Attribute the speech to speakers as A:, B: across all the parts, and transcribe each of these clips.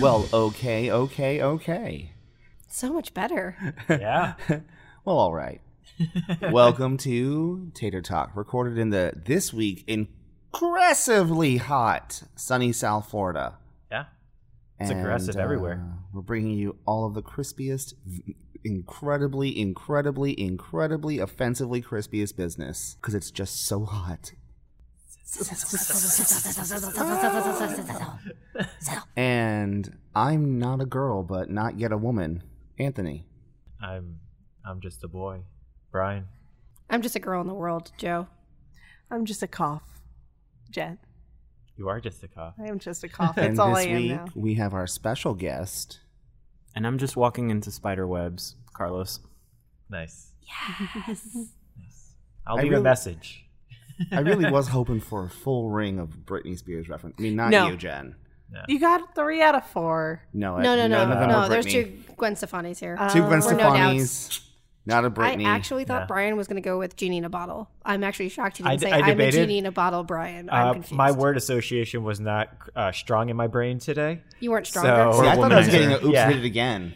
A: Well, okay, okay, okay.
B: So much better.
C: Yeah.
A: Well, all right. Welcome to Tater Talk, recorded in the this week aggressively hot sunny South Florida. uh,
C: Yeah. It's aggressive everywhere.
A: We're bringing you all of the crispiest, v- incredibly, incredibly, incredibly offensively crispiest business because it's just so hot. And I'm not a girl, but not yet a woman. Anthony.
C: I'm I'm just a boy. Brian.
B: I'm just a girl in the world, Joe.
D: I'm just a cough, Jen.
C: You are just a cop.
D: I am just a cough.
A: and
D: That's all I
A: this
D: am
A: week
D: now.
A: we have our special guest.
E: And I'm just walking into spider webs, Carlos.
C: Nice.
B: Yes.
C: Nice. I'll
A: I
C: leave a
A: really-
C: message.
A: I really was hoping for a full ring of Britney Spears reference. I mean, not
D: No.
A: you, Jen.
D: You got three out of four.
A: No, I-
B: No, no, no,
A: none of them
B: no.
A: were
B: There's
A: Britney.
B: two Gwen Stefani's here.
D: Uh,
A: Two Gwen
B: We're no
A: Stefani's. not a Britney.
B: I actually thought
C: Yeah.
B: Brian was going to go with genie in a bottle. I'm actually shocked he
C: I
B: didn't
C: d-
B: say
C: I
B: I'm a
C: debated.
B: genie in a bottle, Brian. I'm
C: Uh,
B: confused.
C: my word association was not uh, strong in my brain today.
B: You weren't stronger.
C: So-
A: See, I thought I was
E: womanizer.
A: getting a oops
C: Yeah.
A: did it again.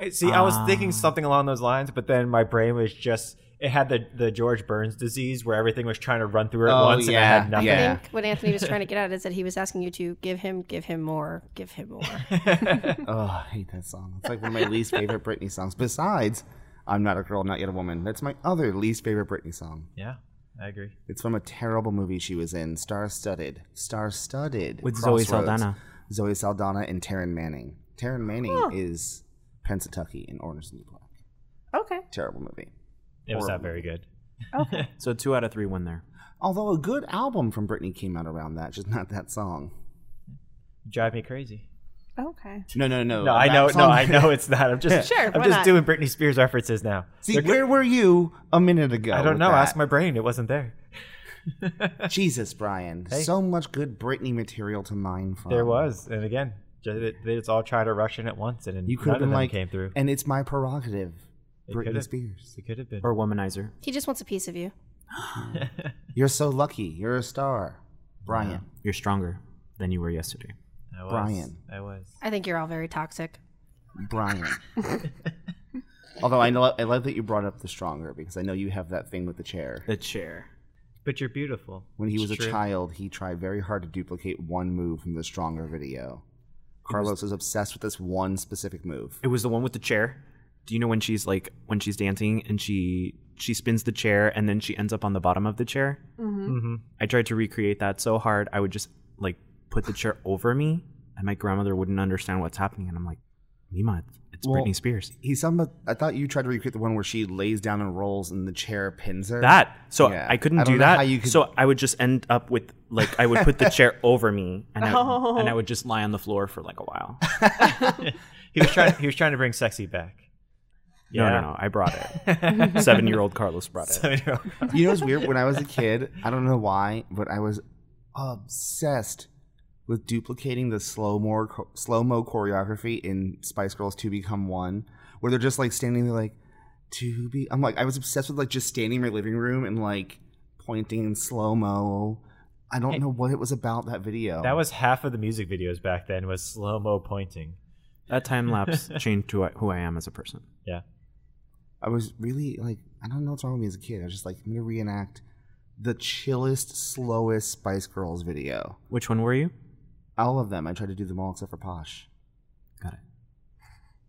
C: Uh, See, I was thinking
E: Ah.
C: something along those lines, but then my brain was just it had the the George Burns disease where everything was trying to run through it
A: Oh,
C: once and I
A: yeah,
C: had nothing.
A: yeah.
B: I think what Anthony was trying to get at is that he was asking you to give him, give him more, give him more.
A: Oh, I hate that song. It's like one of my least favorite Britney songs. Besides, I'm not a girl, not yet a woman. That's my other least favorite Britney song.
C: Yeah, I agree.
A: It's from a terrible movie she was in, Star Studded. Star Studded.
E: With Zoe Saldana.
A: Zoe Saldana and Taryn Manning. Taryn Manning is Pensatucky in Orange is the New Black.
D: Okay.
A: Terrible movie.
C: It was not
A: Horrible.
C: very good.
E: So two out of three win there.
A: Although a good album from Britney came out around that, just not that song.
C: Drive me crazy.
D: Okay.
A: No, no, no.
C: No, I
A: that
C: know. No,
A: song-
C: I know it's not. I'm just
D: Sure,
C: I'm
D: why
C: just
D: not?
C: doing Britney Spears references now.
A: See,
C: They're-
A: where were you a minute ago?
C: I don't
A: with
C: know.
A: that?
C: Ask my brain. It wasn't there.
A: Jesus, Brian.
C: Hey.
A: So much good Britney material to mine from.
C: There was, and again, ju- they they just all tried to rush in at once, and
A: You
C: you
A: could have
C: none of
A: been
C: them
A: like,
C: came through.
A: and it's my prerogative.
C: It
A: Britney
C: could've-
A: Spears.
C: It could have been.
E: Or womanizer.
B: he just wants a piece of you.
A: You're so lucky. You're a star. Brian.
E: You're stronger than you were yesterday.
C: I was,
A: Brian.
C: I was.
B: I think you're all very toxic.
A: Brian. Although I know I love that you brought up the stronger because I know you have that thing with the chair.
E: The chair.
C: But you're beautiful.
A: When he
C: It's
A: was a
C: true.
A: child, he tried very hard to duplicate one move from the stronger video. Carlos was obsessed with this one specific move.
E: It was the one with the chair. Do you know when she's like when she's dancing and she she spins the chair and then she ends up on the bottom of the chair?
D: Mm-hmm.
C: Mhm.
E: I tried to recreate that so hard I would just like put the chair over me and my grandmother wouldn't understand what's happening and I'm like, Mima, it's- it's
A: Well,
E: Britney Spears.
A: He some I thought you tried to recreate the one where she lays down and rolls and the chair pins her.
E: that. So
A: Yeah.
E: I couldn't
A: I don't
E: do
A: know
E: that.
A: how you could-
E: So I would just end up with like I would put the chair over me and I,
D: Oh.
E: and I would just lie on the floor for like a while.
C: He was trying. he was trying to bring sexy back.
E: No, no, no. I brought it. Seven year old Carlos brought it.
C: Seven-year-old.
A: You know what's weird? When I was a kid, I don't know why, but I was obsessed with duplicating the slow mo slow mo choreography in Spice Girls "To Become One," where they're just like standing there, like "To Be." I'm like, I was obsessed with like just standing in my living room and like pointing in slow mo. I don't know what it was about that video.
C: that was half of the music videos back then was slow mo pointing.
E: That time lapse changed to who I am as a person.
C: Yeah.
A: I was really like, I don't know what's wrong with me as a kid. I was just like, I'm gonna reenact the chillest, slowest Spice Girls video.
E: Which one were you?
A: All of them. I tried to do them all except for Posh.
E: Got it.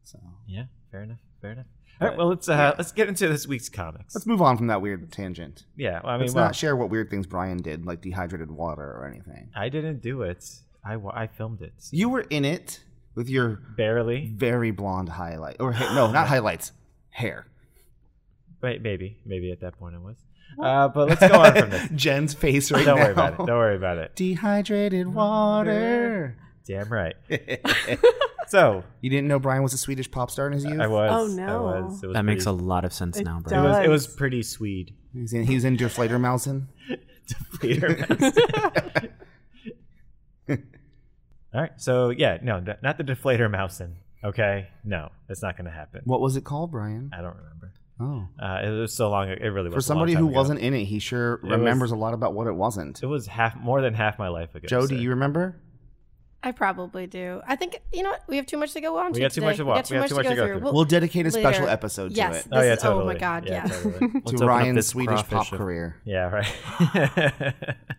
A: So
C: Yeah. Fair enough. Fair enough. All right. Well, let's uh, let's get into this week's comics.
A: let's move on from that weird tangent.
C: yeah. Well, I mean,
A: let's
C: well,
A: not share what weird things Brian did, like dehydrated water or anything.
C: I didn't do it. I wa- I filmed it
A: You Mm. were in it with your
C: barely.
A: very blonde highlight, or ha- no, not highlights, hair.
C: Wait, maybe maybe at that point I was. Uh, but let's go on from this.
A: Jen's face right
C: Don't
A: now.
C: worry about it. Don't worry about it.
A: Dehydrated water.
C: Damn right.
A: you
C: So
A: didn't know Brian was a Swedish pop star in his youth.
C: I was.
D: Oh,
C: I
D: no.
C: was. It was
E: That makes a
C: pretty,
E: lot of sense
D: It
E: now,
C: It
E: bro.
D: does.
C: was. It was pretty sweet.
A: He was in, he was in Der Fledermausen.
C: Peter. All right. So yeah, no, th- not the deflator mousin. Okay, no, that's not going to happen.
A: What was it called, Brian?
C: I don't remember.
A: Oh,
C: Uh, it was so long. It really was
A: for
C: a long
A: somebody
C: time
A: who
C: ago.
A: wasn't in it, he sure
C: was-
A: remembers a lot about what it wasn't.
C: It was half more than half my life ago.
A: Joe,
C: so-
A: do you remember?
B: I probably do. I think you know what? We have too much to go on.
C: We
B: to
C: got too
B: today.
C: much to walk- we have too much to go through.
B: We'll-
A: We'll dedicate a special
B: later.
A: episode to
B: yes,
A: it.
C: oh
B: this
C: yeah,
B: is-
C: totally.
B: Oh my god, yeah.
C: totally.
E: Let's
A: to
E: open up
A: Ryan's
E: this
A: Swedish pop
E: crawfish of-
A: career.
C: yeah, right.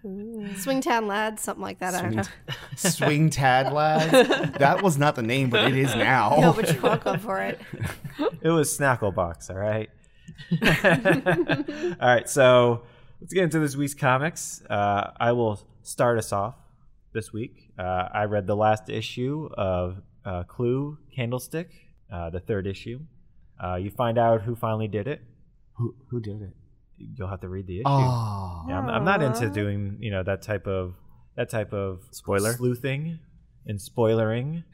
B: Swingtown lads, something like that. I don't know.
A: Swing Tad Lad. That was not the name, but it is
C: Oh.
A: now.
B: No, but you're welcome for it.
C: it was Snackle Box, all right? all right, so let's get into this week's comics. Uh, I will start us off this week. Uh, I read the last issue of uh, Clue Candlestick, uh, the third issue. Uh, you find out who finally did it.
A: who, who did it?
C: You'll have to read the issue.
A: Oh.
C: Yeah, I'm, I'm not into
D: Aw.
C: doing you know that type of that type of
E: Spoiler?
C: sleuthing and spoilering.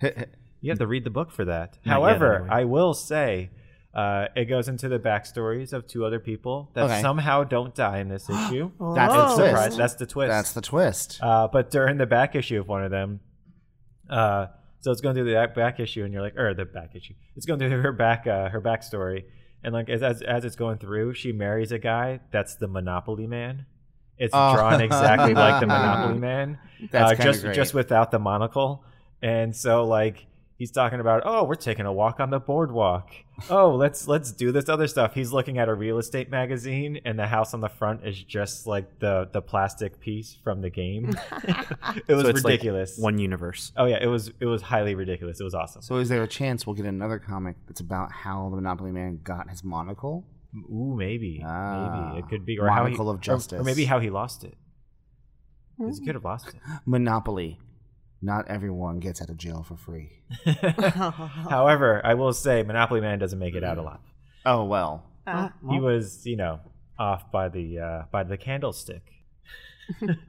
C: You have to read the book for that.
E: Not yet,
C: However,
E: anyway.
C: I will say uh, it goes into the backstories of two other people that
A: Okay.
C: somehow don't die in this issue.
A: That's the
D: Oh.
A: twist.
C: Surprise! That's the twist.
A: That's the twist.
C: uh, but during the back issue of one of them, uh, so it's going through the back- back issue, and you're like, or the back issue. It's going through her back uh, her backstory, and like as, as as it's going through, she marries a guy that's the Monopoly Man. It's
A: Oh.
C: drawn exactly like the Monopoly Man
A: That's
C: uh,
A: kinda
C: just
A: great.
C: just without the monocle. And so like he's talking about, oh, we're taking a walk on the boardwalk. Oh, let's let's do this other stuff. He's looking at a real estate magazine, and the house on the front is just like the the plastic piece from the game. it was
E: So it's like
C: ridiculous.
E: One universe.
C: Oh yeah, it was it was highly ridiculous. It was awesome.
A: so, is there a chance we'll get another comic that's about how the Monopoly Man got his monocle?
C: Ooh, maybe,
A: Ah,
C: maybe it could be or how he-
A: Monocle of
C: or-
A: Justice. Mm.
C: or, maybe how he lost it. 'Cause
D: Mm-hmm.
C: He could have lost
A: Monopoly. Not everyone gets out of jail for free.
C: it.
D: Uh,
C: However, I will say Monopoly Man doesn't make it out alive.
A: Oh well.
D: Ah.
C: he was you know off by the uh, by the candlestick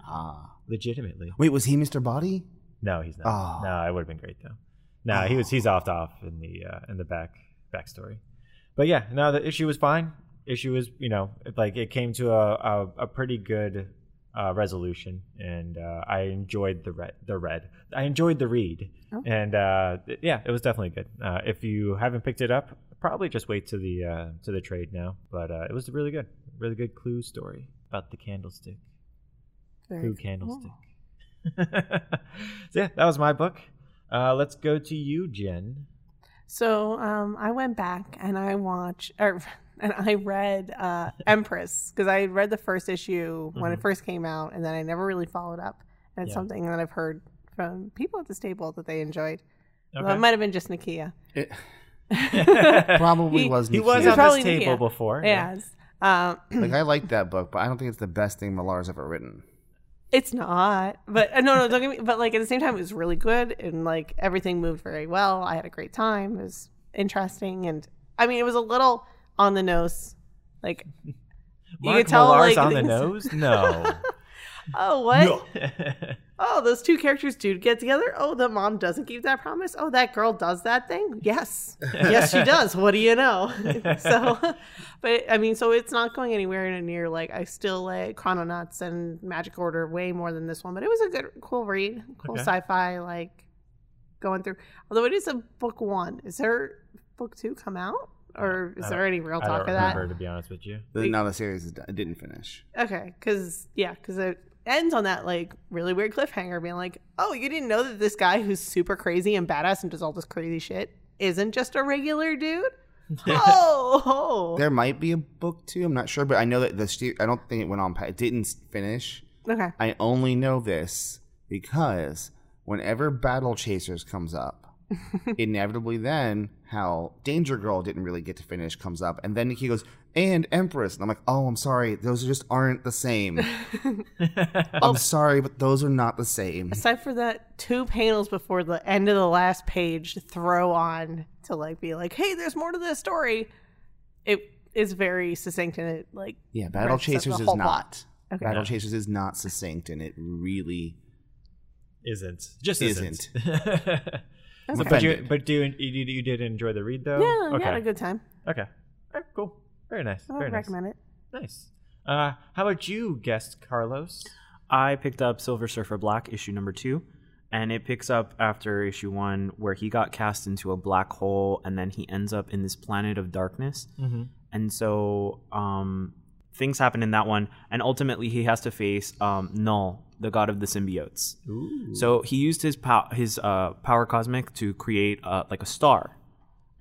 A: Ah.
C: legitimately
A: Wait, was he Mr. Body?
C: no he's not
A: Oh.
C: no it would have been great though no he was he's off off in the uh, in the back backstory but yeah no the issue was fine issue was you know it- like it came to a a, a pretty good uh, resolution and uh, I enjoyed the red the red I enjoyed the read
D: Oh.
C: and uh, th- yeah it was definitely good uh, if you haven't picked it up probably just wait to the uh, to the trade now but uh, it was really good really good clue story about the candlestick Clue Candlestick. so yeah, that was my book. Uh, let's go to you, Jen.
D: So um, I went back and I watched, or, and I read uh, Empress because I had read the first issue when it first came out, and then I never really followed up. And it's
C: Yeah.
D: something that I've heard from people at this table that they enjoyed. Although
C: Okay.
D: it might have been just Nakia.
A: It
C: he
A: probably
D: He-
A: was.
C: was
A: Nikia.
D: He's
C: on
D: probably
C: this
D: in
C: table
D: here.
C: before.
D: Yes. Um,
A: like I like that book, but I don't think it's the best thing Millar's ever written.
D: It's not, but uh, no, no, don't get me. But like at the same time, it was really good, and like everything moved very well. I had a great time. It was interesting, and I mean, it was a little on the nose. Like
C: Mark
D: could tell,
C: Millar's
D: like,
C: on the
D: things-
C: nose. No.
D: oh what?
C: No.
D: Oh, those two characters do get together. Oh, the mom doesn't keep that promise. Oh, that girl does that thing. Yes, yes, she does. What do you know? so, but I mean, so it's not going anywhere in a near like I still like Chrononauts and Magic Order way more than this one, but it was a good, cool read, cool
C: Okay.
D: sci-fi like going through. Although it is a book one. Is there book two come out, or is
C: I
D: there any real
C: I don't
D: talk of that?
C: remember, to be honest with you.
A: The, now the series is done. It didn't finish.
D: Okay, because yeah, because it ends on that like really weird cliffhanger, being like, "Oh, you didn't know that this guy who's super crazy and badass and does all this crazy shit isn't just a regular dude." oh,
A: There might be a book too. I'm not sure, but I know that the. se- I don't think it went on. pa- It didn't finish.
D: okay.
A: I only know this because whenever Battle Chasers comes up, inevitably then how Danger Girl didn't really get to finish comes up, and then Nikki goes and Empress, and I'm like, oh, I'm sorry, those just aren't the same. I'm sorry, but those are not the same.
D: Aside for that, two panels before the end of the last page, to throw on to like be like, "Hey, there's more to this story." It is very succinct and it like
A: Yeah, Battle
D: Right, so that's
A: Chasers
D: the
A: is
D: whole
A: not.
D: Okay.
A: Battle Chasers is not succinct, and it really
C: Isn't just
A: Isn't.
C: isn't.
A: I'm
C: but you
A: offended.
C: but do you, you you did enjoy the read though?
D: yeah,
C: Oh, Okay.
D: you had a good time.
C: okay. All right, cool. Very nice.
D: I would
C: Very nice.
D: recommend it.
C: Nice. Uh, how about you, guest Carlos?
E: I picked up Silver Surfer Black issue number two, and it picks up after issue one where he got cast into a black hole and then he ends up in this planet of darkness.
C: Mm-hmm.
E: And so um, things happen in that one, and ultimately he has to face um, Null, the god of the symbiotes. So he used his pow- his uh, power cosmic to create uh, like a star,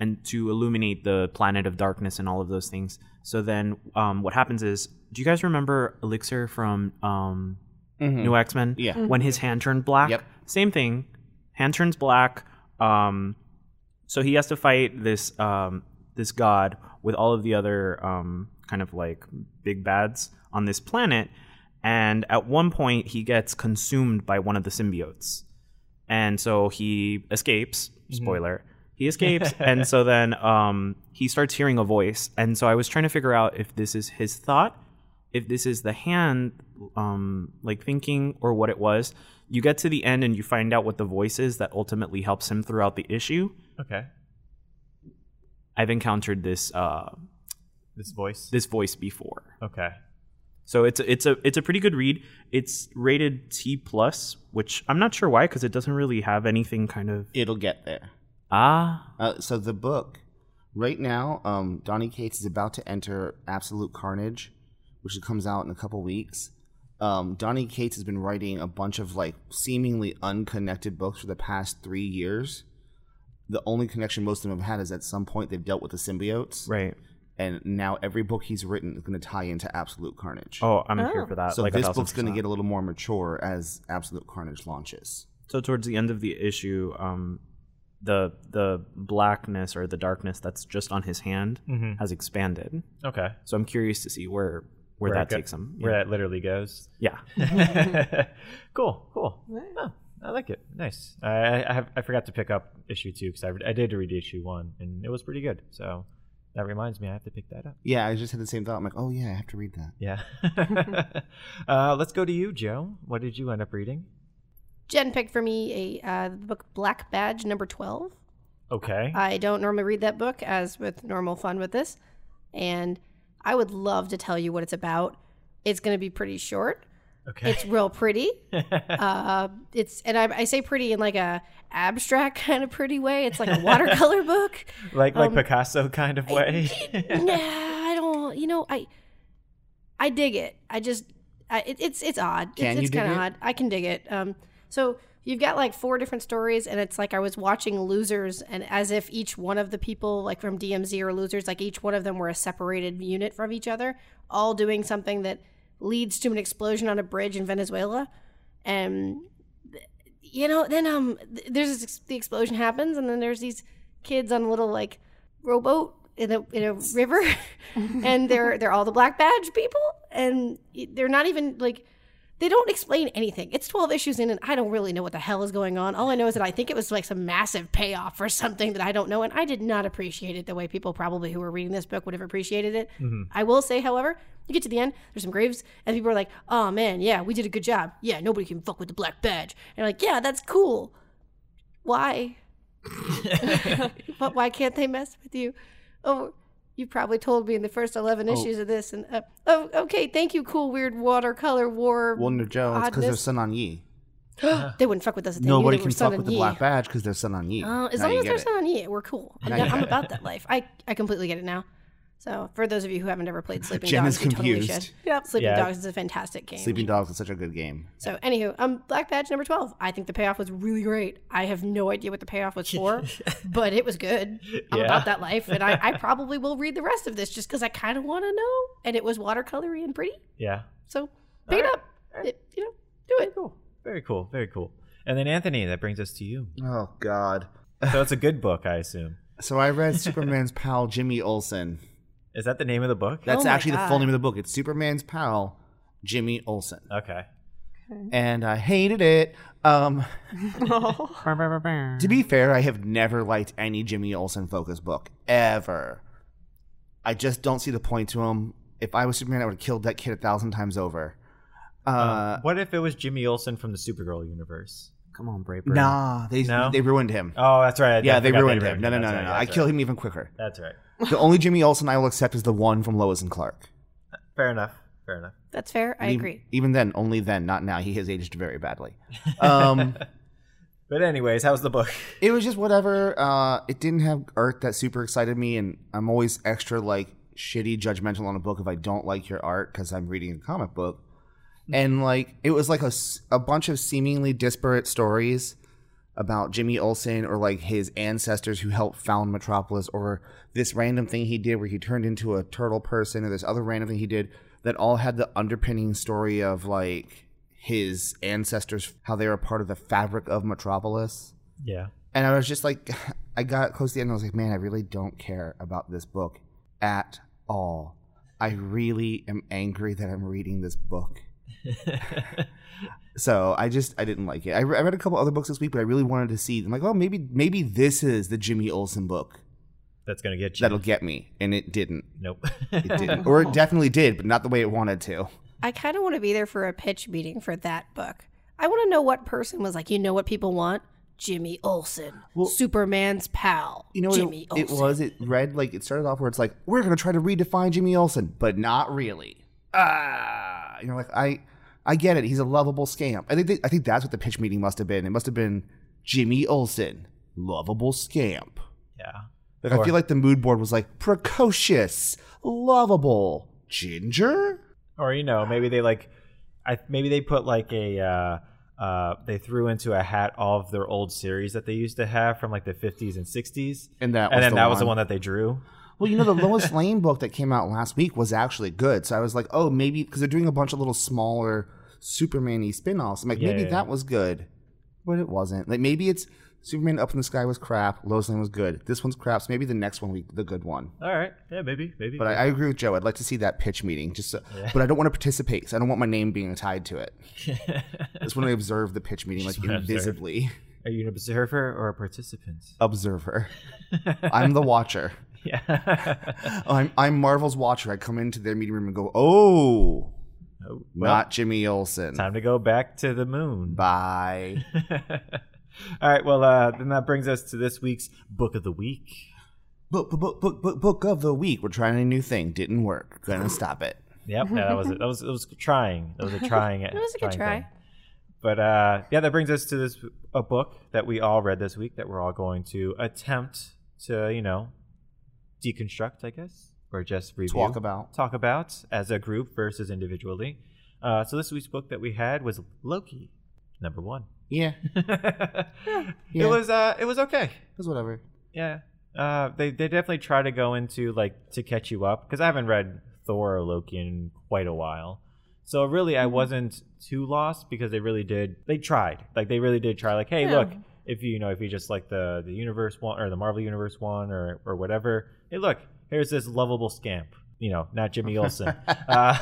E: and to illuminate the planet of darkness and all of those things. So then, um, what happens is, do you guys remember Elixir from um,
A: Mhm.
E: New X Men?
A: Yeah.
E: When his hand turned black.
A: Yep.
E: Same thing. Hand turns black. Um, so he has to fight this um, this god with all of the other um, kind of like big bads on this planet. And at one point, he gets consumed by one of the symbiotes, and so he escapes.
A: Mm-hmm.
E: Spoiler: He escapes, and so then um, he starts hearing a voice. And so I was trying to figure out if this is his thought, if this is the hand, um, like thinking, or what it was. You get to the end, and you find out what the voice is that ultimately helps him throughout the issue.
C: Okay.
E: I've encountered this uh,
C: This voice.
E: this voice before.
C: okay.
E: So it's it's a it's a pretty good read. It's rated T plus, which I'm not sure why because it doesn't really have anything kind of
A: It'll get there.
E: ah
A: Uh, so the book, right now, um, Donnie Cates is about to enter Absolute Carnage, which comes out in a couple weeks. Um, Donnie Cates has been writing a bunch of like seemingly unconnected books for the past three years. The only connection most of them have had is at some point they've dealt with the symbiotes,
E: right.
A: and now every book he's written is going to tie into Absolute Carnage.
E: Oh, I'm here
D: Oh.
E: for that.
A: so
E: like a
A: this
E: thousand
A: book's going to get
E: percent.
A: a little more mature as Absolute Carnage launches.
E: so towards the end of the issue, um, the the blackness or the darkness that's just on his hand
C: Mm-hmm.
E: has expanded.
C: Okay.
E: So I'm curious to see where where,
C: Where it
E: that
C: go-
E: takes him.
C: Where
E: Yeah.
C: that literally goes.
E: yeah.
C: cool. Cool. Oh, I like it. Nice. I I, I have, I forgot to pick up issue two because I, re- I did read issue one and it was pretty good. So that reminds me, I have to pick that up.
A: Yeah, I just had the same thought. I'm like, oh yeah, I have to read that.
C: Yeah. uh, let's go to you, Joe. What did you end up reading?
B: Jen picked for me a uh, the book Black Badge number twelve.
C: Okay.
B: I don't normally read that book, as with normal fun with this. And I would love to tell you what it's about. It's going to be pretty short.
C: okay.
B: It's real pretty. uh, it's and I, I say pretty in like a abstract kind of pretty way. It's like a watercolor book.
C: like like
B: um,
C: Picasso kind of way.
B: nah, I don't. You know, I I dig it. I just I, it, it's it's odd.
A: Can
B: it's
A: you
B: it's
A: dig
B: kind of
A: it?
B: odd. I can dig it. Um, so you've got like four different stories, and it's like I was watching losers, and as if each one of the people like from DMZ or losers, like each one of them were a separated unit from each other, all doing something that leads to an explosion on a bridge in Venezuela, and you know, then um, th- there's this, ex- the explosion happens, and then there's these kids on a little like rowboat in a in a river, and they're they're all the black badge people, and y- they're not even like they don't explain anything. It's twelve issues in, and I don't really know what the hell is going on. All I know is that I think it was like some massive payoff or something that I don't know, and I did not appreciate it the way people probably who were reading this book would have appreciated it.
C: Mm-hmm.
B: I will say, however, you get to the end, there's some graves, and people are like, oh man, yeah, we did a good job. Yeah, nobody can fuck with the black badge. And like, yeah, that's cool. Why? but why can't they mess with you? Oh, you probably told me in the first 11 issues of this. And uh, oh, okay, thank you, cool, weird watercolor war.
A: Well, no, Joe, it's because they're
B: Oddness.
A: Sun on Yi.
B: they wouldn't fuck with us if they knew
A: Nobody
B: they
A: can
B: were
A: fuck
B: Sun
A: with
B: and
A: the
B: Yi.
A: black badge because they're Sun on Yi.
B: Uh, as
A: Now
B: long
A: you
B: as
A: get
B: there's
A: it.
B: Sun on Yi, we're cool. I'm,
A: Now
B: not-
A: you
B: I'm
A: get it.
B: about that life. I, I completely get it now. So, for those of you who haven't ever played Sleeping
A: Jen
B: Dogs,
A: is
B: you totally
A: confused.
B: should. Sleeping
C: Yeah.
B: Dogs is a fantastic game.
A: Sleeping Dogs is such a good game.
B: So, anywho, um, Black Badge number twelve. I think the payoff was really great. I have no idea what the payoff was for, but it was good. I'm
C: Yeah.
B: about that life, and I, I probably will read the rest of this just because I kind of want to know. And it was watercolory and pretty,
C: yeah.
B: so pick it up. It- you know, do it.
C: Cool. Very cool. Very cool. And then Anthony, that brings us to you.
A: Oh God.
C: So it's a good book, I assume.
A: So I read Superman's pal Jimmy Olsen.
C: Is that the name of the book?
A: That's
B: Oh my
A: actually the full
B: God.
A: name of the book. It's Superman's pal Jimmy Olsen,
C: Okay.
A: and I hated it. Um, to be fair, I have never liked any Jimmy Olsen focused book ever. I just don't see the point to him. If I was Superman, I would have killed that kid a thousand times over. Uh,
C: what if it was Jimmy Olsen from the Supergirl universe?
E: Come on, Braver.
A: nah, they
C: No?
A: they ruined him.
C: Oh, that's right. I- I
A: yeah, they
C: forgot
A: ruined him. No, no, no,
C: That's
A: no,
C: right,
A: no.
C: that's
A: I
C: right.
A: kill him even quicker.
C: That's right.
A: The only Jimmy Olsen I will accept is the one from Lois and Clark.
C: Fair enough. Fair enough.
B: That's fair. I
A: Even-
B: agree.
A: Even then, only then, not now. He has aged very badly. Um,
C: But anyways, how's the book?
A: it was just whatever. Uh, it didn't have art that super excited me, and I'm always extra like shitty judgmental on a book if I don't like your art because I'm reading a comic book. And like it was like a, s- a bunch of seemingly disparate stories about Jimmy Olsen or like his ancestors who helped found Metropolis or this random thing he did where he turned into a turtle person or this other random thing he did that all had the underpinning story of like his ancestors how they were part of the fabric of Metropolis.
C: Yeah.
A: And I was just like, I got close to the end. And I was like, man, I really don't care about this book at all. I really am angry that I'm reading this book. So I just I didn't like it. I, re- I read a couple other books this week, but I really wanted to see. I'm like, well, maybe maybe this is the Jimmy Olsen book
C: That's gonna get you.
A: that'll get me, and it didn't.
C: nope.
A: It didn't, or it definitely did, but not the way it wanted to.
B: I kind of want to be there for a pitch meeting for that book. I want to know what person was like, you know what people want? Jimmy Olsen, Superman's pal.
A: You know what
B: Jimmy
A: it, it was? It read like it started off where it's like we're gonna try to redefine Jimmy Olsen, but not really. Ah, you know, like I, I get it. He's a lovable scamp. I think they, I think that's what the pitch meeting must have been. It must have been Jimmy Olsen, lovable scamp.
C: yeah.
A: Like I
C: Or-
A: feel like the mood board was like precocious, lovable, ginger.
C: or you know maybe they like i maybe they put like a uh uh, they threw into a hat all of their old series that they used to have from like the 50s and 60s,
A: And that was
C: and then
A: the
C: that was the
A: one.
C: one that they drew.
A: Well, you know, the Lois Lane book that came out last week was actually good. So I was like, oh, maybe because they're doing a bunch of little smaller Superman y spin offs. I'm like,
C: Yeah,
A: maybe
C: yeah,
A: that was good. But it wasn't. Like, maybe it's Superman Up in the Sky was crap. Lois Lane was good. This one's crap. So maybe the next one, we, the good one.
C: All right, yeah, maybe, maybe.
A: But I, I agree with Joe. I'd like to see that pitch meeting. Just, so, But I don't want to participate. 'cause I don't want my name being tied to it. I just want to observe the pitch meeting, like,
C: wanna observe.
A: invisibly.
C: Are you an observer or a participant?
A: Observer. I'm the watcher.
C: Yeah.
A: I'm I'm Marvel's watcher. I come into their meeting room and go, oh,
C: Oh, well,
A: not Jimmy Olsen.
C: time to go back to the moon.
A: Bye.
C: All right, well, uh, then that brings us to this week's book of the week.
A: book, book, book, book, book of the week. We're trying a new thing. Didn't work. Gonna stop it.
C: Yep, yeah, that was it. That was it was trying. That was a trying. it
B: was a good try.
C: But uh, yeah, that brings us to this a book that we all read this week that we're all going to attempt to you know deconstruct, I guess, or just review,
A: Talk about.
C: talk about as a group versus individually. Uh, so this week's book that we had was Loki, number one.
A: Yeah,
C: It was uh, it was okay.
A: it's whatever.
C: Yeah. Uh, they they definitely try to go into like to catch you up because I haven't read Thor or Loki in quite a while, so really I wasn't too lost because they really did they tried like they really did try like hey
B: Yeah.
C: look if you, you know if you just like the the universe one or the Marvel universe one or or whatever hey look here's this lovable scamp you know not Jimmy Olsen uh,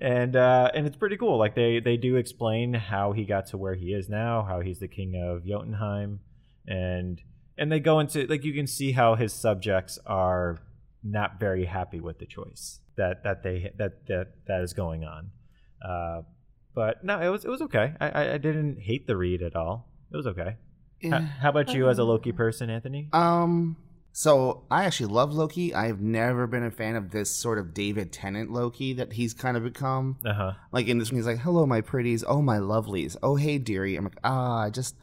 C: and uh, and it's pretty cool like they they do explain how he got to where he is now how he's the king of Jotunheim and and they go into like you can see how his subjects are not very happy with the choice that that they that that that is going on uh but no it was it was okay i i, I didn't hate the read at all it was okay how,
A: Yeah.
C: how about you as a loki person anthony
A: Um. So I actually love Loki. I've never been a fan of this sort of David Tennant Loki that he's kind of become.
C: uh-huh
A: Like in this one, he's like, "Hello, my pretties. Oh, my lovelies. Oh, hey, dearie." I'm like, ah, I just,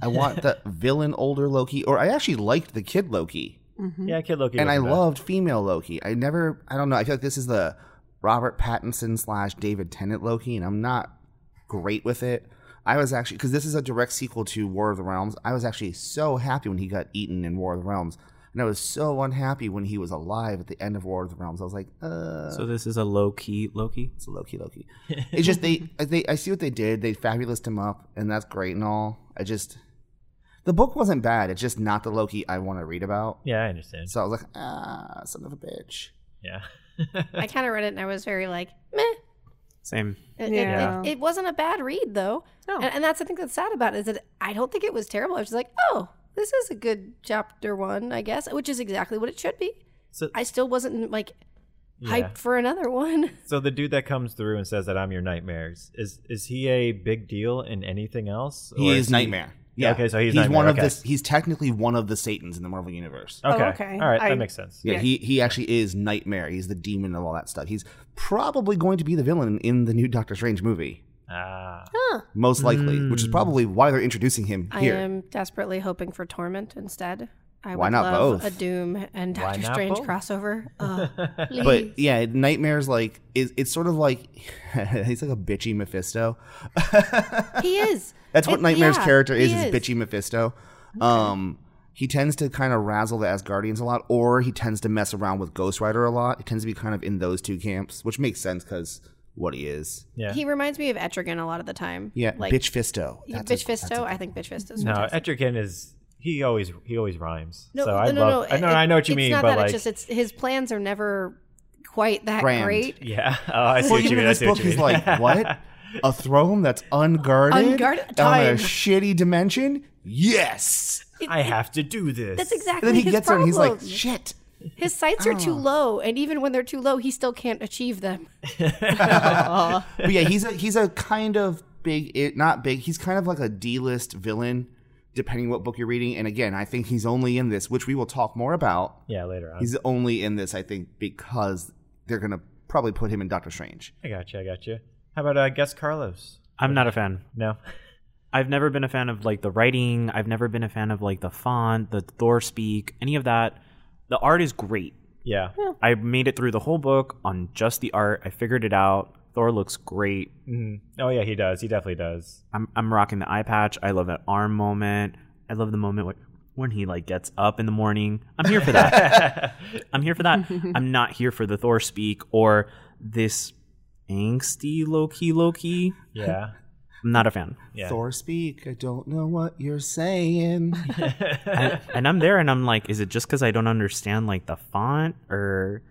A: I want the villain older Loki, or I actually liked the kid Loki.
D: Mm-hmm.
C: yeah kid loki
A: and I
C: wasn't bad.
A: loved female Loki. I never, I don't know. I feel like this is the Robert Pattinson slash David Tennant Loki, and I'm not great with it. I was actually because this is a direct sequel to War of the Realms. I was actually so happy when he got eaten in War of the Realms, and I was so unhappy when he was alive at the end of War of the Realms. I was like, uh,
E: So this is a low key Loki.
A: it's Loki, Loki. It's just they, they. I see what they did. They fabuloused him up, and that's great and all. I just, the book wasn't bad. It's just not the Loki I want to read about.
C: yeah i understand
A: So I was like, ah, son of a bitch.
C: yeah
B: I kind of read it and I was very like, meh.
E: Same.
B: It, it-
D: Yeah.
B: it, it wasn't a bad read though.
C: Oh.
D: No.
B: And, and that's the thing that's sad about it is that I don't think it was terrible. I was just like, oh, this is a good chapter one, I guess, which is exactly what it should be.
C: so
B: I still wasn't like
C: yeah.
B: hyped for another one.
C: so the dude that comes through and says that i'm your nightmares is is he a big deal in anything else
A: He
C: Or
A: is Nightmare.
C: Yeah, okay, so he's
A: he's
C: Nightmare,
A: one of
C: okay.
A: the he's technically one of the Satans in the Marvel universe.
C: okay,
D: Oh, okay.
C: all right
D: I-
C: that makes sense
A: Yeah, he he actually is Nightmare. He's the demon of all that stuff. He's probably going to be the villain in the new Doctor Strange movie,
C: ah Mm.
A: most likely, which is probably why they're introducing him
B: I
A: here.
B: am desperately hoping for Torment instead. I
A: Why
B: would
A: not
B: love
A: both?
B: a Doom and
C: Why
B: Doctor
C: not
B: Strange
C: both?
B: crossover. Uh, please.
A: But yeah, nightmares like it, it's sort of like he's like a bitchy Mephisto.
B: he is.
A: That's what
B: It-
A: Nightmare's
B: yeah,
A: character is,
B: he
A: is
B: is.
A: bitchy Mephisto. Um he tends to kind of razzle the Asgardians a lot, or he tends to mess around with Ghost Rider a lot. He tends to be kind of in those two camps, which makes sense because what he is.
C: Yeah.
B: He reminds me of Etrigan a lot of the time.
A: Yeah,
B: like
A: bitch Fisto.
B: yeah,
A: That's a-
B: bitch Fisto. I think bitch Fisto's
C: no,
B: fantastic.
C: Etrigan is he always he always rhymes.
B: No,
C: so
B: no,
C: I
B: no,
C: love.
B: no,
C: I know
B: it-
C: I know what you
B: it's
C: mean,
B: not
C: but
B: that,
C: like
B: it's just it's his plans are never quite that
A: Grand.
B: great.
C: yeah, oh, I see
A: Well,
C: what
A: even
C: you mean.
A: in
C: I
A: this
C: see what
A: book,
C: you
A: he's
C: mean.
A: like, what? A throne that's unguarded,
B: Unguarded-
A: on a
B: time.
A: shitty dimension? Yes.
C: I have to do this.
B: That's
A: And
B: exactly
A: then he
B: his
A: gets
B: problem.
A: there and he's like, shit.
B: his sights are too
C: oh."
B: low, and even when they're too low, he still can't achieve them.
A: But yeah, he's a he's a kind of big, it, not big. He's kind of like a D-list villain, depending what book you're reading. And again, I think he's only in this, which we will talk more about.
C: Yeah, later on.
A: He's only in this, I think, because they're gonna probably put him in Doctor Strange.
C: I got you. I got you. How about uh, guess Carlos?
E: I'm not a fan.
C: No.
E: I've never been a fan of like the writing. I've never been a fan of like the font, the Thor speak, any of that. The art is great.
C: Yeah.
E: I made it through the whole book on just the art. I figured it out. Thor looks great.
C: Mhm. Oh yeah, he does. He definitely does.
E: I'm I'm rocking the eye patch. I love that arm moment. I love the moment when, when he like gets up in the morning. I'm here for that. I'm here for that. I'm not here for the Thor speak or this angsty Loki Loki.
C: Yeah.
E: I'm not a fan.
C: Yeah.
A: Thor speak. I don't know what you're saying.
E: and, and I'm there and I'm like, is it just because I don't understand like the font or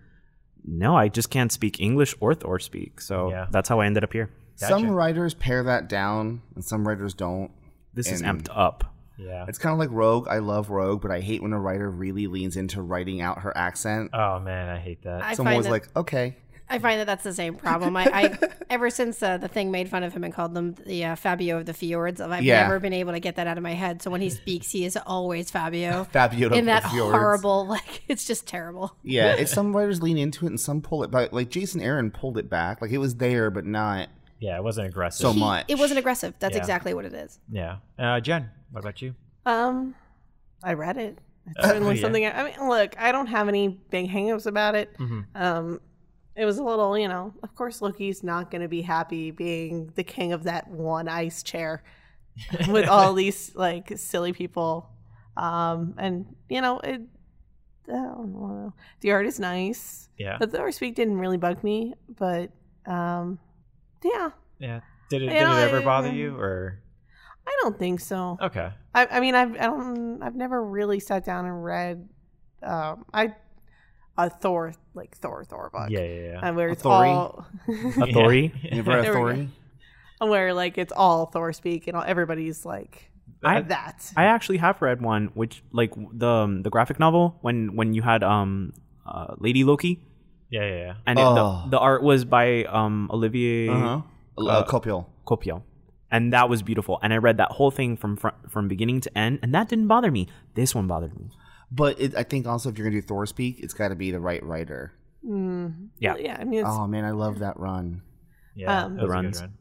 E: no, I just can't speak English or Thor speak. So
C: Yeah.
E: that's how I ended up here.
A: Some writers pare that down, and some writers don't.
E: This is
A: And-
E: amped up.
C: Yeah.
A: It's kind of like Rogue. I love Rogue, but I hate when a writer really leans into writing out her accent.
C: Oh man, I hate that.
B: I
A: Someone
B: find
A: was
B: that,
A: like, okay.
B: I find that that's the same problem. I, I ever since uh, the thing made fun of him and called them the uh, Fabio of the Fjords, I've
A: Yeah.
B: never been able to get that out of my head. So when he speaks, he is always Fabio
A: Fabio
B: in that
A: of yours.
B: horrible, like it's just terrible.
A: Yeah, it's some writers lean into it and some pull it back. Like Jason Aaron pulled it back. Like it was there, but not.
C: yeah, it wasn't aggressive.
A: So
B: He-
A: much.
B: It wasn't aggressive. That's
C: Yeah.
B: exactly what it is.
C: yeah. Uh, Jen, what about you?
D: Um, I read it. It's
C: Uh,
D: certainly
C: yeah.
D: something. I, I mean, look, I don't have any big hangups about it. Um, it was a little, you know. Of course, Loki's not going to be happy being the king of that one ice chair with all these like silly people. Um, and you know, it. I don't know. The art is nice.
C: Yeah.
D: The Thor speak didn't really bug me, but um, yeah,
C: Yeah. Did it?
D: You
C: Did it
D: know,
C: ever
D: I- um,
C: bother you? Or
D: I don't think so.
C: okay.
D: I, I mean, I've I don't I've never really sat down and read um I a Thor like Thor Thor book.
C: Yeah. Yeah. Yeah.
D: Uh, where
A: A
D: it's
A: Thory?
D: all
E: A Thori?
A: You ever read
D: There we go.
A: Thori?
D: where like it's all Thor speak and all, everybody's like
E: I-
D: that.
E: I actually have read one, which like the um, the graphic novel when when you had um uh, Lady Loki,
C: Yeah. Yeah. yeah.
E: and it-
A: Oh.
E: the, the art was by um Olivier
A: Uh-huh. Uh, Copiel.
E: Copiol, and that was beautiful. And I read that whole thing from fr- from beginning to end, and that didn't bother me. This one bothered me.
A: But it, I think also if you're gonna do Thor speak, it's got to be the right writer.
D: Mm.
E: Yeah.
D: yeah. I mean, it's,
A: Oh man, I love that run.
C: Yeah.
D: Um,
C: that was a good
E: runs.
C: run.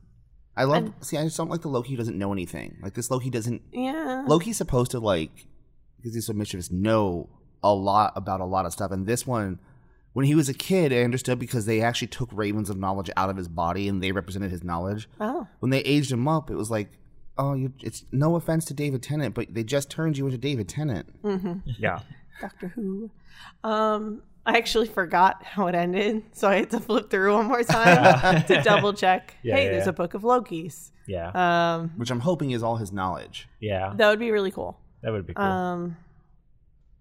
A: I love. see, I just don't like the Loki who doesn't know anything. Like this Loki doesn't.
D: yeah.
A: Loki's supposed to like because he's so mischievous. Know a lot about a lot of stuff, and this one. When he was a kid, I understood because they actually took ravens of knowledge out of his body and they represented his knowledge.
D: Oh,
A: when they aged him up, it was like, oh, you, it's no offense to David Tennant, but they just turned you into David Tennant.
E: Yeah,
D: mm-hmm. Doctor Who. Um, I actually forgot how it ended, so I had to flip through one more time to double check.
C: Yeah,
D: hey,
C: yeah,
D: there's
C: yeah.
D: a book of Loki's.
C: Yeah.
D: Um,
A: Which I'm hoping is all his knowledge.
C: yeah.
D: that would be really cool.
C: That would be cool.
D: Um,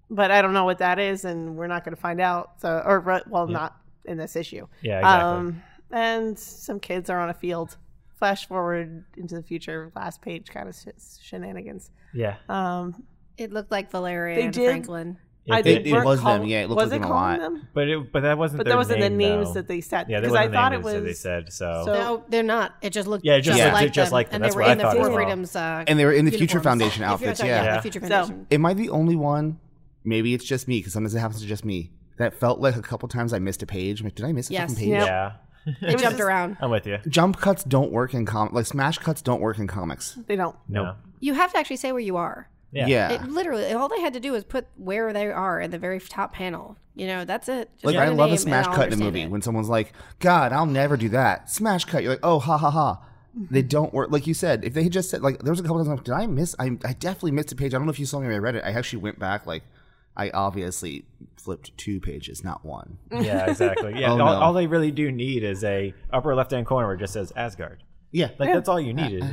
D: but I don't know what that is, and we're not going to find out. So, or re- well, not in this issue.
C: yeah. Exactly.
D: Um, and some kids are on a field. Flash forward into the future, last page kind of sh- shenanigans.
C: yeah.
D: Um,
B: It looked like Valeria
D: They
B: and
D: did.
B: Franklin.
C: It
D: did-
C: did-
A: it
D: weren't
A: was them,
D: call-
A: yeah, it looked
D: was
A: like them a
D: calling
A: lot.
D: them?
C: but it, but that wasn't.
D: But
C: their
D: that wasn't the
C: name,
D: names
C: though.
D: that they said.
C: Yeah, that
D: because
C: wasn't
D: I
C: the
D: thought it
C: names
D: was.
C: that they said. So,
D: So-
B: No, they're not. It just looked
C: Yeah, it
B: just,
C: just
A: looked
B: like
C: just
B: them.
C: like them.
B: And
C: That's
B: they were
C: what I
B: in the
C: thought as
B: Future
C: well.
B: Freedom's uh,
A: And they were in the Future
B: uniforms.
A: Foundation
B: If you're
A: outfits,
B: talking-
A: yeah.
B: the
C: Yeah.
B: Future
D: So-
B: Foundation.
A: Am I the only one? Maybe it's just me, because sometimes it happens to just me. That felt like a couple times I missed a page. I'm like, did I miss a
B: Yes.
A: fucking page?
D: Yep.
C: yeah,
B: It jumped
D: just-
B: around.
C: I'm with you.
A: Jump cuts don't work in comics. Like, smash cuts don't work in comics.
D: They don't.
E: no,
C: Yeah.
B: You have to actually say where you are.
C: Yeah.
A: yeah.
B: It literally all they had to do was put where they are in the very top panel. You know, that's it. Just
A: Like
B: put
A: I
B: a
A: love
B: name
A: a
B: and
A: smash
B: I'll
A: cut in a
B: understand
A: movie
B: it.
A: when someone's like, "God, I'll never do that." Smash cut. You're like, "Oh, ha ha ha." They don't work. Like you said, if they had just said, like, there was a couple times I'm like, "Did I miss? I, I definitely missed a page." I don't know if you saw me when I read it. I actually went back. Like, I obviously flipped two pages, not one.
C: Yeah, exactly. Yeah,
A: Oh,
C: all,
A: no.
C: all they really do need is a upper left hand corner where it just says Asgard.
A: Yeah,
C: Like that's all you needed.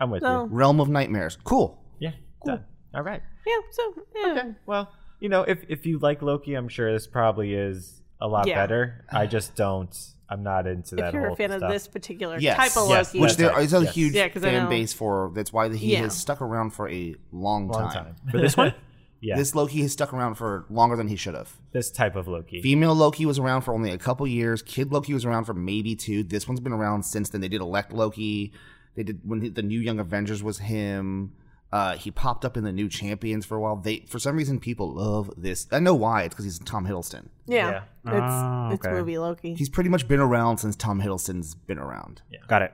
C: I'm with
D: So
C: you.
A: Realm of Nightmares. Cool.
C: Yeah, done. All right.
D: yeah, so yeah.
C: Well, you know, if if you like Loki, I'm sure this probably is a lot
D: Yeah.
C: better. I just don't. I'm not into that.
D: if you're
C: whole
D: a fan
C: stuff.
D: of this particular
A: Yes.
D: type of
C: Yes,
D: Loki,
A: Which
C: That's
A: there
C: right.
A: is a
C: Yes.
A: huge
D: Yeah, 'cause I
A: fan
D: know-
A: base for. That's why he
D: Yeah.
A: has stuck around for a long,
C: long
A: time.
C: time for this one, yeah, this,
A: This Loki has stuck around for longer than he should have.
C: type of Loki.
A: Female Loki was around for only a couple years. Kid Loki was around for maybe two. This one's been around since then. They did Elect Loki. They did when the- the new Young Avengers was him. Uh, he popped up in the new Champions for a while. They for some reason people love this. I know why. It's because he's Tom Hiddleston.
D: yeah,
E: Yeah.
D: it's
E: Ah,
D: it's
E: okay.
D: movie Loki.
A: He's pretty much been around since Tom Hiddleston's been around.
E: Got it.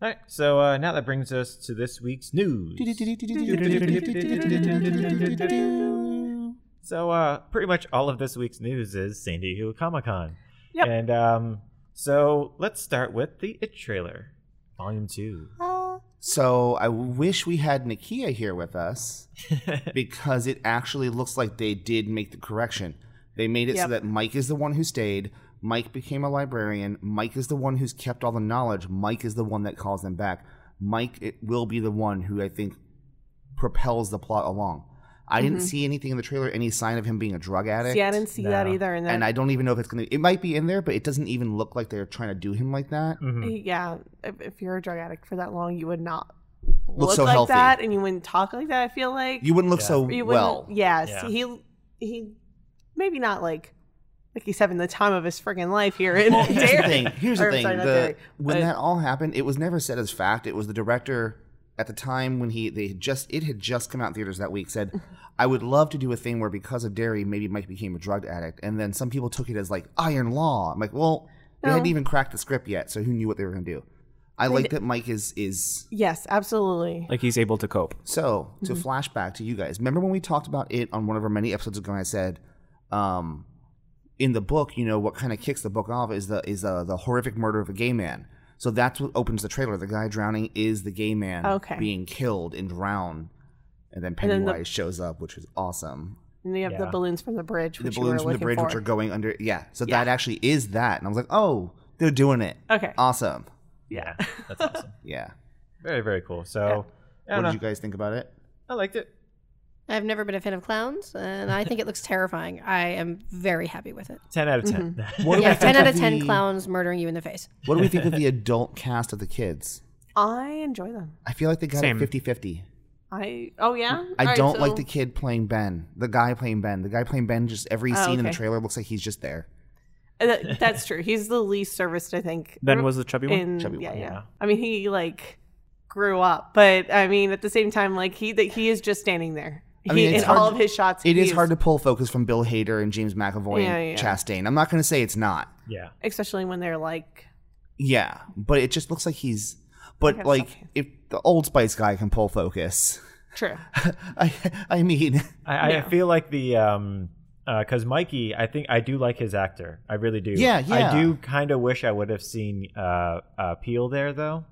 C: All right, so uh, now that brings us to this week's news. So uh, pretty much all of this week's news is San Diego Comic Con.
D: Yep.
C: And um, so let's start with the It trailer, Volume Two.
A: So I wish we had Nakia here with us because it actually looks like they did make the correction. They made it so
D: Yep.
A: that Mike is the one who stayed. Mike became a librarian. Mike is the one who's kept all the knowledge. Mike is the one that calls them back. Mike it will be the one who I think propels the plot along. I didn't see anything in the trailer, any sign of him being a drug addict.
D: Mm-hmm. See, I didn't see that
C: No.
D: either. And,
A: and I don't even know if it's gonna. It might be in there, but it doesn't even look like they're trying to do him like that.
C: Mhm.
D: yeah, if, if you're a drug addict for that long, you would not look,
A: so
D: like
A: healthy.
D: that, and you wouldn't talk like that. I feel like
A: You wouldn't look
C: Yeah.
A: so
D: You wouldn't-
A: well.
D: Yes,
C: Yeah.
D: he he maybe not like like he's having the time of his freaking life here in
A: Well, here's the
D: Derry.
A: thing. Here's
D: Or,
A: the
D: I'm
A: thing.
D: sorry, not
A: the-
D: Derry,
A: when
D: but-
A: that all happened, it was never said as fact. It was the director at the time when he they had just it had just come out in theaters that week said, "I would love to do a thing where because of Derry, maybe Mike became a drug addict." And then some people took it as like Iron Law. I'm like, well, they
D: No.
A: hadn't even cracked the script yet, so who knew what they were going to do? I like that Mike is is
D: Yes, absolutely.
E: Like he's able to cope.
A: so to
D: Mm-hmm.
A: flashback to you guys, remember when we talked about it on one of our many episodes ago? And I said, um, in the book, you know what kind of kicks the book off is the is the, the horrific murder of a gay man. So that's what opens the trailer. The guy drowning is the gay man
D: Okay.
A: being killed and drowned, and then
D: And then the-
A: Pennywise shows up, which is awesome.
D: and you have the
C: Yeah.
D: balloons from the bridge,
A: The
D: which you were
A: balloons from the
D: looking
A: bridge,
D: for.
A: which are going under. Yeah, so
D: Yeah.
A: that actually is that, and I was like, oh, they're doing it.
D: Okay.
A: Awesome.
C: Yeah, that's awesome.
A: Yeah.
C: Very very cool. So I
A: What
C: don't
A: did
C: know.
A: you guys think about it?
C: I liked it.
B: I've never been a fan of clowns, and I think it looks terrifying. I am very happy with it.
C: Ten out of 10
D: Mm-hmm.
A: What do we
B: Yeah,
A: think
B: ten out of
A: the-
B: ten clowns murdering you in the face.
A: What do we think of the adult cast of the kids?
D: I enjoy them.
A: I feel like they got
E: Same.
A: it 50 50.
D: I oh yeah.
A: I
D: All right,
A: don't
D: so-
A: like the kid playing Ben, the guy playing Ben. The guy playing Ben, just every
D: Oh,
A: scene in the
D: okay.
A: trailer looks like he's just there.
D: Uh, that- that's true. He's the least serviced, I think.
E: Ben was the chubby one.
D: in
A: Chubby
D: yeah,
A: one,
D: yeah,
C: yeah.
D: I mean, he like grew up, but I mean, at the same time, like he that he is just standing there.
A: I mean,
D: he,
A: it's
D: in
A: hard
D: all
A: to-
D: of his shots,
A: It
D: he
A: is hard to pull focus from Bill Hader and James McAvoy and
D: Yeah, yeah.
A: Chastain. I'm not going to say it's not.
C: Yeah.
D: especially when they're like
A: Yeah, but it just looks like he's. But
D: Okay,
A: like,
D: something.
A: if the Old Spice guy can pull focus,
D: true.
A: I I mean,
C: I, I feel like the um because Mikey, I think I do like his actor. I really do.
A: Yeah, yeah.
C: I do kind of wish I would have seen uh, uh Peel there though,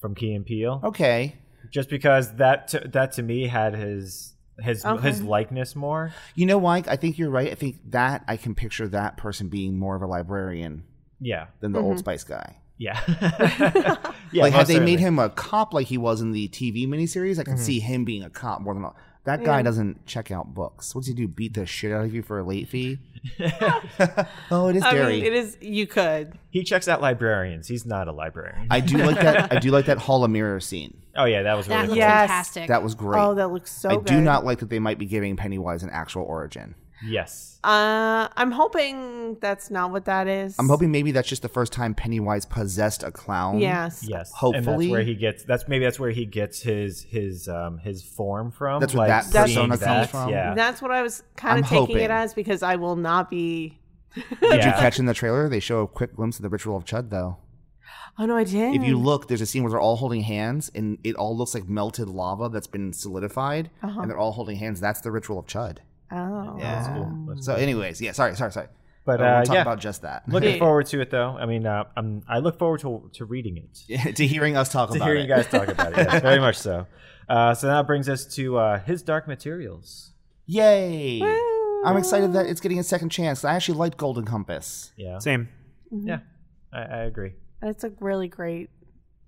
C: from Key and Peel,
A: okay,
C: just because that to, that to me had his his
D: Okay.
C: his likeness more.
A: you know why? I think you're right. I think that I can picture that person being more of a librarian
C: Yeah,
A: than the
D: Mm-hmm.
A: Old Spice guy.
C: yeah, yeah.
A: like
C: most
A: had they
C: certainly.
A: made him a cop like he was in the TV miniseries, I could see him being a cop more than all. That guy doesn't check out books. What's he do? Beat the shit out of you for a late fee? oh, it is
D: I
A: dairy.
D: mean, it is you could.
C: he checks out librarians. He's not a librarian.
A: I do like that. I do like that Hall of Mirror scene.
C: oh yeah, that was
B: That
C: really
B: looks
C: cool.
D: Yeah. Yes.
B: fantastic.
A: That was great.
D: Oh, that looks so
A: I
D: good.
A: do not like that they might be giving Pennywise an actual origin.
C: Yes.
D: Uh, I'm hoping that's not what that is.
A: I'm hoping maybe that's just the first time Pennywise possessed a clown.
D: Yes.
C: Yes, and that's
A: Hopefully.
C: where he gets. That's maybe that's where he gets his his um his form from.
A: That's where
C: like,
A: that persona
C: seeing
A: comes
C: that,
A: from.
C: Yeah,
D: That's what I was kind
A: I'm
D: of taking
A: hoping.
D: it as because I will not be.
A: Did
C: yeah.
A: you catch in the trailer? They show a quick glimpse of the ritual of Chud, though.
D: Oh no, I didn't.
A: If you look, there's a scene where they're all holding hands, and it all looks like melted lava that's been solidified,
D: Uh-huh.
A: and they're all holding hands. That's the ritual of Chud.
D: oh
A: Yeah.
C: That's cool. That's
A: So, anyways, yeah. Sorry, sorry, sorry.
C: But
A: But Oh, we'll
C: uh,
A: talk
C: yeah,
A: about just that.
C: looking
D: Yeah.
C: forward to it though. I mean, uh, I'm, I look forward to to reading it.
A: to hearing us talk
C: to
A: about
C: hear
A: it.
C: you guys talk about it. Yes, very much so. Uh, so that brings us to uh, his dark materials.
A: Yay! I'm excited that it's getting a second chance. I actually liked Golden Compass.
C: Yeah,
E: Same.
C: yeah, I, I agree.
D: It's a really great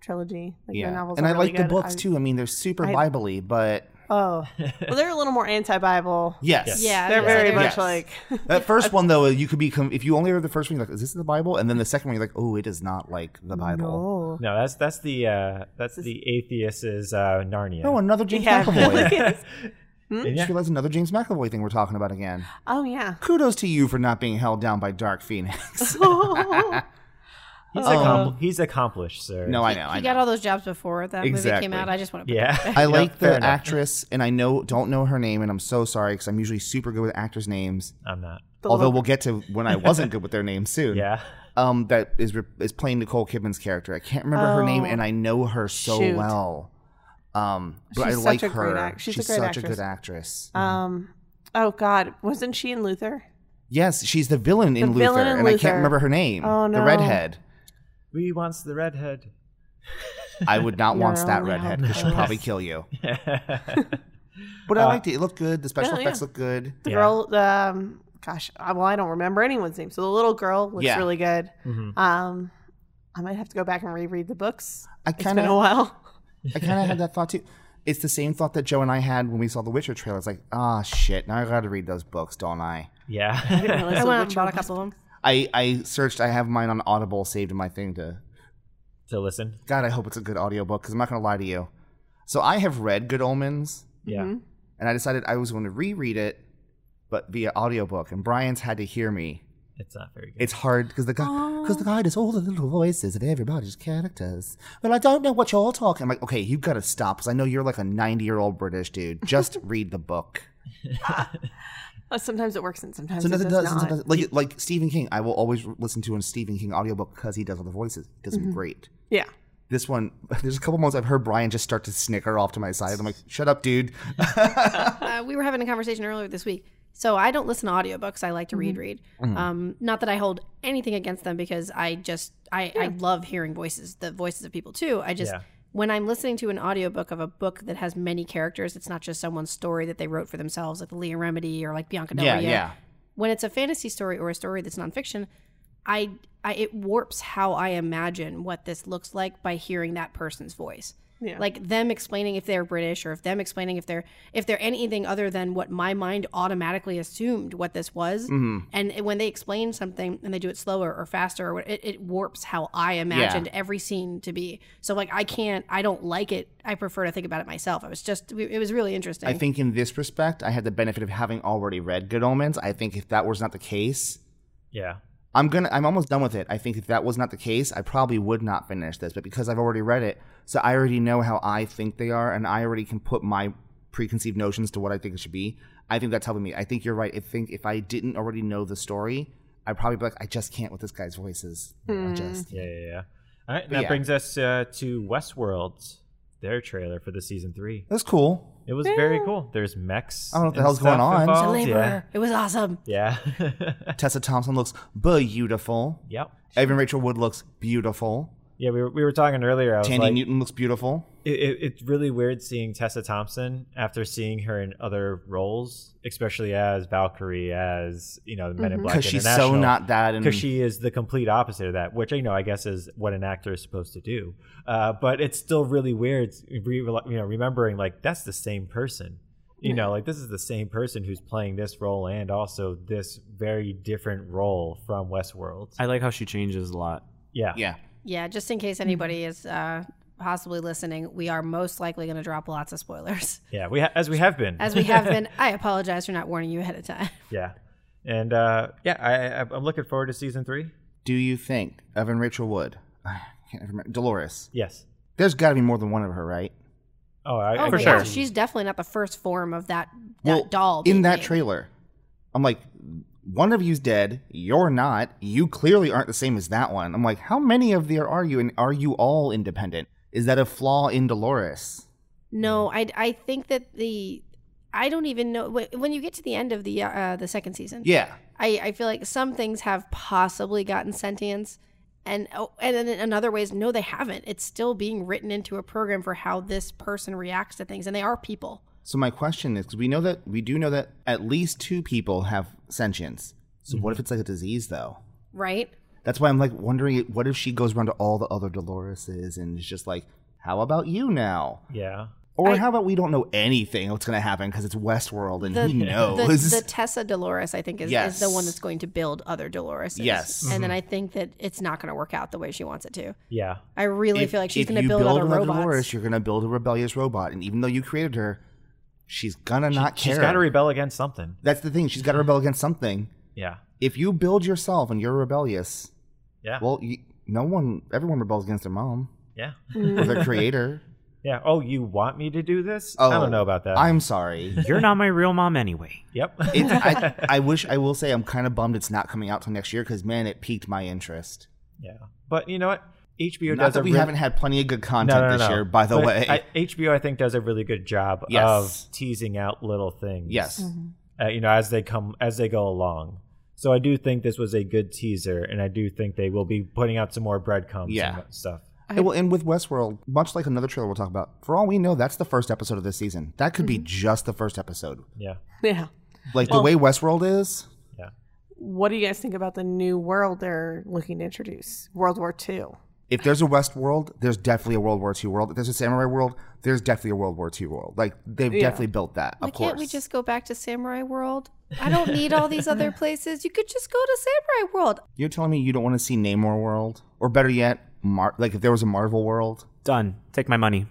D: trilogy. Like the novels
A: and
D: are
A: I
D: really
A: like
D: good.
A: the books
D: I-
A: too. I mean, they're super
D: I-
A: Bible-y, but
D: Oh, well, they're a little more anti-Bible.
A: yes,
B: Yeah,
D: They're
B: yeah,
D: very
B: they're-
D: much
A: Yes.
D: like
A: That
D: Uh,
A: first one though, you could be com- if you only read the first one, you're like, "Is this in the Bible?" And then the second one, you're like, "Oh, it is not like the Bible."
D: No.
C: No, that's that's the uh, that's the atheist's uh, Narnia.
A: No, Oh, another James
D: Yeah,
A: McAvoy.
D: really.
A: I
C: And
A: just
C: yeah,
A: realized another James McAvoy thing we're talking about again.
D: Oh yeah.
A: Kudos to you for not being held down by Dark Phoenix.
C: he's,
A: Oh.
C: accompl- he's accomplished, sir.
A: no, I know. I
B: He
A: know.
B: got all those jobs before that movie
A: Exactly.
B: came out. I just want to.
C: Yeah,
A: I
C: Yeah,
A: like
C: fair
A: the
C: enough.
A: actress, and I know don't know her name, and I'm so sorry because I'm usually super good with actors' names.
C: I'm not.
D: The
A: Although
D: little-
A: we'll get to when I wasn't good with their names soon.
C: Yeah,
A: Um, that is re- is playing Nicole Kidman's character. I can't remember her name,
D: Oh.
A: and I know her so
D: Shoot.
A: well. Um, but I
D: She's
A: like
D: such a
A: her.
D: great act- she's a great
A: such a
D: actress.
A: good actress.
D: um. Oh God, wasn't she in Luther?
A: yes, she's the villain in Luther,
D: villain in
A: and I
D: Luther.
A: can't remember her name.
D: Oh,
A: The
D: no.
A: redhead.
C: we wants the redhead.
A: I would not want
D: No,
A: that
D: no,
A: redhead because she'll
D: no.
A: probably kill you. Mm-hmm.
C: yeah,
A: But I
C: Uh,
A: liked it. It looked good. The special
D: no,
A: effects
D: yeah.
A: look good.
D: The
C: Yeah.
D: girl. Um. Gosh. I- Well, I don't remember anyone's name. So the little girl looks
A: Yeah.
D: really good.
C: Mhm.
D: Um. I might have to go back and reread the books.
A: I
D: It's
A: kind
D: been a
A: of,
D: while.
A: I kind of had that thought too. It's the same thought that Joe and I had when we saw the Witcher trailer. It's like, ah, shit. Now I got to read those books, don't I?
C: yeah.
B: I went out and bought a couple of them.
A: I I searched. I have mine on Audible saved in my thing to
C: to listen.
A: God, I hope it's a good audiobook because I'm not going to lie to you. So I have read Good Omens
C: Yeah,
D: Mhm.
A: and I decided I was going to reread it, but via audiobook. And Brian's had to hear me.
C: it's not very good.
A: It's hard because the guy, because the guy does all the little voices of everybody's characters. Well, I don't know what you're all talking. I'm like, okay, you got to stop because I know you're like a 90 year old British dude. Just read the book.
D: Uh, sometimes it works and sometimes it
A: Sometimes
D: does
A: it does.
D: not.
A: and Sometimes, like like Stephen King, I will always listen to a Stephen King audiobook because he does all the voices. He does them great.
D: Yeah.
A: This one, there's a couple months I've heard Brian just start to snicker off to my side. I'm like, shut up, dude.
B: Uh, we were having a conversation earlier this week. So I don't listen to audiobooks. I like to
A: Mm-hmm.
B: read, read. Um, not that I hold anything against them because I just I, I love hearing voices, the voices of people too. I just
C: Yeah.
B: when I'm listening to an audiobook of a book that has many characters, it's not just someone's story that they wrote for themselves, like the Leah Remedy or like Bianca Del
A: Yeah,
B: Rio.
A: yeah.
B: When it's a fantasy story or a story that's nonfiction, I, I it warps how I imagine what this looks like by hearing that person's voice
D: Yeah.
B: like them explaining if they're british or if them explaining if they're if they're anything other than what my mind automatically assumed what this was and it- when they explain something and they do it slower or faster or what- it, it warps how i imagined every scene to be so like i can't i don't like it i prefer to think about it myself i was just it was really interesting
A: I think in this respect, I had the benefit of having already read Good Omens. I think if that was not the case,
C: yeah,
A: I'm gonna. I'm almost done with it. I think if that was not the case, I probably would not finish this. But because I've already read it, so I already know how I think they are, and I already can put my preconceived notions to what I think it should be. I think that's helping me. I think you're right. I think if I didn't already know the story, I'd probably be like, I just can't with this guy's voices. I just.
C: yeah, yeah. yeah. All right, and that
A: yeah.
C: brings us uh, to Westworld, their trailer for the season three.
A: That's cool.
C: It was very cool. There's mechs.
A: I don't know what the
C: and
A: hell's going
C: stuff
A: on.
B: The
C: involved.
B: labor.
C: Oh, Yeah.
B: it was awesome
C: Yeah.
A: Tessa Thompson looks beautiful.
C: yep.
A: Evan Rachel Wood looks beautiful.
C: Yeah, we were, we were talking earlier. I was
A: Tandy
C: like,
A: Newton looks beautiful.
C: it, it, it's really weird seeing Tessa Thompson after seeing her in other roles, especially as Valkyrie, as you know, the Men in Black
A: Because she's so
C: International.
A: not that. And
C: because she is the complete opposite of that, which you know I guess is what an actor is supposed to do. Uh, but it's still really weird, re- you know, remembering like that's the same person. You know, like this is the same person who's playing this role and also this very different role from Westworld.
E: I like how she changes a lot.
C: yeah,
A: yeah.
B: yeah just in case anybody is uh possibly listening we are most likely going to drop lots of spoilers
C: yeah. We ha- as we have been,
B: as we have been i apologize for not warning you ahead of time
C: yeah, and uh, yeah, I, I, I'm looking forward to season three.
A: Do you think Evan Rachel Wood? I can't remember. Dolores.
C: Yes.
A: There's got to be more than one of her, right?
C: Oh, I,
B: Oh
C: I
B: my
C: guess
B: gosh, she's definitely not the first form of that, that doll.
A: in
B: being
A: that
B: made.
A: trailer, I'm like, one of you's dead. You're not. You clearly aren't the same as that one. I'm like, how many of there are you, and are you all independent? Is that a flaw in Dolores?
B: No, I I think that the I don't even know wh- when you get to the end of the uh, the second season.
A: Yeah.
B: I, I feel like some things have possibly gotten sentience, and oh, and then in other ways, no, they haven't. It's still being written into a program for how this person reacts to things, and they are people.
A: So my question is, because we know that we do know that at least two people have sentience. So what if it's like a disease though?
B: Right?
A: That's why I'm like wondering, what if she goes around to all the other Doloreses and is just like, how about you now?
C: Yeah.
A: Or
B: I-
A: how about we don't know anything what's going to happen because it's Westworld and
B: The-
A: who
B: The,
A: knows?
B: the Tessa Dolores, I think, is, is the
A: Yes.
B: one that's going to build other Dolores.
A: Yes.
B: And then I think that it's not going to work out the way she wants it to.
C: Yeah.
B: I really
A: If-
B: feel like she's
A: if
B: going to
A: you
B: build, other
A: another
B: robots.
A: Dolores, you're going to build a rebellious robot, and even though you created her, she's gonna not care.
C: She's got to rebel against something.
A: That's the thing. She's got to rebel against something.
C: Yeah.
A: If you build yourself and you're rebellious,
C: Yeah.
A: well, you, no one, everyone rebels against their mom
C: yeah.
A: or their creator.
C: Yeah. Oh, you want me to do this? I don't know about that.
A: Oh, I'm sorry.
E: You're not my real mom anyway.
C: Yep.
A: It, I, I wish I will say I'm kind of bummed it's not coming out till next year because man, it piqued my interest.
C: yeah. But you know what? HBO
A: not
C: does
A: that
C: a
A: we
C: really-
A: haven't had plenty of good
C: No,
A: content
C: no, no,
A: this
C: no.
A: year, by the
C: But
A: way.
C: I, HBO, I think, does a really good job
A: Yes.
C: of teasing out little things.
A: yes,
C: uh, you know, as they come as they go along. So I do think this was a good teaser, and I do think they will be putting out some more breadcrumbs
A: Yeah.
C: and stuff.
A: it will end with Westworld, much like another trailer we'll talk about. For all we know, that's the first episode of this season. That could be
B: Mm-hmm.
A: just the first episode.
C: Yeah,
D: Yeah.
A: Like the way Westworld is,
D: What do you guys think about the new world they're looking to introduce? World War II.
A: if there's a West world, there's definitely a World War II world. If there's a samurai world, there's definitely a World War II world. Like they've definitely built that.
B: Why
A: of course.
B: can't we just go back to Samurai World? I don't need all these other places. You could just go to Samurai World.
A: You're telling me you don't want to see Namor world, or better yet, Mar- like if there was a Marvel world.
E: Done. Take my money.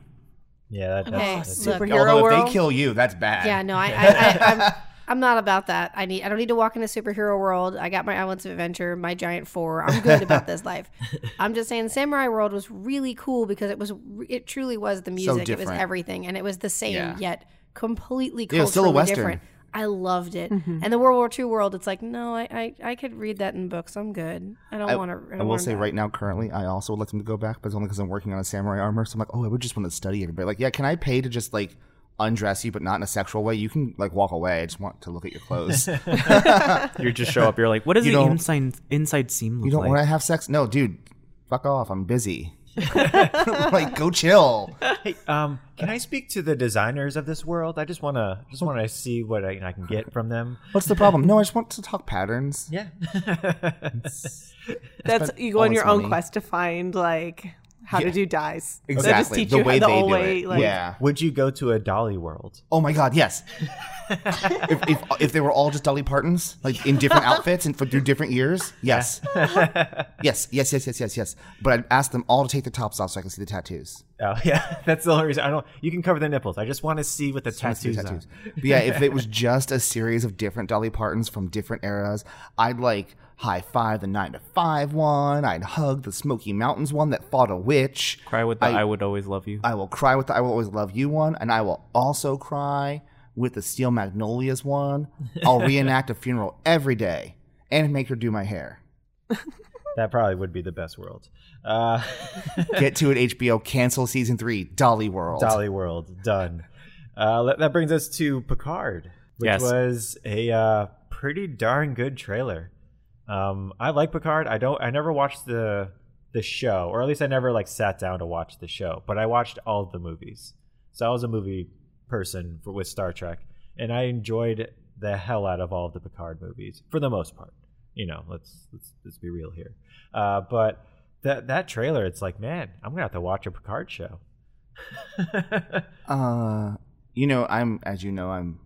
C: yeah, that,
B: Okay,
C: that's, that's
B: look,
D: Superhero
A: Although if
D: world.
A: they kill you, that's bad.
B: Yeah, no, I, I, I I'm, I'm not about that. I need, I don't need to walk into superhero world. I got my Islands of Adventure, my Giant Four. I'm good about this life. I'm just saying, Samurai World was really cool because it was, it truly was the music, it was
A: different.
B: everything, and it was the same
A: Yeah.
B: yet completely culturally
A: Yeah, it was still a Western.
B: different. I loved it. And the World War II world, it's like, no, I, I, I could read that in books. I'm good. I don't want to.
A: I will say right now, currently, I also would like them to go back, but it's only because I'm working on a samurai armor. So I'm like, oh, I would just want to study everybody. Like, yeah, can I pay to just like undress you, but not in a sexual way? You can like walk away. I just want to look at your clothes. you
E: You just show up. You're like, what does
A: You
E: the
A: don't-
E: inside inside seam look
A: don't
E: like?
A: want to have sex? No, dude, fuck off. I'm busy. like, go chill.
C: hey, um, can I speak to the designers of this world? I just wanna just wanna see what I, I can get from them.
A: What's the problem? No, I just want to talk patterns.
C: Yeah,
D: That's
A: spent
D: you go
A: all
D: on
A: this
D: your own
A: money.
D: quest to find like how to do dies. They'll just
A: Exactly.
D: teach
A: The
D: you
A: way
D: the
A: they
D: old
A: do
D: way,
A: it.
D: like-
A: yeah.
C: would you go to a Dolly world?
A: Oh my God, yes. if, if, if they were all just Dolly Partons, like in different outfits and for through different years, yes, yes, yes, yes, yes, yes, yes. But I'd ask them all to take their tops off so I can see the tattoos.
C: Oh yeah, that's the only reason. I don't. You can cover the nipples. I just want to see what the
A: I wanna see
C: tattoos,
A: the
C: are.
A: But yeah, if it was just a series of different Dolly Partons from different eras, I'd like high five the nine to five one. I'd hug the Smoky Mountains one that fought a witch.
E: Cry with the I, would always love you.
A: I will cry with the I Will Always Love You one, and I will also cry with the Steel Magnolias one. I'll reenact a funeral every day and make her do my hair.
C: That probably would be the best world. Uh,
A: Get to it, HBO. Cancel season three, Dolly World.
C: Dolly World done. Uh, let- that brings us to Picard, which
E: Yes.
C: was a uh, pretty darn good trailer. Um, I like Picard. I don't. I never watched the the show, or at least I never like sat down to watch the show. But I watched all of the movies, so I was a movie person for, with Star Trek, and I enjoyed the hell out of all of the Picard movies for the most part. You know, let's let's, let's be real here. Uh, but that that trailer, it's like, man, I'm gonna have to watch a Picard show.
A: Uh, you know, I'm as you know, I'm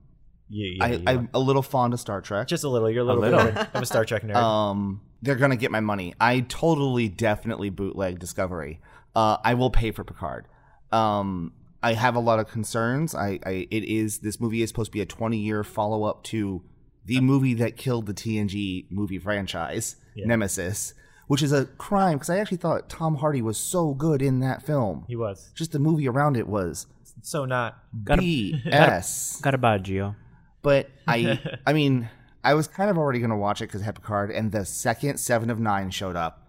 C: Yeah, yeah,
A: I,
C: you
A: I'm a little fond of Star Trek.
C: are. just a little. You're a little.
E: little.
C: bit of a- I'm a Star Trek nerd.
A: um, they're gonna get my money. I totally, definitely bootleg Discovery. Uh, I will pay for Picard. Um, I have a lot of concerns. I, I, it is this movie is supposed to be a 20 year follow up to the movie that killed the TNG movie franchise, Nemesis, which is a crime because I actually thought Tom Hardy was so good in that film.
C: he was
A: Just the movie around it was
C: so not.
E: Gotta-
A: BS.
E: Got a bad Geo.
A: But I, I mean, I was kind of already gonna watch it because had Picard, and the second Seven of Nine showed up,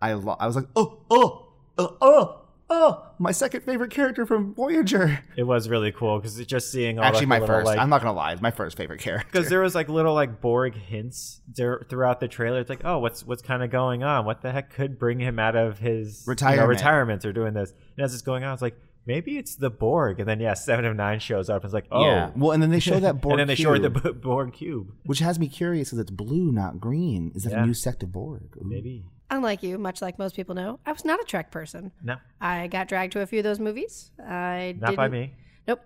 A: I lo- I was like, oh, oh, oh, oh, oh, my second favorite character from Voyager.
C: It was really cool because just seeing all
A: Actually,
C: like,
A: my
C: the little,
A: first.
C: Like,
A: I'm not gonna lie, it's my first favorite character.
C: because there was like little like Borg hints there throughout the trailer. It's like, oh, what's what's kind of going on? What the heck could bring him out of his you know,
A: Retirement.
C: retirement or doing this? And as it's going on, it's like maybe it's the Borg. And then yeah, Seven of Nine shows up. and It's like, oh,
A: Yeah. Well, and then they show that Borg
C: and then they show her the
A: cube,
C: B- Borg cube.
A: which has me curious because it's blue, not green. Is that
C: Yeah.
A: a new sect of Borg? Ooh.
C: Maybe
B: Unlike you, much like most people know, I was not a Trek person.
C: no,
B: I got dragged to a few of those movies. I
C: not by
B: didn't-
C: me.
B: Nope.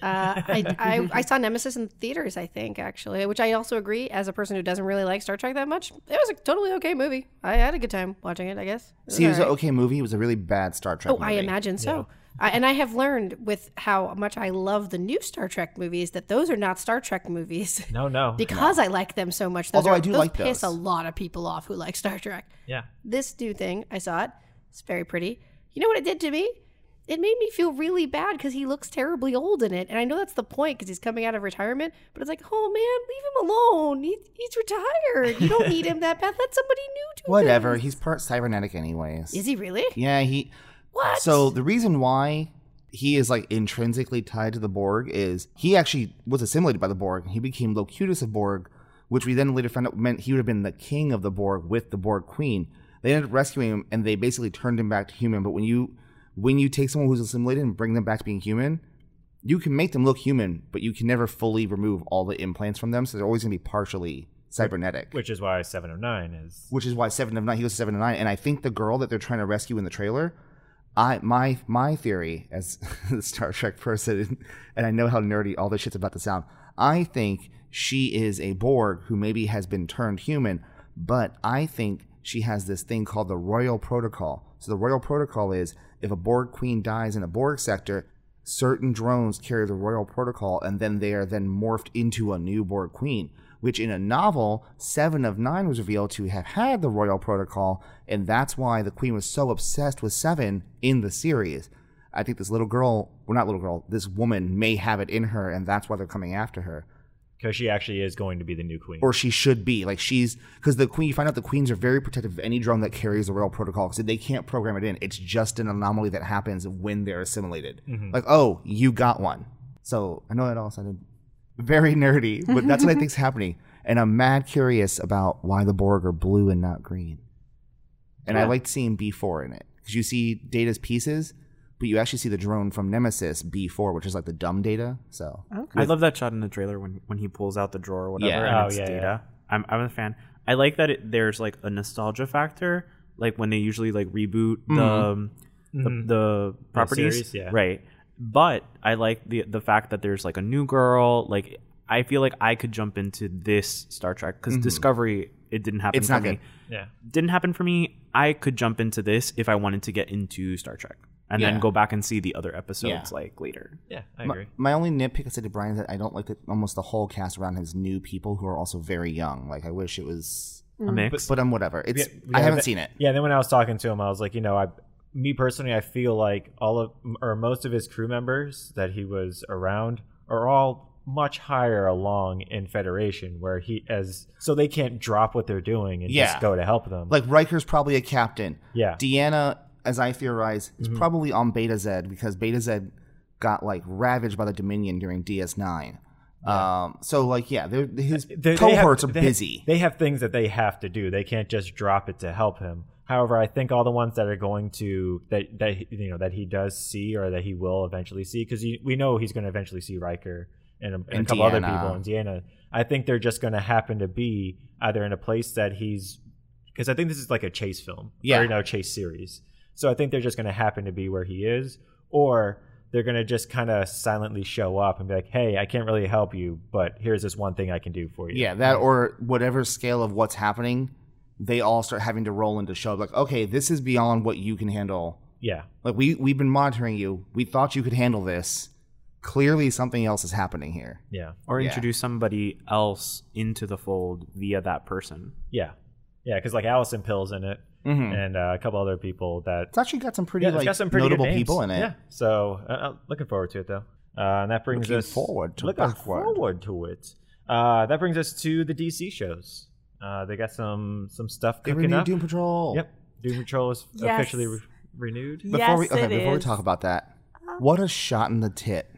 B: Uh, I, I, I saw Nemesis in theaters, I think, actually, which I also agree, as a person who doesn't really like Star Trek that much, it was a totally okay movie. I had a good time watching it, I guess. It was
A: See, it was
B: all
A: an
B: right.
A: okay movie. It was a really bad Star Trek.
B: Oh, I
A: movie.
B: imagine so. I, and I have learned with how much I love the new Star Trek movies that those are not Star Trek movies
C: No, no,
B: because I like them so much. Those
A: Although
B: are-
A: I do
B: those
A: like
B: piss
A: those.
B: a lot of people off who like Star Trek.
C: yeah.
B: This new thing, I saw it. It's very pretty. You know what it did to me? It made me feel really bad because he looks terribly old in it, and I know that's the point because he's coming out of retirement. But it's like, oh man, leave him alone. He, he's retired. You don't need him that bad. Let somebody new do
A: Whatever.
B: this.
A: He's part cybernetic, anyways.
B: Is he really?
A: Yeah, he.
B: What?
A: So the reason why he is like intrinsically tied to the Borg is he actually was assimilated by the Borg. He became Locutus of Borg, which we then later found out meant he would have been the king of the Borg with the Borg Queen. They ended up rescuing him and they basically turned him back to human. But when you when you take someone who's assimilated and bring them back to being human, you can make them look human, but you can never fully remove all the implants from them, so they're always gonna be partially cybernetic.
C: Which is why Seven of Nine is
A: which is why seven of nine he goes to seven of nine and i think the girl that they're trying to rescue in the trailer i my my theory as the star trek person and i know how nerdy all this shit's about to sound i think she is a borg who maybe has been turned human but i think she has this thing called the royal protocol so the royal protocol is if a borg queen dies in a borg sector certain drones carry the royal protocol and then they are then morphed into a new Borg queen which in a novel seven of nine was revealed to have had the royal protocol and that's why the queen was so obsessed with seven in the series i think this little girl well not little girl this woman may have it in her and that's why they're coming after her
C: because she actually is going to be the new queen.
A: or she should be like she's because the queen you find out the queens are very protective of any drone that carries the royal protocol because they can't program it in it's just an anomaly that happens when they're assimilated like oh you got one so i know that all sounded very nerdy but that's what i think's happening and i'm mad curious about why the borg are blue and not green and i liked seeing b4 in it because you see data's pieces but you actually see the drone from nemesis b4 which is like the dumb data so
E: I love that shot in the trailer when when he pulls out the drawer or whatever.
A: Yeah.
E: and
C: Oh,
E: it's
C: yeah,
E: data.
C: yeah.
E: I'm I'm a fan. I like that it, there's like a nostalgia factor, like when they usually like reboot the um,
C: Mhm.
E: the, the properties,
C: Mm-hmm. series, yeah.
E: right? But I like the the fact that there's like a new girl. Like I feel like I could jump into this Star Trek because Discovery it didn't happen
A: Mm-hmm. It's
E: for
A: not
E: me.
A: good.
C: yeah,
E: Didn't happen for me. I could jump into this if I wanted to get into Star Trek and
A: Yeah.
E: then go back and see the other episodes
A: Yeah.
E: like later.
C: yeah, I
A: My-
C: agree.
A: My, only nitpick I said to Brian is that I don't like that almost the whole cast around him is new people who are also very young. Like I wish it was,
D: mm.
E: A mix.
A: but I'm whatever. It's
C: Yeah,
A: I
C: yeah,
A: haven't
C: but-
A: seen it.
C: Yeah, and then when I was talking to him, I was like, you know, I, me personally, I feel like all of or most of his crew members that he was around are all much higher along in Federation, where he as so they can't drop what they're doing and
A: Yeah.
C: just go to help them.
A: Like Riker's probably a captain.
C: yeah, Mm-hmm.
A: Deanna, as I theorize, is probably on Beta Z because Beta Z got like ravaged by the Dominion during DS9. Um, so like yeah, they're, his
C: They- they
A: cohorts
C: have-
A: are
C: they-
A: busy.
C: They have things that they have to do. They can't just drop it to help him. However, I think all the ones that are going to that that he- you know that he does see or that he will eventually see because we know he's going to eventually see Riker and a, and a
A: And
C: couple other
A: Deanna.
C: people and Deanna. I think they're just going to happen to be either in a place that he's because I think this is like a chase film
A: Yeah.
C: or you know chase series. So I think they're just going to happen to be where he is, or they're going to just kind of silently show up and be like, "Hey, I can't really help you, but here's this one thing I can do for you."
A: Yeah, that or whatever scale of what's happening, they all start having to roll into show like okay, this is beyond what you can handle.
C: yeah,
A: Like we we've been monitoring you. We thought you could handle this. Clearly, something else is happening here.
C: yeah,
E: or
A: Yeah.
E: introduce somebody else into the fold via that person.
C: yeah, yeah. Because like Allison Pill's in it,
A: Hmm.
C: and uh, a couple other people that
A: It's actually got some pretty
C: yeah, it's
A: like
C: got some pretty good
A: notable
C: names.
A: people in it.
C: Yeah, so uh, uh, looking forward to it though, uh, and that brings
A: Looking
C: us
A: forward to
C: looking
A: backward.
C: forward to it. Uh, that brings us to the DC shows. Uh, they got some some stuff
A: They
C: cooking
A: renewed
C: up.
A: Doom Patrol.
C: Yep, Doom Patrol is
D: Yes.
C: officially re- renewed.
A: Before
D: yes,
A: we okay,
D: it
A: before we
D: is. Uh-huh.
A: talk about that, what a shot in the tit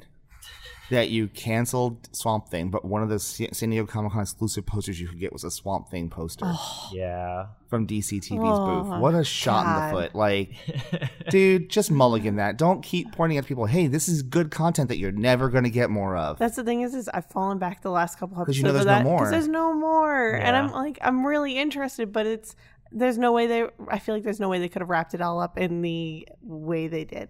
A: that you canceled Swamp Thing, but one of the Sa- San Diego Comic Con exclusive posters you could get was a Swamp Thing poster
C: Yeah,
A: from DC TV's
D: Oh,
A: booth. What a shot in
D: God.
A: the foot! Like, dude, just mulligan that. Don't keep pointing at people. Hey, this is good content that you're never going to get more of.
D: That's the thing is, is I've fallen back the last couple episodes
A: 'Cause you know
D: of
A: there's no
D: that
A: more.
D: there's no more, and
C: Yeah.
D: I'm like, I'm really interested, but it's there's no way they. I feel like there's no way they could have wrapped it all up in the way they did.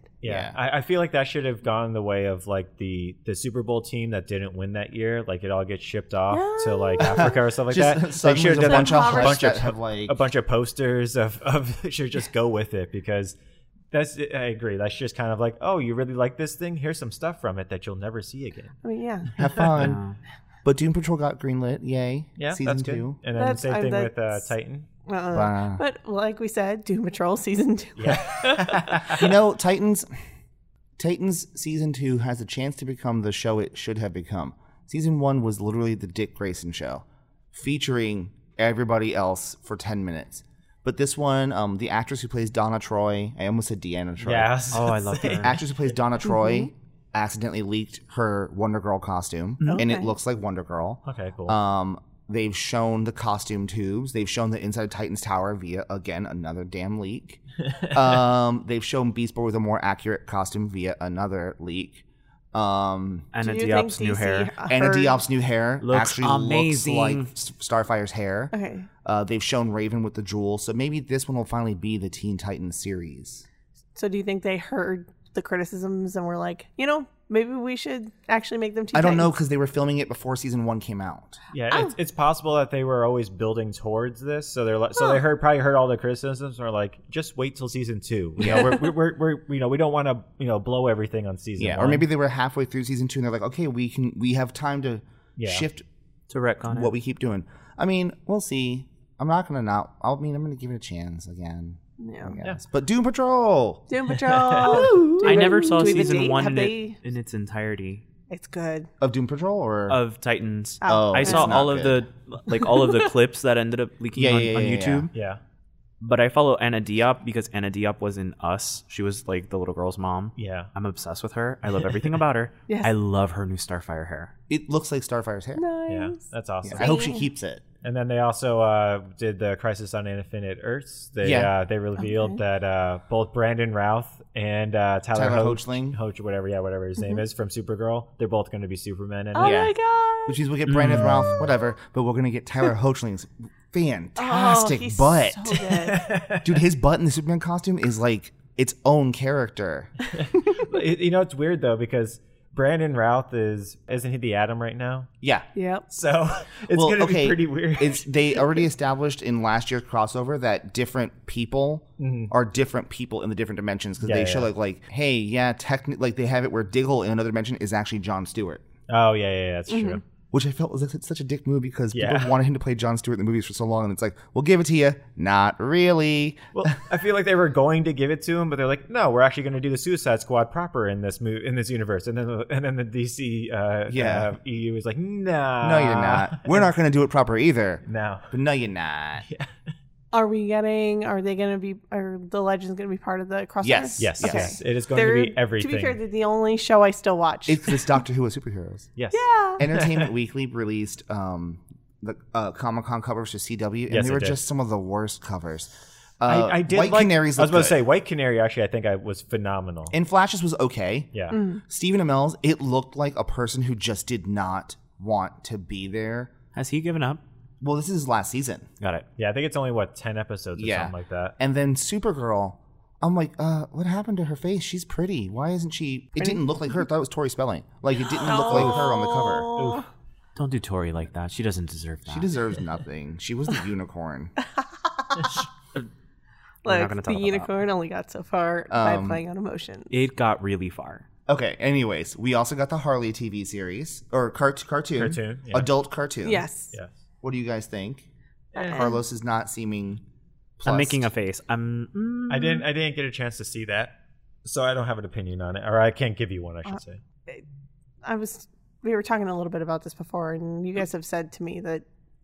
A: Yeah.
C: yeah. I, I feel like that should have gone the way of like the the Super Bowl team that didn't win that year. Like it all gets shipped off to like Africa or stuff like
A: just
C: that. They
A: suddenly
C: should
A: there's
C: have
A: a
C: done
A: bunch of
D: a
A: bunch
C: bunch
A: that
C: of-
A: have like
C: a bunch of posters of of should just go with it because that's I agree. That's just kind of like oh, you really like this thing? Here's some stuff from it that you'll never see again.
D: I mean, yeah,
A: have fun.
E: Yeah.
A: But Doom Patrol got greenlit. Yay!
C: Yeah,
A: season
C: that's good.
A: two.
C: And then
D: That's-
C: same
D: I-
C: thing with uh,
D: that's-
C: Titan.
D: uh,
A: Wow.
D: but like we said, Doom Patrol season two.
C: Yeah.
A: you know, Titans. Titans season two has a chance to become the show it should have become. Season one was literally the Dick Grayson show, featuring everybody else for ten minutes. But this one, um, the actress who plays Donna Troy, I almost said Deanna Troy.
C: yeah. was
E: Oh, I
C: gonna
E: love
C: say.
E: that.
A: actress who plays Donna Troy
D: Mm-hmm.
A: accidentally leaked her Wonder Girl costume, and it
D: Okay.
A: looks like Wonder Girl.
C: Okay, cool.
A: Um, they've shown the costume tubes. They've shown the inside of Titan's Tower via again another damn leak. um, they've shown Beast Boy with a more accurate costume via another leak. Um,
E: Anna
D: Do you
E: Diop's
D: think
E: new
D: DC
E: hair.
A: Anna
D: heard-
A: Diop's new hair
E: Looks
A: actually
E: amazing.
A: looks like S- Starfire's hair.
D: Okay,
A: Uh, they've shown Raven with the jewel, so maybe this one will finally be the Teen Titans series.
D: so do you think they heard the criticisms and were like, you know, maybe we should actually make them?
A: I don't know
D: Titans?
A: because they were filming it before season one came out.
C: yeah,
D: oh.
C: it's, it's possible that they were always building towards this, so they're like, so they heard probably heard all the criticisms, and are like, just wait till season two. You know, we're, we're, we're, we're you know we don't want to you know blow everything on season.
A: Yeah,
C: one.
A: or maybe they were halfway through season two and they're like, okay, we can we have time to
C: Yeah.
A: shift
E: To retcon
A: what
E: it.
A: we keep doing. I mean, we'll see. I'm not gonna not. I mean, I'm gonna give it a chance again.
D: Yeah.
A: I guess. But Doom Patrol.
D: Doom Patrol. Do
E: I
D: we-
E: never saw
D: do we have a
E: season
D: date?
E: one
D: Have
E: in,
D: they-
E: it, in its entirety
D: It's good.
A: of Doom Patrol or
E: of Titans.
A: Oh,
E: I
A: it's
E: saw
A: not
E: all of
A: good.
E: the like all of the clips that ended up leaking
A: Yeah,
E: on,
A: yeah,
E: on
A: yeah, yeah.
E: YouTube.
C: yeah,
E: But I follow Anna Diop because Anna Diop was in Us. She was like the little girl's mom.
C: yeah.
E: I'm obsessed with her. I love everything about her.
D: Yes.
E: I love her new Starfire hair.
A: It looks like Starfire's hair.
D: Nice.
C: Yeah, that's awesome.
A: Yeah, I hope she keeps it.
C: And then they also uh, did the Crisis on Infinite Earths. They
A: Yeah.
C: uh, they revealed
D: Okay.
C: that uh, both Brandon Routh and uh, Tyler,
A: Tyler
C: Hoach-
A: Hoechling.
C: Hoach, whatever, yeah, whatever his name is from Supergirl, they're both going to be Superman. And
D: Mm-hmm. Oh
A: Yeah.
D: my god.
A: Which means we'll get Brandon Ralph, whatever. But we're gonna get Tyler Hoechling's fantastic
D: Oh, he's
A: butt.
D: so good.
A: Dude, his butt in the Superman costume is like its own character.
C: It- you know, it's weird though because Brandon Routh is isn't he the Atom right now?
A: Yeah.
D: yep.
C: So it's
A: Well,
C: going to
A: okay,
C: be pretty weird.
A: It's they already established in last year's crossover that different people
C: Mhm.
A: are different people in the different dimensions because
C: Yeah,
A: they
C: yeah,
A: show
C: yeah.
A: like like hey yeah technically like they have it where Diggle in another dimension is actually John Stewart,
C: oh yeah, yeah, yeah, that's true.
A: which I felt was like such a dick move because
C: Yeah.
A: people wanted him to play John Stewart in the movies for so long and it's like we'll give it to you, not really.
C: Well, I feel like they were going to give it to him, but they're like, no, we're actually going to do the Suicide Squad proper in this mo- in this universe. And then and then the DC uh,
A: Yeah.
C: uh, EU is like, nah,
A: No, you're not. We're not gonna do it proper either.
C: No.
A: But no, you're not.
D: Are we getting? Are they going to be? Are the legends going to be part of the crossover?
A: Yes.
C: Yes,
A: Okay.
C: yes. It is going
D: They're,
C: to be everything.
D: To be fair, they're the only show I still watch.
A: It's this Doctor Who with superheroes.
C: yes.
D: yeah.
A: Entertainment Weekly released um, the uh, Comic Con covers to CW, and
C: Yes,
A: they
C: it
A: were
C: did.
A: just some of the worst covers. Uh,
C: I, I did
A: White
C: like,
A: Canaries.
C: I was
A: look
C: about to
A: good.
C: say White Canary. Actually, I think I was phenomenal.
A: and Flashes was okay.
C: yeah,
D: Mm.
A: Stephen Amell's, it looked like a person who just did not want to be there.
E: Has he given up?
A: Well, this is his last season,
E: Got it.
C: yeah. I think it's only what ten episodes or
A: Yeah.
C: something like that.
A: and then Supergirl. I'm like, uh, what happened to her face? She's pretty. Why isn't she? It didn't look like her. I thought it was Tori Spelling. Like it didn't look like her on the cover.
D: Oh.
E: Don't do Tori like that. She doesn't deserve that.
A: She deserves nothing. She was the unicorn.
E: We're
D: Look,
E: not gonna talk
D: the
E: about that.
D: unicorn only got so far by
A: Um,
D: playing on emotion.
E: it got really far.
A: Okay. Anyways, we also got the Harley TV series or cart- cartoon,
C: Cartoon, yeah.
A: adult cartoon.
D: Yes.
C: Yes.
A: What do you guys think? Carlos is not seeming.
E: I'm making
A: plussed.
E: a face. I'm. mm,
C: I didn't. I didn't get a chance to see that, so I don't have an opinion on it, or I can't give you one. I should say.
D: I was we were talking a little bit about this before, and you guys have said to me that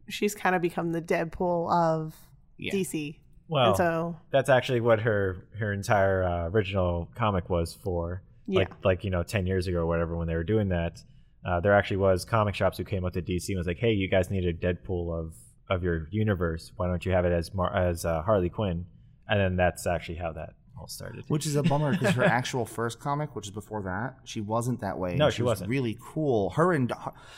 D: she's kind of become the Deadpool of
A: Yeah.
D: DC.
C: Well,
D: and so
C: that's actually what her her entire uh, original comic was for. Like like you know, ten years ago or whatever, when they were doing that, uh, there actually was comic shops who came up to DC and was like, "Hey, you guys need a Deadpool of of your universe. Why don't you have it as Mar- as uh, Harley Quinn?" And then that's actually how that all started.
A: Which is a bummer because her actual first comic, which is before that, she wasn't that way.
C: No,
A: and
C: she
A: was
C: wasn't.
A: Really cool. Her and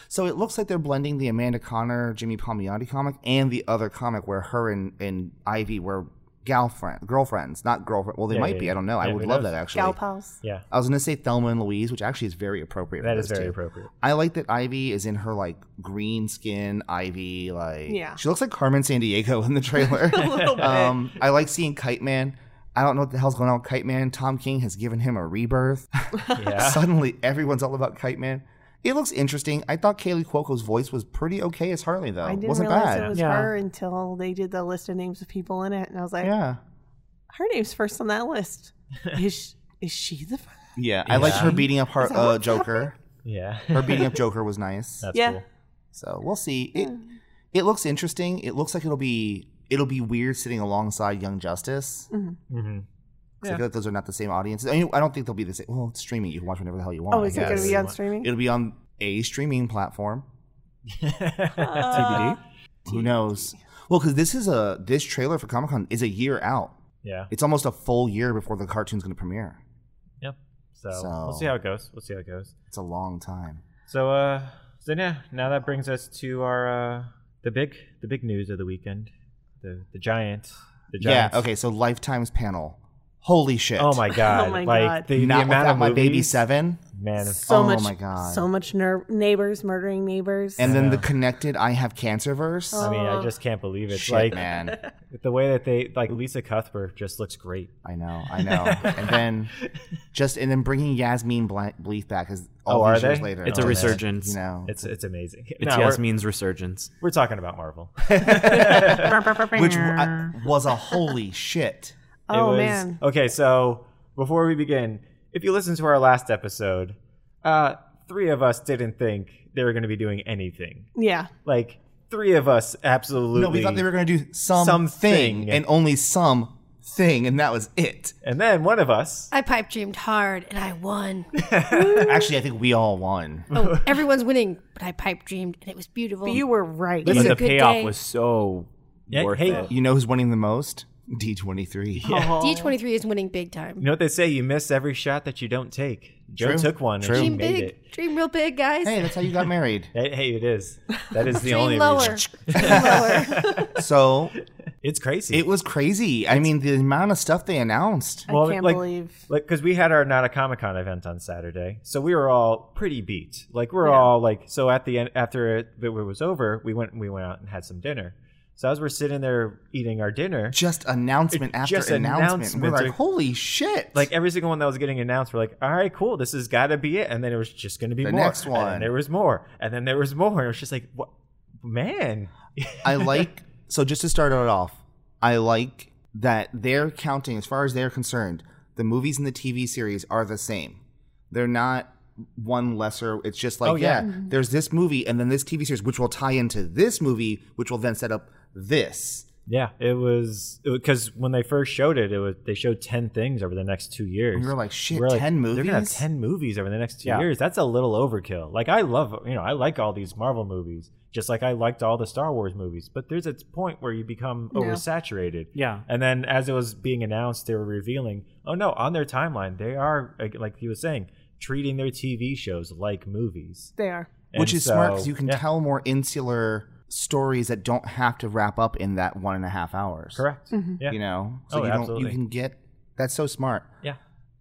A: so it looks like they're blending the Amanda Connor, Jimmy Palmiotti comic and the other comic where her and, and Ivy were girlfriend girlfriends, not girlfriend. Well, they
C: Yeah,
A: might
C: yeah,
A: be.
C: yeah.
A: I don't know. I
C: Yeah,
A: would
C: who
A: love
C: knows?
A: that actually.
D: gal pals.
C: yeah,
A: I was gonna say Thelma and Louise, which actually is very appropriate.
C: that
A: for
C: is
A: those
C: very
A: two.
C: appropriate.
A: I like that Ivy is in her like green skin Ivy, like
D: Yeah.
A: she looks like Carmen San Diego in the trailer.
D: A little bit.
A: um, I like seeing Kite Man. I don't know what the hell's going on with Kite Man. Tom King has given him a rebirth.
C: Yeah.
A: Suddenly, everyone's all about Kite Man. It looks interesting. I thought Kaylee Cuoco's voice was pretty okay as Harley, though.
D: I didn't
A: uh, wasn't
D: realize
A: bad.
D: it was
E: Yeah.
D: her until they did the list of names of people in it, and I was like,
A: yeah,
D: her name's first on that list. is she, is she the? First?
A: yeah. I liked her beating up her
D: Is that
A: uh,
D: what's
A: Joker.
C: yeah.
A: Her beating up Joker was nice.
C: that's
D: Yeah.
C: cool.
A: So we'll see. It it looks interesting. It looks like it'll be it'll be weird sitting alongside Young Justice.
C: hmm
A: 'Cause I feel like those are not the same audiences. I, mean, I don't think they'll be the same. Well, it's streaming. You can watch whenever the hell you want.
D: Oh,
A: I
D: is it going
A: guess.
D: to be on streaming?
A: It'll be on a streaming platform.
C: Mm-hmm.
D: Uh,
A: Who knows? Well, because this is a this trailer for Comic Con is a year out.
C: yeah.
A: It's almost a full year before the cartoon's going to premiere.
C: Yep. So,
A: So-
C: we'll see how it goes. We'll see how it goes.
A: It's a long time.
C: So uh so yeah, now that brings us to our uh the big the big news of the weekend. The the giant the
A: Yeah.
C: giant
A: Okay. So Lifetime's panel. Holy shit.
C: Oh my god.
D: my
C: like
D: God.
C: the, the
A: Not
C: amount
A: without
C: of
A: my baby
C: movies-
A: seven.
C: Man
D: so
A: Oh
D: much,
A: my God.
D: so much ner- neighbors murdering neighbors.
A: And then
C: Yeah.
A: the connected I have cancer verse.
C: I mean I
D: Oh.
C: just can't believe it.
A: shit,
C: like
A: man.
C: the way that they like Lisa Cuthbert just looks great.
A: I know, I know. and then just and then bringing Yasmin Bla- Bleeth back is all
C: Oh, are
A: these years
C: they?
A: later.
E: It's a
A: Oh, that's-
E: resurgence.
A: You know,
C: It's it's amazing.
E: It's
C: No, we're-
E: Yasmin's resurgence.
C: we're, talking about Marvel.
A: which w- I- was a holy shit.
C: It
D: oh
C: was- uh,
D: man,
C: Okay, so before we begin, if you listen to our last episode, uh, three of us didn't think they were going to be doing anything.
D: yeah,
C: Like three of us absolutely.
A: No, we thought they were going to do some
C: Something.
A: thing and only some thing, and that was it.
C: And then one of us.
B: I pipe dreamed hard and I won.
A: Actually, I think we all won.
B: Oh, everyone's winning, but I pipe dreamed and it was beautiful.
D: but you were right.
A: Listen,
E: But
A: It's
E: the
A: a
B: good
E: payoff
B: day.
E: was so
C: Yeah,
E: worth
C: hey,
E: it.
A: You know who's winning the most? D twenty three.
B: Oh. D23 is winning big time.
C: You know what they say? You miss every shot that you don't take. Joe
A: True.
C: took one
A: True.
C: and she
B: Dream
C: made
B: big,
C: it.
B: dream real big, guys.
A: Hey, that's how you got married.
C: Hey, hey, it is. That is the only
B: dream lower,
C: reason.
B: dream lower.
A: So
C: It's crazy.
A: it was crazy. I mean, the amount of stuff they announced.
D: I
C: well,
D: can't
C: like-
D: believe.
C: like because we had our not a comic con event on saturday so we were all pretty beat like we're all like so at the end after it, it was over we went we went out and had some dinner so as we're sitting there eating our dinner
A: Just announcement
C: It-
A: after
C: just
A: announcement. We're
C: announcements
A: like,
C: are-
A: holy shit!
C: like every single one that was getting announced we're like all right cool this has got to be it and then it was just going to be
A: The
C: more
A: next
C: and then
A: one.
C: there was more and then there was more and it was just like what man
A: I like so just to start it off, I like that they're counting as far as they're concerned, the movies and the TV series are the same. They're not one lesser. It's just like,
C: Oh,
A: yeah.
C: yeah.
A: there's this movie and then this TV series, which will tie into this movie, which will then set up this.
C: yeah it was because when they first showed it it was they showed 10 things over the next two years
A: And we were like, shit,
C: We're like,
A: 10 movies?
C: They're gonna have ten movies over the next two
E: Yeah.
C: years. That's a little overkill. Like I love, you know, I like all these Marvel movies, just like I liked all the Star Wars movies. But there's a point where you become oversaturated.
E: Yeah.
C: And then as it was being announced, they were revealing, oh no, on their timeline, they are like- like he was saying, treating their TV shows like movies,
D: They are.
A: Which
C: And
A: is smart
C: so-
A: because you can
C: yeah,
A: tell more insular stories that don't have to wrap up in that one and a half hours.
C: Correct. Yeah.
A: You know? So
C: Oh,
A: you don't you
C: absolutely.
A: can get that's so smart.
C: Yeah.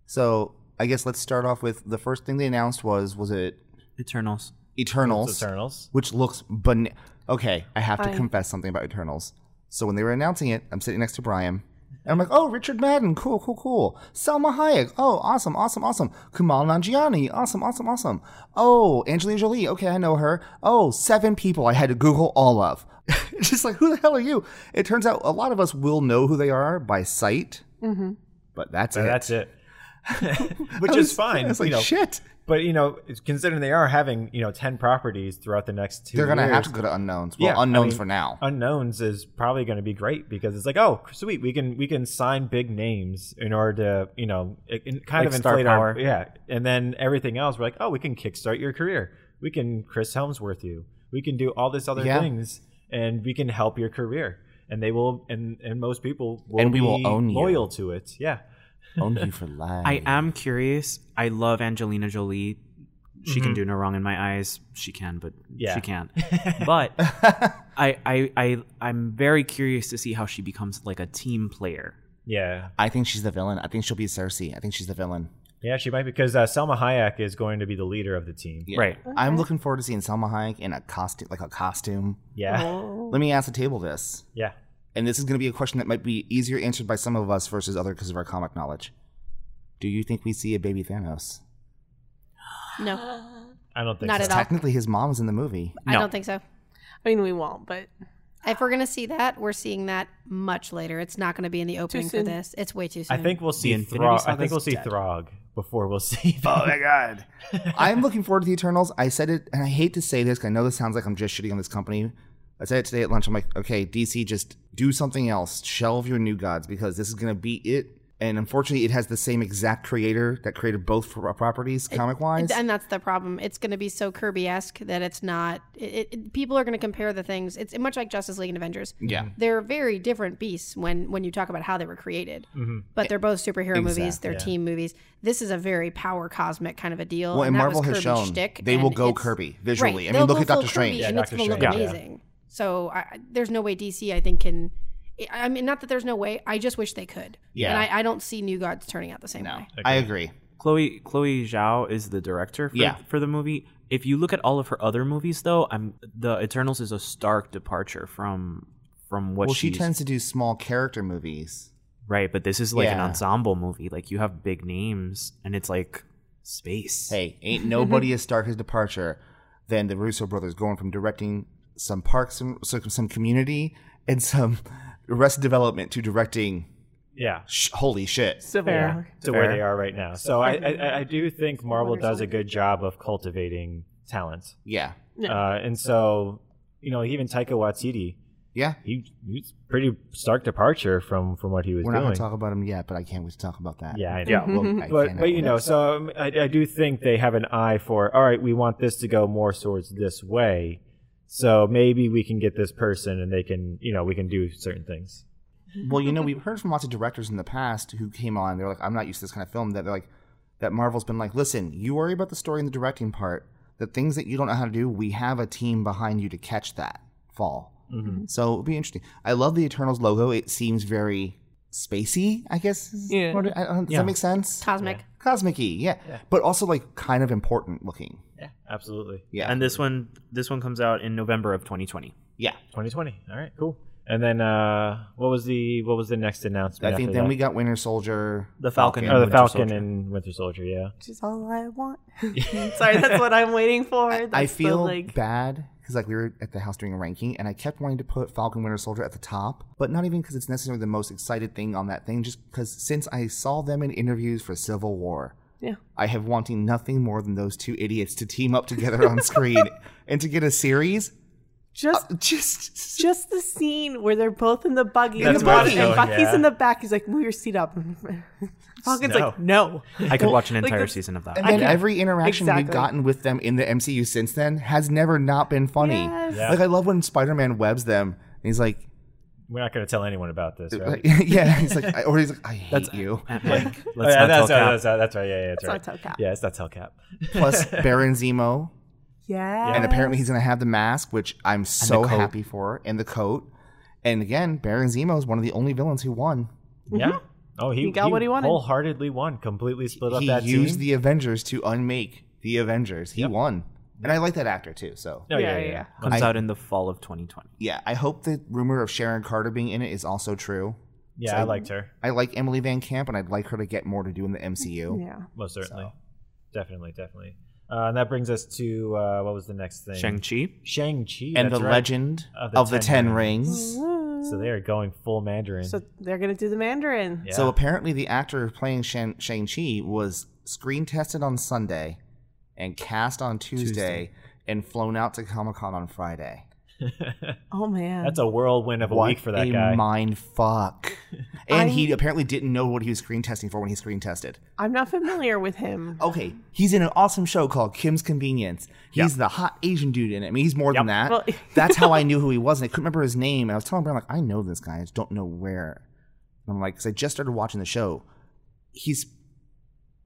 A: So I guess let's start off with the first thing they announced was was it
E: Eternals.
A: Eternals,
C: It's Eternals.
A: which looks ban. Okay, I have to
D: I-
A: confess something about Eternals. So when they were announcing it, I'm sitting next to Brian, and I'm like, "Oh, Richard Madden, cool, cool, cool. Selma Hayek, oh, awesome, awesome, awesome. Kumail Nanjiani, awesome, awesome, awesome. Oh, Angelina Jolie, okay, I know her. Oh, seven people I had to Google all of. Just like, who the hell are you? It turns out a lot of us will know who they are by sight,
D: Mm-hmm.
A: but that's
C: So
A: it.
C: that's it. which
A: I
C: is
A: was-
C: fine.
A: I was like,
C: you know,
A: shit.
C: But you know, it's- considering they are having you know ten properties throughout the next two,
A: They're gonna
C: years,
A: have to go to unknowns. Well,
C: Yeah, I
A: unknowns
C: mean- uh,
A: for now.
C: unknowns is probably going to be great because it's like, oh, sweet, we can we can sign big names in order to you know it, it kind
E: Like
C: of
E: star
C: inflate
E: power.
C: our yeah, and then everything else we're like, oh, we can kickstart your career. We can Chris Helmsworth you. We can do all this other
A: Yeah.
C: things, and we can help your career. And they will, and and most people will
A: And we
C: be
A: will own you.
C: loyal to it. Yeah,
A: Own you for life.
E: I am curious. I love Angelina Jolie. She can do no wrong in my eyes. She can, but
C: Yeah.
E: she can't. But I, I, I, I'm very curious to see how she becomes like a team player.
C: yeah,
A: I think she's the villain. I think she'll be Cersei. I think she's the villain.
C: yeah. She might because uh, Selma Hayek is going to be the leader of the team.
A: Yeah.
E: Right.
A: I'm looking forward to seeing Selma Hayek in a costume, like a costume.
C: Yeah,
D: Oh.
A: Let me ask the table this,
C: yeah.
A: and this is going to be a question that might be easier answered by some of us versus other because of our comic knowledge. Do you think we see a baby Thanos?
B: No,
C: I don't think
B: Not
C: so.
B: at all.
A: Technically, his mom is in the movie.
B: I
E: No.
B: don't think so.
D: I mean, we won't, but
B: If we're gonna see that, we're seeing that much later. It's not gonna be in the opening for
D: soon.
B: this. It's way too soon.
C: I think we'll see
E: Infinity
C: Throg. I
E: Saga's
C: think we'll see
E: dead.
C: Throg before we'll see.
A: Oh my god. I'm looking forward to the Eternals. I said it, and I hate to say this 'cause I know this sounds like I'm just shitting on this company. I said it today at lunch. I'm like, okay, DC, just do something else. Shelve your new gods because this is going to be it. And unfortunately, it has the same exact creator that created both pro- properties, comic wise.
B: And that's the problem. It's going to be so Kirby esque that it's not. It, it, people are going to compare the things. It's much like Justice League and Avengers.
A: Yeah.
B: They're very different beasts when when you talk about how they were created.
C: hmm
B: But they're both superhero movies.
A: Exact-
B: They're
C: yeah.
B: team movies. This is a very power cosmic kind of a deal.
A: Well, and
B: that
A: Marvel
B: was
A: has
B: Kirby's
A: shown
B: shtick,
A: they will
B: and
A: go
B: it's-
A: Kirby visually. I mean,
B: they'll
A: look
B: go
A: at Doctor
B: full
A: Strange.
B: Kirby, and
C: Yeah,
B: it's
C: Doctor
B: gonna look
C: Strange, yeah.
B: amazing. So I, I- there's no way DC, I think, can. I I mean, not that there's no way. I just wish they could.
A: Yeah.
B: And I, I don't see New Gods turning out the same
A: No,
B: way.
A: I agree.
E: Chloe Chloe Zhao is the director for,
A: Yeah.
E: for the movie. If you look at all of her other movies, though, I'm the Eternals is a stark departure from from what
A: well, she
E: she's-
A: tends to do small character movies.
E: right. But this is like an
A: Yeah.
E: ensemble movie. Like you have big names, and it's like space.
A: Hey, ain't nobody as stark as departure than the Russo brothers going from directing some parks and some, some community and some Arrested Development to directing.
C: Yeah.
A: Sh- holy shit!
D: Civil
C: Yeah,
D: War.
C: to where they are right now. So I, I, I do think Marvel does a good job of cultivating talent.
A: Yeah,
D: Yeah.
C: Uh, and so, you know, even Taika Waititi,
A: yeah.
C: he, he's pretty stark departure from from what he was
A: We're not
C: doing.
A: gonna talk about him yet, but I can't wait to talk about that.
C: yeah, I know.
E: Yeah,
A: Well, I
C: But
A: cannot
C: but you
A: wait.
C: know, so um, I, I do think they have an eye for. All right, we want this to go more towards this way. So maybe we can get this person, and they can, you know, we can do certain things.
A: well, you know, we've heard from lots of directors in the past who came on. They're like, I'm not used to this kind of film. That they're like, that Marvel's been like, listen, you worry about the story and the directing part. The things that you don't know how to do, we have a team behind you to catch that fall. So it'll be interesting. I love the Eternals logo. It seems very spacey. I guess. is-
D: Yeah.
A: what do- I don't- does
C: Yeah.
A: that make sense?
B: Cosmic.
A: Cosmic-y, yeah. But also like kind of important looking.
C: Yeah, absolutely.
A: Yeah.
E: And this one this one comes out in November of 2020.
A: yeah.
C: 2020. All right, cool. And then uh, what was the what was the next announcement?
A: I think
C: after
A: then
C: that?
A: we got Winter Soldier.
E: The Falcon.
C: Oh, the
E: Winter
C: Falcon
E: Soldier.
C: and Winter Soldier. Yeah.
D: Which is all I want. Sorry, that's what I'm waiting for. That's
A: I
D: the,
A: feel
D: like
A: bad because like we were at the house doing a ranking, and I kept wanting to put Falcon Winter Soldier at the top, but not even because it's necessarily the most excited thing on that thing. Just because since I saw them in interviews for Civil War,
D: Yeah.
A: I have wanting nothing more than those two idiots to team up together on screen and to get a series.
D: just
A: Uh, Just
D: just the scene where they're both in the buggy,
A: That's
D: the
A: where I was
D: buggy, and
C: going,
D: Bucky's
C: yeah.
D: in the back. He's like, "Move your seat up." Falcon's like, "No."
E: I could watch an
D: like
E: entire
D: the-
E: season of that.
A: And then
D: can't-
A: every interaction we've
D: Exactly.
A: gotten with them in the MCU since then has never not been funny.
D: Yes.
C: Yeah.
A: Like I love when Spider-Man webs them. And he's like,
C: We're not going to tell anyone about this, right?
A: yeah, he's like, I- or he's like, I hate you.
E: Like, let's
C: Oh, yeah,
E: not
C: that's,
E: tell
C: right,
E: Cap.
C: that's, right, that's right. Yeah, yeah, that's,
D: That's
C: right.
D: not Telcap.
C: Yeah, it's not Telcap.
A: Plus Baron Zemo,
D: Yeah.
A: and apparently he's gonna have the mask, which I'm so
E: coat.
A: happy for, and the coat. And again, Baron Zemo is one of the only villains who won.
C: Yeah. Oh, he,
D: He got what he wanted.
C: Wholeheartedly won. Completely split up
A: He
C: that
A: used
C: team.
A: the Avengers to unmake the Avengers. He won, and I like that actor too. So
C: No, yeah,
D: Yeah,
C: yeah,
D: yeah.
E: comes
A: I-
E: out in the fall of 2020.
A: yeah, I hope the rumor of Sharon Carter being in it is also true.
C: Yeah, I liked her
A: I like Emily Van Camp, and I'd like her to get more to do in the MCU.
D: yeah.
C: most certainly. Definitely, definitely. Uh, and that brings us to uh, what was the next thing?
E: Shang-Chi.
C: Shang Chi
A: And the legend
C: Of
A: of
C: the
A: the,
C: Ten
A: Ten Rings.
C: So they are going full Mandarin.
D: So they're gonna do the Mandarin.
C: yeah.
A: So apparently, the actor playing Shan- Shang-Chi was screen tested on Sunday and cast on Tuesday, and flown out to Comic Con on Friday.
D: Oh man,
C: that's a whirlwind of a
A: what
C: week for that
A: a
C: guy.
A: mind fuck. And he apparently didn't know what he was screen testing for when he screen tested.
D: I'm not familiar with him.
A: Okay, he's in an awesome show called Kim's Convenience. He's the hot Asian dude in it. I mean, he's more than that.
D: Well-
A: That's how I knew who he was, and I couldn't remember his name. And I was telling Brian, like, I know this guy, I just don't know where. And I'm like, because I just started watching the show. He's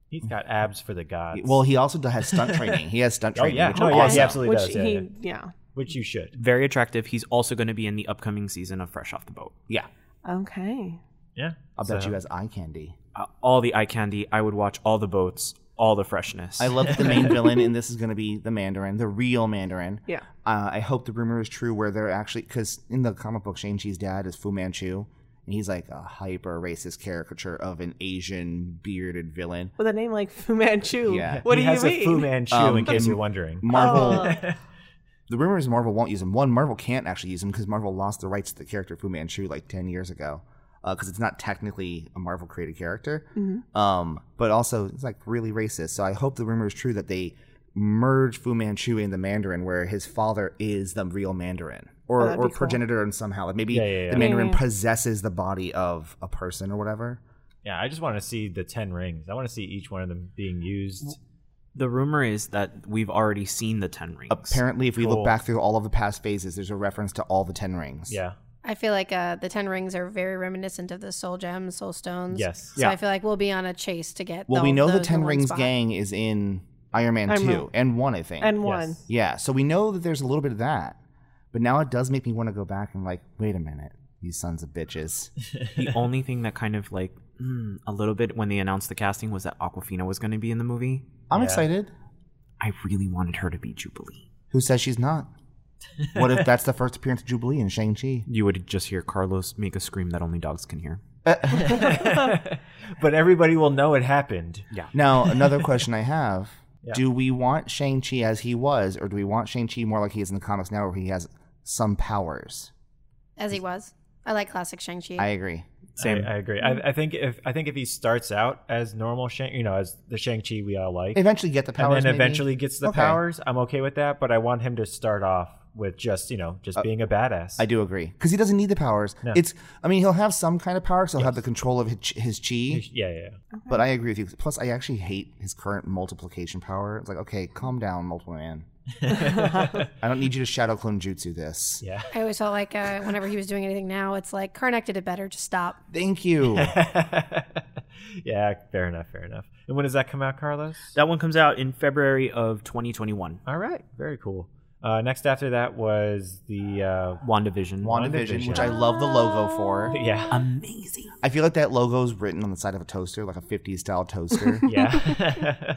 C: He's got abs for the gods.
A: well, he also has stunt training. He has stunt
C: Oh,
A: training.
C: yeah.
A: which
C: No,
A: are
C: yeah, he
A: awesome.
C: absolutely-
D: Which
C: does, yeah,
D: he,
C: yeah.
D: yeah.
C: which you should.
E: Very attractive. He's also going to be in the upcoming season of Fresh Off the Boat.
A: Yeah,
D: Okay.
C: Yeah.
A: I'll bet
C: So-
A: you has eye candy.
E: Uh, all the eye candy. I would watch all the boats, all the freshness.
A: I love that the main villain in this is going to be the Mandarin, the real Mandarin.
D: Yeah.
A: Uh, I hope the rumor is true where they're actually because in the comic book, Shang Chi's dad is Fu Manchu, and he's like a hyper racist caricature of an Asian bearded villain.
D: With a name like Fu Manchu.
A: Yeah.
D: What
C: he
D: do
C: has
D: you
C: a
D: mean? Oh.
C: Fu Manchu
A: Um,
C: in case
A: in-
C: you're wondering.
A: Marvel. The rumor is Marvel won't use him. One, Marvel can't actually use him because Marvel lost the rights to the character Fu Manchu like ten years ago, because it's not technically a Marvel created character.
D: Mm-hmm.
A: Um, but also, it's like really racist. So I hope the rumor is true that they merge Fu Manchu and the Mandarin, where his father is the real Mandarin or,
D: Oh, that'd
A: or
D: be cool.
A: progenitor, and somehow like maybe
C: Yeah, yeah, yeah.
A: the Mandarin
D: Yeah, yeah.
A: possesses the body of a person or whatever.
C: yeah, I just want to see the 10 rings. I want to see each one of them being used.
E: the rumor is that we've already seen the Ten Rings.
A: Apparently, if we
C: Cool.
A: look back through all of the past phases, there's a reference to all the Ten Rings.
C: Yeah.
B: I feel like uh, the Ten Rings are very reminiscent of the Soul Gems, Soul Stones.
C: Yes.
B: So I feel like we'll be on a chase to get.
A: Well,
B: the,
A: we know the,
B: those-
A: Ten
B: one
A: Rings
B: spot.
A: gang is in Iron Man
D: Iron
A: two
D: Man.
A: and one, I think.
D: And one.
C: Yes.
A: yeah, so we know that there's a little bit of that, but now it does make me want to go back and like, wait a minute, you sons of bitches.
E: the only thing that kind of like mm, a little bit when they announced the casting was that Aquafina was going to be in the movie.
A: I'm
C: Yeah.
A: excited.
E: I really wanted her to be Jubilee.
A: Who says she's not? What if that's the first appearance of Jubilee in Shang Chi?
E: You would just hear Carlos make a scream that only dogs can hear.
C: but everybody will know it happened. Yeah.
A: Now, another question I have: Do we want Shang Chi as he was, or do we want Shang Chi more like he is in the comics now, where he has some powers?
B: as he was. I like classic Shang Chi.
A: I agree.
E: Same.
C: I, I agree. I, I think if I think if he starts out as normal Shang, you know, as the Shang Chi we all like,
A: Eventually, get the
C: and
A: powers.
C: then
A: maybe?
C: eventually gets the
A: Okay.
C: powers, I'm okay with that. But I want him to start off with just you know just being a badass.
A: I do agree because he doesn't need the powers.
C: No.
A: It's I mean he'll have some kind of power, so he'll have the control of his, ch- his
C: Yeah,
A: chi.
C: yeah. yeah.
A: But I agree with you. Plus, I actually hate his current multiplication power. It's like, okay, calm down, multiple man. I don't need you to shadow clone jutsu this.
C: Yeah.
B: I always felt like uh, whenever he was doing anything now, it's like Karnak did it better. Just stop.
A: Thank you.
C: yeah, fair enough, fair enough. And when does that come out, Carlos?
E: That one comes out in February of 2021.
C: All right, very cool. Uh, next after that was the uh,
E: WandaVision.
A: WandaVision, which I love the logo for.
C: yeah
E: Amazing.
A: I feel like that logo's written on the side of a toaster, like a 50s style toaster.
C: yeah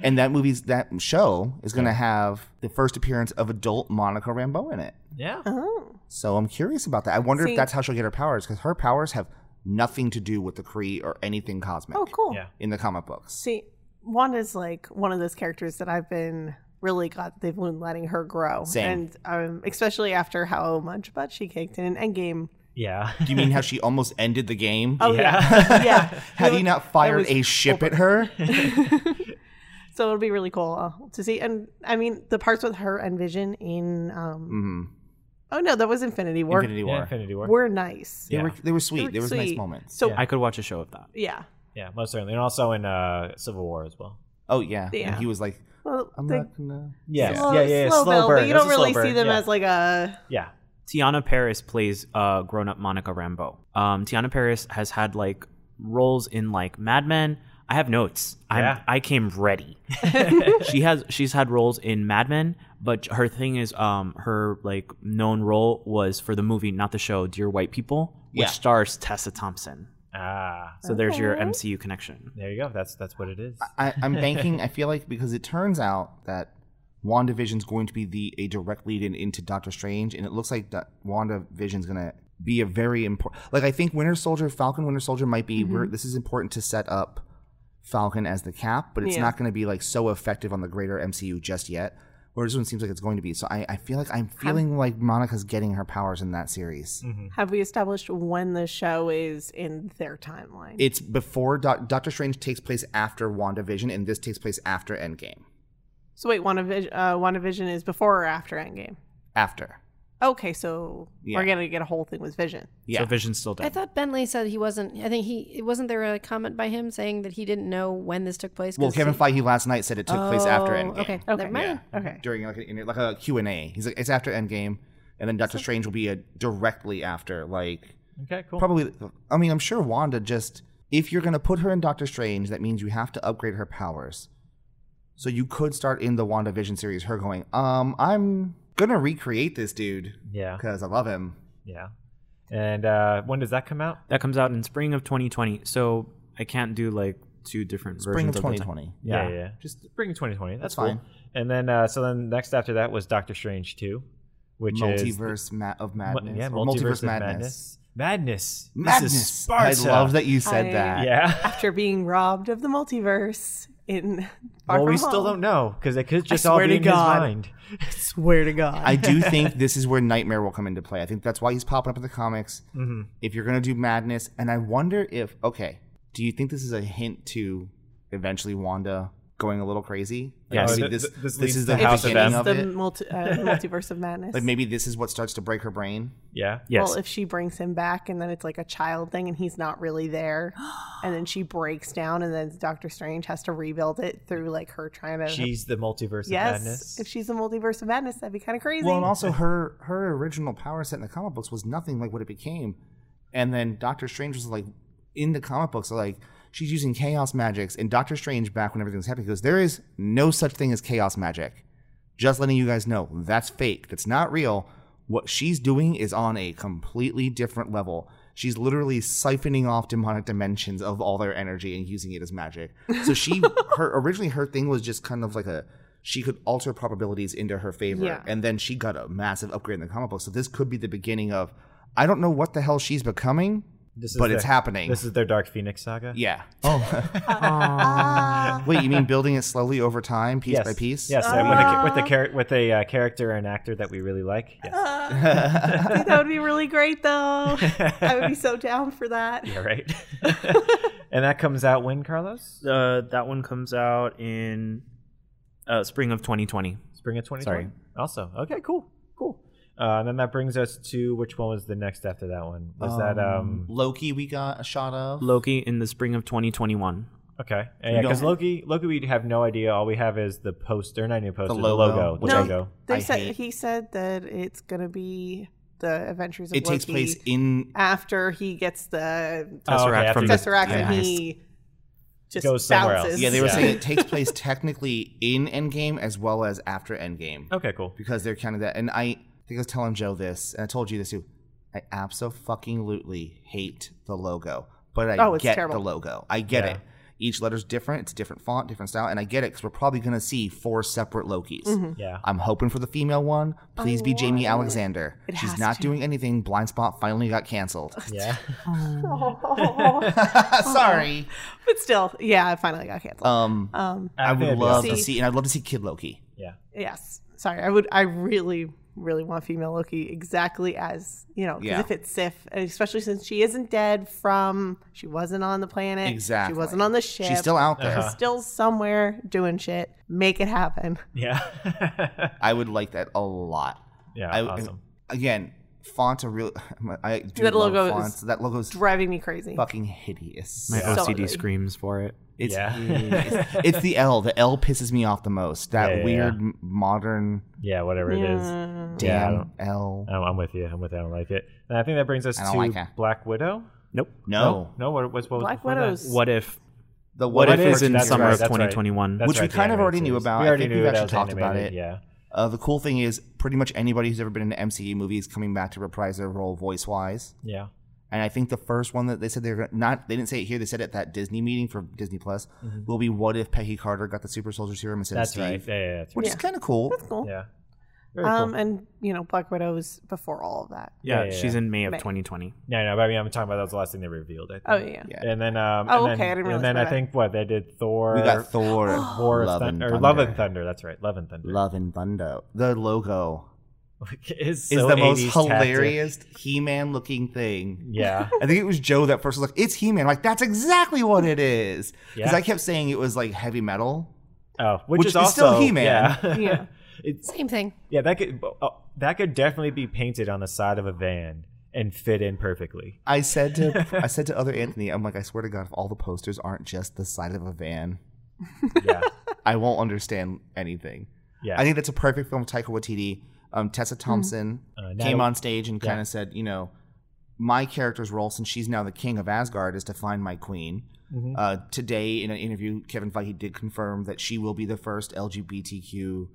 A: and that movie's that show is going to have the first appearance of adult Monica Rambeau in it.
C: yeah
D: Oh.
A: So I'm curious about that. I wonder
D: See-
A: if that's how she'll get her powers because her powers have nothing to do with the Kree or anything cosmic
D: Oh, cool.
C: yeah.
A: in the comic books.
D: See, Wanda's like one of those characters that I've been really glad that they've been letting her grow.
A: Same.
D: And um, especially after how much butt she kicked in Endgame.
C: Yeah.
A: Do you mean how she almost ended the game?
D: Oh, yeah. yeah.
A: Had he not fired
D: was
A: a ship at her?
D: So it'll be really cool uh, to see. And I mean, the parts with her and Vision in. Um,
A: Mhm.
D: Oh, no, that was Infinity War.
A: Infinity War.
C: Yeah, Infinity War.
D: Were nice.
A: They,
C: Yeah.
A: Were, they were sweet.
D: were
A: There was nice
D: sweet.
A: moments.
D: So,
E: I could watch a show of that.
D: yeah.
C: yeah, most certainly. And also in uh, Civil War as well.
A: oh yeah.
D: Yeah.
A: And he was like,
D: Well,
A: I'm
D: they-
A: not gonna.
C: Yeah.
D: slow,
C: yeah, yeah, yeah.
D: slow build,
C: burn.
D: but you
C: That's
D: don't
C: a slow
D: really see
C: burn.
D: them
C: yeah.
D: as like a.
C: Yeah.
E: Tiana Paris plays uh, grown-up Monica Rambeau. Um, Tiana Paris has had like roles in like Mad Men. I have notes. I'm,
C: Yeah.
E: I came ready. she has she's had roles in Mad Men, but her thing is um her like known role was for the movie, not the show, Dear White People, which
A: Yeah.
E: stars Tessa Thompson.
C: Ah.
E: So there's your MCU connection.
C: There you go. That's that's what it is.
A: I, I'm banking. I feel like because it turns out that WandaVision's going to be the a direct lead-in into Doctor Strange, and it looks like that WandaVision's gonna be a very important. Like I think Winter Soldier, Falcon, Winter Soldier might be. Where, this is important to set up Falcon as the Cap, but it's
D: Yeah.
A: not going to be like so effective on the greater MCU just yet. or this one seems like it's going to be. So I, I feel like I'm feeling like Monica's getting her powers in that series.
D: Have we established when the show is in their timeline?
A: It's before Doc Doctor Strange takes place after WandaVision, and this takes place after Endgame.
D: so wait, WandaVision, uh, WandaVision is before or after Endgame?
A: After.
D: Okay, so
A: Yeah.
D: we're gonna get a whole thing with Vision.
A: Yeah.
E: So Vision's still dead.
B: I thought Bentley said he wasn't. I think he it wasn't there a comment by him saying that he didn't know when this took place.
A: well,
B: 'cause
A: Kevin
B: he-
A: Feige last night said it took place after
B: Oh,
A: Endgame.
B: Okay,
D: Okay.
B: never mind.
A: Yeah.
D: Okay.
A: During like a, like a Q and A, he's like, it's after Endgame, and then Doctor Strange will be a, directly after. Like
C: Okay, cool.
A: probably, I mean, I'm sure Wanda just if you're gonna put her in Doctor Strange, that means you have to upgrade her powers. So you could start in the WandaVision series, her going, um, I'm gonna recreate this dude
C: Yeah,
A: because I love him.
C: yeah. And uh, when does that come out?
E: that comes out in spring of 2020. So I can't do like two different
A: Spring of
E: versions at the time.
A: 2020.
E: Yeah.
C: yeah. Just spring of 2020. That's,
A: That's
C: cool.
A: fine.
C: And then uh, so then next after that was Doctor Strange 2, which is
A: multiverse ma- of madness.
C: yeah,
A: or
C: multiverse, of madness. Madness.
A: Madness.
C: This is Sparta.
A: I love that you said
D: I-
A: that.
C: Yeah.
D: After being robbed of the multiverse in Far
C: well, we
D: From
C: still
D: Home.
C: don't know because it could just
D: I
C: all
D: swear
C: be
D: to
C: in
D: God.
C: his mind.
D: Swear to God.
A: I do think this is where Nightmare will come into play. I think that's why he's popping up in the comics.
C: Mm-hmm.
A: If you're gonna do madness, and I wonder if okay, do you think this is a hint to eventually Wanda going a little crazy? Like,
E: Yes.
A: maybe
C: Oh, th-
A: this
C: th- this
A: this,
C: leads
A: is
C: to
A: the
C: House of
A: beginning
D: it's
A: of
D: the
A: it.
D: multi, uh, multiverse of madness.
A: Like maybe this is what starts to break her brain.
C: Yeah.
E: Yes.
D: Well, if she brings him back and then it's like a child thing and he's not really there, and then she breaks down and then Doctor Strange has to rebuild it through like her trying to.
C: She's the multiverse
D: yes,
C: of madness.
D: if she's a multiverse of madness, that'd be kind of crazy.
A: Well, and also her her original power set in the comic books was nothing like what it became, and then Doctor Strange was like in the comic books like she's using chaos magics, and Doctor Strange back when everything's happening goes there is no such thing as chaos magic. Just letting you guys know that's fake. That's not real. What she's doing is on a completely different level. She's literally siphoning off demonic dimensions of all their energy and using it as magic. So she, her originally her thing was just kind of like a she could alter probabilities into her favor,
D: Yeah.
A: and then she got a massive upgrade in the comic book. So this could be the beginning of I don't know what the hell she's becoming,
C: This
A: but
C: their-
A: it's happening.
C: This is their Dark Phoenix saga.
A: yeah. Oh. Wait, you mean building it slowly over time, piece
C: yes.
A: by piece?
C: Yes, and with a, cha- with
D: Ah.
C: a, char- with a uh, character and actor that we really like. Yes.
D: Dude, that would be really great, though. I would be so down for that.
C: yeah, right. and that comes out when, Carlos?
E: uh, that one comes out in uh, spring of 2020.
C: Spring of 2020.
E: Sorry.
C: Also, okay, cool, cool. Uh, and then that brings us to which one was the next after that one? Was that um
A: Loki we got a shot of?
E: Loki in the spring of 2021.
C: okay? And yeah,
A: No.
C: because Loki, Loki, we have no idea. All we have is the poster, not even a poster, the
A: logo.
C: logo, the
A: Which
D: No,
A: I-
C: logo.
D: They
A: I
D: said
A: hate.
D: he said that it's gonna be the Adventures of
A: it takes
D: Loki
A: place in
D: after he gets the
E: Tesseract
C: okay, after
E: from
C: he
E: the-
C: gets-
D: Tesseract
A: yeah.
D: and he just
C: Goes somewhere else.
D: bounces.
A: Yeah, they were
C: Yeah.
A: saying it takes place technically in Endgame as well as after Endgame
D: Oh.
C: Okay, cool.
A: because they're kind of that. And I think I was telling Joe this, and I told you this too. I absolutely hate the logo, but I
D: Oh, it's
A: get
D: terrible.
A: the logo. I get
C: Yeah.
A: it. Each letter's different. It's a different font, different style, and I get it because we're probably gonna see four separate Lokis.
D: Mm-hmm.
C: Yeah,
A: I'm hoping for the female one. Please be Jamie Alexander.
D: Oh, It
A: She's
D: has
A: not
D: to.
A: doing anything. Blind Spot finally got canceled.
C: yeah.
D: Oh.
A: Sorry.
D: but still, yeah, it finally got canceled.
A: Um,
D: Um,
A: I
C: think
A: would
C: it'd be
A: love
C: awesome.
A: to
D: See-
A: see, and I'd love to see Kid Loki.
C: Yeah,
D: yes, sorry, I would, I really, really want female Loki exactly as you know, 'cause
A: Yeah.
D: if it's Sif, especially since she isn't dead from, she wasn't on the planet,
A: Exactly.
D: she wasn't on the ship,
A: She's still out there.
D: She's still somewhere doing shit. Make it happen.
C: yeah,
A: I would like that a lot.
C: yeah.
A: I,
C: awesome.
A: Again, fonts are real. I do
D: That
A: love
D: logo is
A: fonts. that logo is
D: Driving me crazy.
A: fucking hideous.
E: My
D: So
E: OCD
D: ugly.
E: screams for it.
A: It's,
C: Yeah.
A: hideous. it's the L. The L pisses me off the most. That
C: Yeah, yeah,
A: weird
C: yeah.
A: m- modern
C: Yeah, whatever it is.
D: Yeah.
C: Yeah, I Uh,
A: damn L.
C: I'm, I'm with you. I'm with you. I don't like it. And I think that brings us
A: I don't
C: to
A: like her.
C: Black Widow.
E: Nope.
A: No,
C: no. What, what's what was
D: Black
C: before that?
D: Widow's
E: What if?
A: the
E: What, if,
C: If
E: is in
C: that's
E: summer
C: right,
E: of
C: that's right.
E: 2021?
C: That's
A: Which we
C: right, the
A: kind of
C: animated
A: already knew
C: series.
A: about.
C: We
A: I
C: already
A: think
C: knew
A: we've
C: that
A: actually
C: was
A: talked about
C: animated,
A: it.
C: Yeah.
A: Uh, the cool thing is, pretty much anybody who's ever been in an MCU movie is coming back to reprise their role voice wise.
C: Yeah.
A: and I think the first one that they said they're gonna- not they didn't say it here they said it at that Disney meeting for Disney Plus will be what if Peggy Carter got the super soldier serum instead
C: Mm-hmm. That's
A: of Steve,
C: right. Yeah, yeah, yeah, that's
A: which
C: right.
A: is kind of cool.
D: Cool.
C: Yeah. Very
D: Oh. Um,
C: cool.
D: and you know, Black Widow was before all of that.
E: Yeah,
C: yeah,
E: she's
C: yeah.
E: in May of
D: May.
E: 2020.
C: No, no, but I mean, I'm talking about that was the last thing they revealed. I think.
D: Oh yeah,
A: Yeah.
C: And then, um,
D: Oh,
C: and then,
D: okay, I didn't realize
C: And then
D: my
C: I
D: bad.
C: think what they did Thor,
A: We got Thor,
C: War of
A: Love,
C: Thun-
A: and
C: or
A: Thunder.
C: Love and Thunder. That's right, Love and Thunder.
A: Love and Thunder. The logo
C: is
A: is
C: so
A: the most
C: 80s tattoo.
A: hilarious He-Man looking thing.
C: Yeah,
A: I think it was Joe that first was like, "It's He-Man." I'm like that's exactly what it is. Because
C: Yeah.
A: I kept saying it was like heavy metal.
C: oh, which,
A: Which
C: is,
A: is still
C: also
A: He-Man.
C: Yeah,
D: Yeah.
C: it's
B: Same thing.
C: yeah that could uh, that could definitely be painted on the side of a van and fit in perfectly.
A: I said to I said to other Anthony, I'm like, I swear to God, if all the posters aren't just the side of a van,
C: Yeah,
A: I won't understand anything.
C: yeah.
A: I think that's a perfect film. Taika Waititi, um, Tessa Thompson
C: Uh,
A: came
C: Natalie-
A: on stage and
C: yeah.
A: kind of said, you know, my character's role, since she's now the king of Asgard, is to find my queen.
C: Mhm.
A: Uh, today, in an interview, Kevin Feige did confirm that she will be the first LGBTQ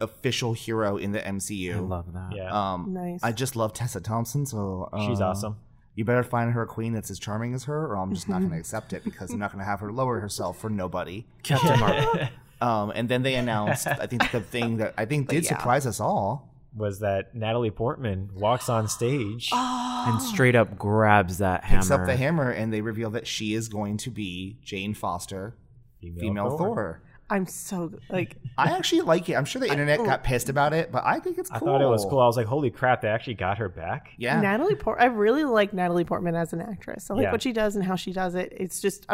A: official hero in the MCU.
E: I love that.
C: Yeah,
A: um,
D: nice.
A: I just love Tessa Thompson, so uh,
C: she's awesome.
A: You better find her a queen that's as charming as her, or I'm just not going to accept it because I'm not going to have her lower herself for nobody.
E: Captain Marvel.
A: Um, and then they announced, I think the thing that I think did
D: yeah.
A: surprise us all
C: Was that Natalie Portman walks on stage?
D: Ah,
E: and straight up grabs that hammer.
A: picks up the hammer and they reveal that she is going to be Jane Foster, female Thor.
D: I'm so like
A: I actually like it. I'm sure the internet got pissed about it, but I think it's cool.
C: I thought it was cool. I was like, holy crap, they actually got her back.
A: Yeah.
D: Natalie Port. I really like Natalie Portman as an actress. I like
C: Yeah.
D: what she does and how she does it. It's just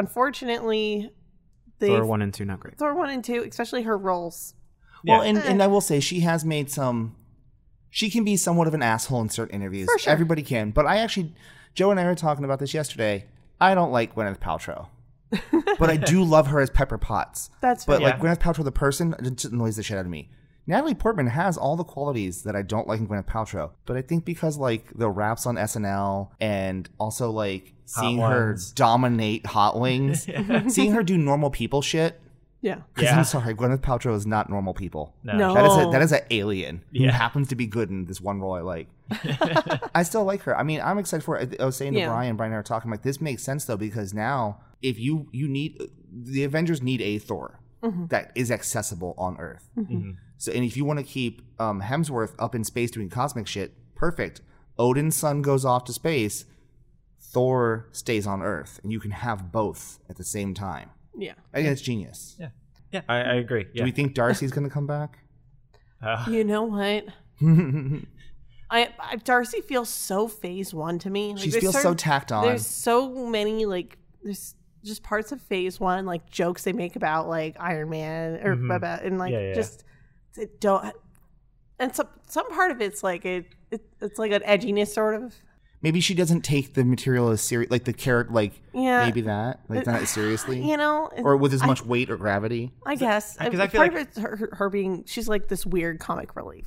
D: unfortunately they
E: Thor one and two, not great.
D: Thor one and two, especially her roles.
A: Well,
C: Yeah.
A: and,
D: Eh.
A: and I will say she has made some. She can be somewhat of an asshole in certain interviews.
D: For sure.
A: Everybody can, but I actually, Joe and I were talking about this yesterday. I don't like Gwyneth Paltrow, but I do love her as Pepper Potts.
D: That's
A: But
D: fair.
A: like Gwyneth Paltrow, the person, it just annoys the shit out of me. Natalie Portman has all the qualities that I don't like in Gwyneth Paltrow, but I think because like the raps on SNL and also like
C: Hot
A: seeing her
C: Ones.
A: dominate Hot Wings, seeing her do normal people shit.
D: yeah.
A: Because
C: Yeah.
A: I'm sorry, Gwyneth Paltrow is not normal people.
C: No.
D: No.
A: That is a, that is an alien who
C: Yeah.
A: happens to be good in this one role I like. I still like her. I mean, I'm excited for it. I was saying to
D: Yeah.
A: Brian, Brian and I were talking like this makes sense though because now if you you need the Avengers need a Thor that is accessible on Earth.
D: Mm-hmm.
C: Mhm.
A: So and if you want to keep um, Hemsworth up in space doing cosmic shit, perfect. Odin's son goes off to space. Thor stays on Earth, and you can have both at the same time.
D: Yeah.
A: I think it's genius.
C: Yeah. Yeah, I, I agree.
A: Do
C: Yeah.
A: we think Darcy's going to come back?
C: Uh,
D: You know what?
A: she
D: I, I Darcy feels so phase one to me. Like, there's
A: feels so
D: certain-
A: tacked on.
D: There's so many like there's just parts of Phase One like jokes they make about like Iron Man or
C: Mhm.
D: about and like
C: Yeah, yeah,
D: just it don't and some some part of it's like it, it it's like an edginess sort of
A: Maybe she doesn't take the material as serious, like the character, like
D: yeah
A: maybe that, like
D: It-
A: not as seriously,
D: you know it-
A: or with as much weight or gravity.
D: I guess
C: 'cause
D: because
C: I
D: I,
C: feel
D: part
C: like-
D: of it's her, her being she's like this weird comic relief.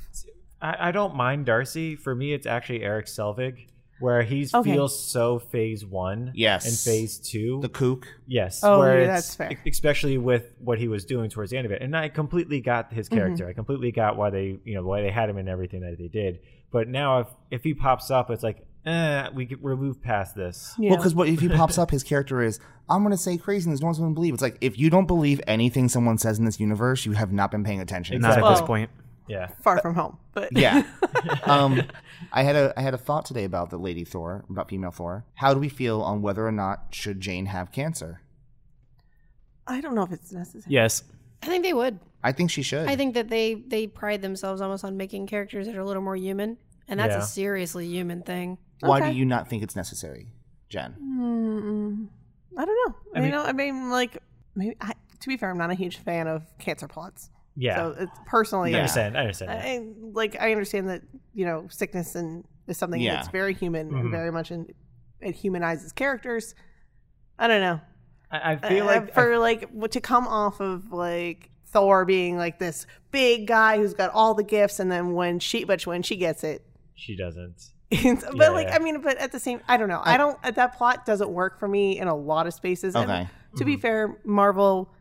C: I, I don't mind Darcy. For me, it's actually Eric Selvig, where he
D: Okay.
C: feels so phase one
A: Yes.
C: and phase two.
A: The kook.
C: yes.
D: Oh,
C: where
D: yeah,
C: it's-
D: that's fair.
C: e- Especially with what he was doing towards the end of it. And I completely got
D: Mm-hmm.
C: his character. I completely got why they, you know, why they had him in everything that they did. But now if, if he pops up, it's like, eh, we could, we're moved past this.
D: Yeah.
A: Well, because what if he pops up, his character is, I'm going to say craziness. No one's going to believe. It's like if you don't believe anything someone says in this universe, you have not been paying attention.
E: Not at
C: Exactly.
E: this
D: Well-
E: point.
C: Yeah.
D: far from home, but
A: Yeah. um, I had a I had a thought today about the Lady Thor, about female Thor. How do we feel on whether or not should Jane have cancer?
D: I don't know if it's necessary.
E: Yes.
B: I think they would.
A: I think she should.
B: I think that they they pride themselves almost on making characters that are a little more human, and that's
C: Yeah.
B: a seriously human thing.
A: Why
D: Okay.
A: do you not think it's necessary, Jen?
D: Mm, I don't know.
C: I
D: I,
C: mean-
D: mean, know, I mean, like, maybe. I, to be fair, I'm not a huge fan of cancer plots.
C: Yeah.
D: So it's personally,
C: I
A: Yeah.
C: understand. I understand.
D: I,
C: that.
D: I- like, I understand that you know sickness and is something
A: Yeah.
D: that's very human
C: Mhm.
D: and very much in, it humanizes characters. I don't know.
C: I, I
D: I
C: feel like I
D: for like what- to come off of like Thor being like this big guy who's got all the gifts, and then when she, but when she gets it,
C: She doesn't.
D: It's- but
C: Yeah,
D: like
C: yeah.
D: I mean, but at the same, I don't know. I, don't. uh, That plot doesn't work for me in a lot of spaces. And
A: Okay.
D: to
C: Mm-hmm.
D: be fair, Marvel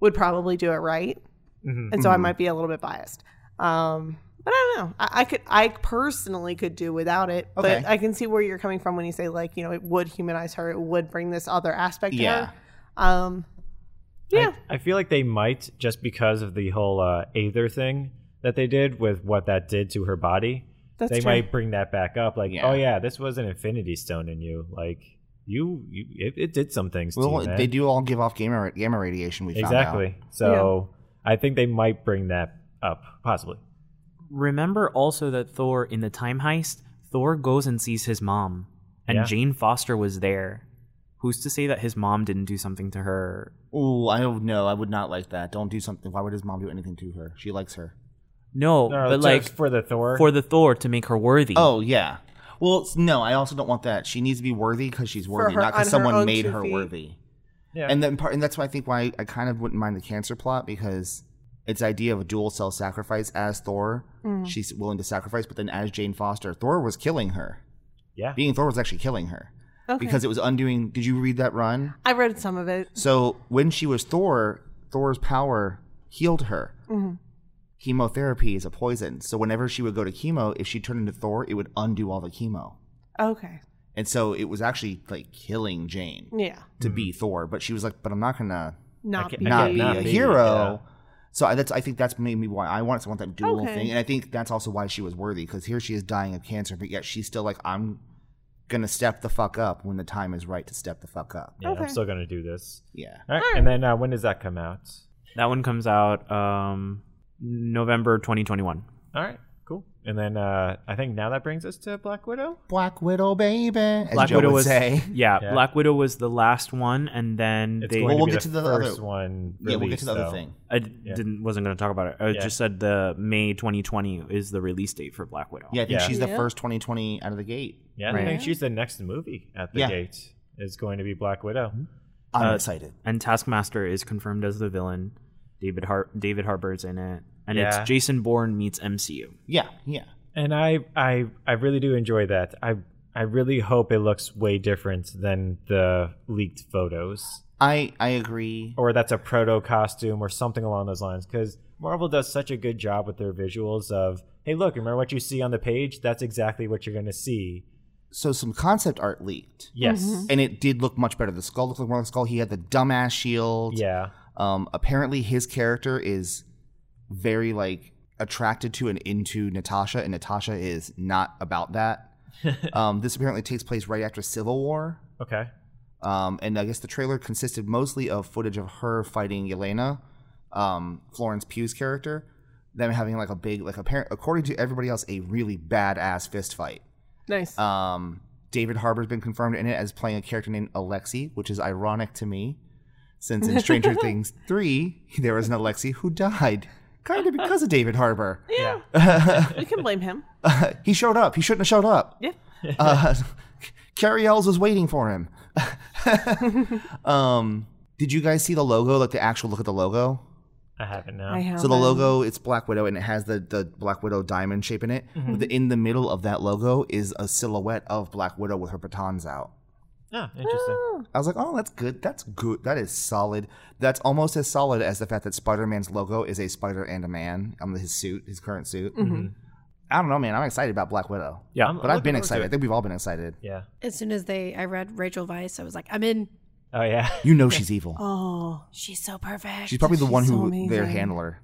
D: would probably do it right,
C: Mhm.
D: and so I might be a little bit biased. Um, but I don't know. I, I could. I personally could do without it.
A: Okay.
D: But I can see where you're coming from when you say like you know it would humanize her. It would bring this other aspect.
A: Yeah.
D: To her. Um. Yeah.
C: I, I feel like they might just because of the whole uh, Aether thing. that they did with what that did to her body,
D: That's
C: they
D: true.
C: might bring that back up. Like,
A: Yeah.
C: oh yeah, this was an Infinity Stone in you. Like you, you it, it did some things to
A: Well,
C: you. Man.
A: they do all give off gamma ra- gamma radiation. We found out.
C: eh? exactly. So I think they might bring that up, possibly.
E: Remember also that Thor in the time heist, Thor goes and sees his mom, and
C: Yeah.
E: Jane Foster was there. Who's to say that his mom didn't do something to her?
A: Ooh, I don't know. I would not like that. Don't do something. Why would his mom do anything to her? She likes her.
E: No,
C: No,
E: but
C: just
E: like
C: for the Thor,
E: for the Thor to make her worthy.
A: Oh yeah. Well, it's- no, I also don't want that. She needs to be worthy because she's worthy,
D: her-
A: not
D: on
A: because
D: her
A: someone
D: own
A: made
D: two
A: her
D: feet.
A: worthy.
C: yeah.
A: And then part, and that's why I think why I kind of wouldn't mind the cancer plot because its idea of a dual self sacrifice as Thor,
D: Mm.
A: she's willing to sacrifice, but then as Jane Foster, Thor was killing her.
C: yeah,
A: Being Thor was actually killing her
D: Okay.
A: because it was undoing. Did you read that run?
D: I read some of it.
A: So when she was Thor, Thor's power healed her. Chemotherapy is a poison. So whenever she would go to chemo, if she turned into Thor, it would undo all the chemo.
D: Okay.
A: And so it was actually like killing Jane
D: Yeah.
A: to be Thor, but she was like, "But I'm not gonna
D: Not
C: can't-
D: be.
C: I
A: not
C: can't
A: be
C: not
A: a
C: be,
A: hero." So I, that's I think that's maybe why I want I want that dual
D: Okay.
A: thing, and I think that's also why she was worthy because here she is dying of cancer, but yet she's still like, "I'm gonna step the fuck up when the time is right to step the fuck up."
C: yeah
D: Okay.
C: I'm still gonna do this.
A: Yeah.
C: All right. And then uh, when does that come out?
E: That one comes out um, November 2021.
C: All right, cool. And then uh, I think now that brings us to Black Widow.
A: Black Widow, baby. As
E: Black
A: Joe
E: Widow
A: would
E: was
A: say.
E: Yeah,
C: Yeah.
E: Black Widow was the last one, and then
C: It's
E: they
A: Well,
C: going
A: we'll
C: to be
A: get
C: the,
A: to the other-
C: first one.
A: Yeah, we'll get
C: released,
A: to the other
C: though.
A: thing.
E: I d- didn't wasn't going to talk about it. I
C: Yeah.
E: just said the May 2020 is the release date for Black Widow.
A: Yeah, I think
C: Yeah.
A: she's the
D: Yeah.
A: first 2020 out of the gate.
C: Yeah, I
E: Right.
C: think she's the next movie at the
A: Yeah. Mm-hmm.
C: gate is going to be Black Widow.
A: I'm
E: Uh,
A: excited.
E: and Taskmaster is confirmed as the villain. David Har- David Harbour's in it, and
C: Yeah.
E: it's Jason Bourne meets MCU.
A: Yeah, yeah.
C: And I, I, I really do enjoy that. I, I really hope it looks way different than the leaked photos,
A: I I agree.
C: or that's a proto costume or something along those lines. Because Marvel does such a good job with their visuals of, hey, look, remember what you see on the page? That's exactly what you're going to see.
A: So some concept art leaked,
C: Yes.
A: and it did look much better. The skull looked like more like a skull. He had the dumbass shield.
C: Yeah.
A: Um. Apparently, his character is very like attracted to and into Natasha, and Natasha is not about that. um. This apparently takes place right after Civil War.
C: Okay.
A: Um, and I guess the trailer consisted mostly of footage of her fighting Yelena, um, Florence Pugh's character, them having like a big, like apparent, according to everybody else, a really badass fist fight.
D: Nice.
A: Um, David Harbour's been confirmed in it as playing a character named Alexi, which is ironic to me, since in Stranger Things 3, there was an Alexi who died, kind of because of David Harbour.
C: Yeah.
D: we can blame him.
A: he showed up. He shouldn't have showed up.
D: Yeah.
A: uh, Carrie Ells was waiting for him. um, did you guys see the logo? Like the actual look at the logo.
C: I haven't now.
D: I have.
A: So the logo, it's Black Widow, and it has the the Black Widow diamond shape in it. But the, in the middle of that logo is a silhouette of Black Widow with her batons out.
C: Oh, interesting.
A: I was like, oh, that's good. That's good. That is solid. That's almost as solid as the fact that Spider Man's logo is a spider and a man on his suit, his current suit.
C: Mm-hmm.
A: I don't know, man. I'm excited about Black Widow.
E: Yeah,
C: I'm-
A: But
C: I'm
A: I've been
C: looking forward
A: excited.
C: to
A: I
C: it.
A: think we've all been excited.
C: Yeah.
B: As soon as they, I read Rachel Vice, I was like, I'm in.
C: Oh yeah.
A: You know she's evil.
D: Oh.
B: She's so perfect.
A: She's probably the one
D: so
A: who their
D: amazing.
A: handler.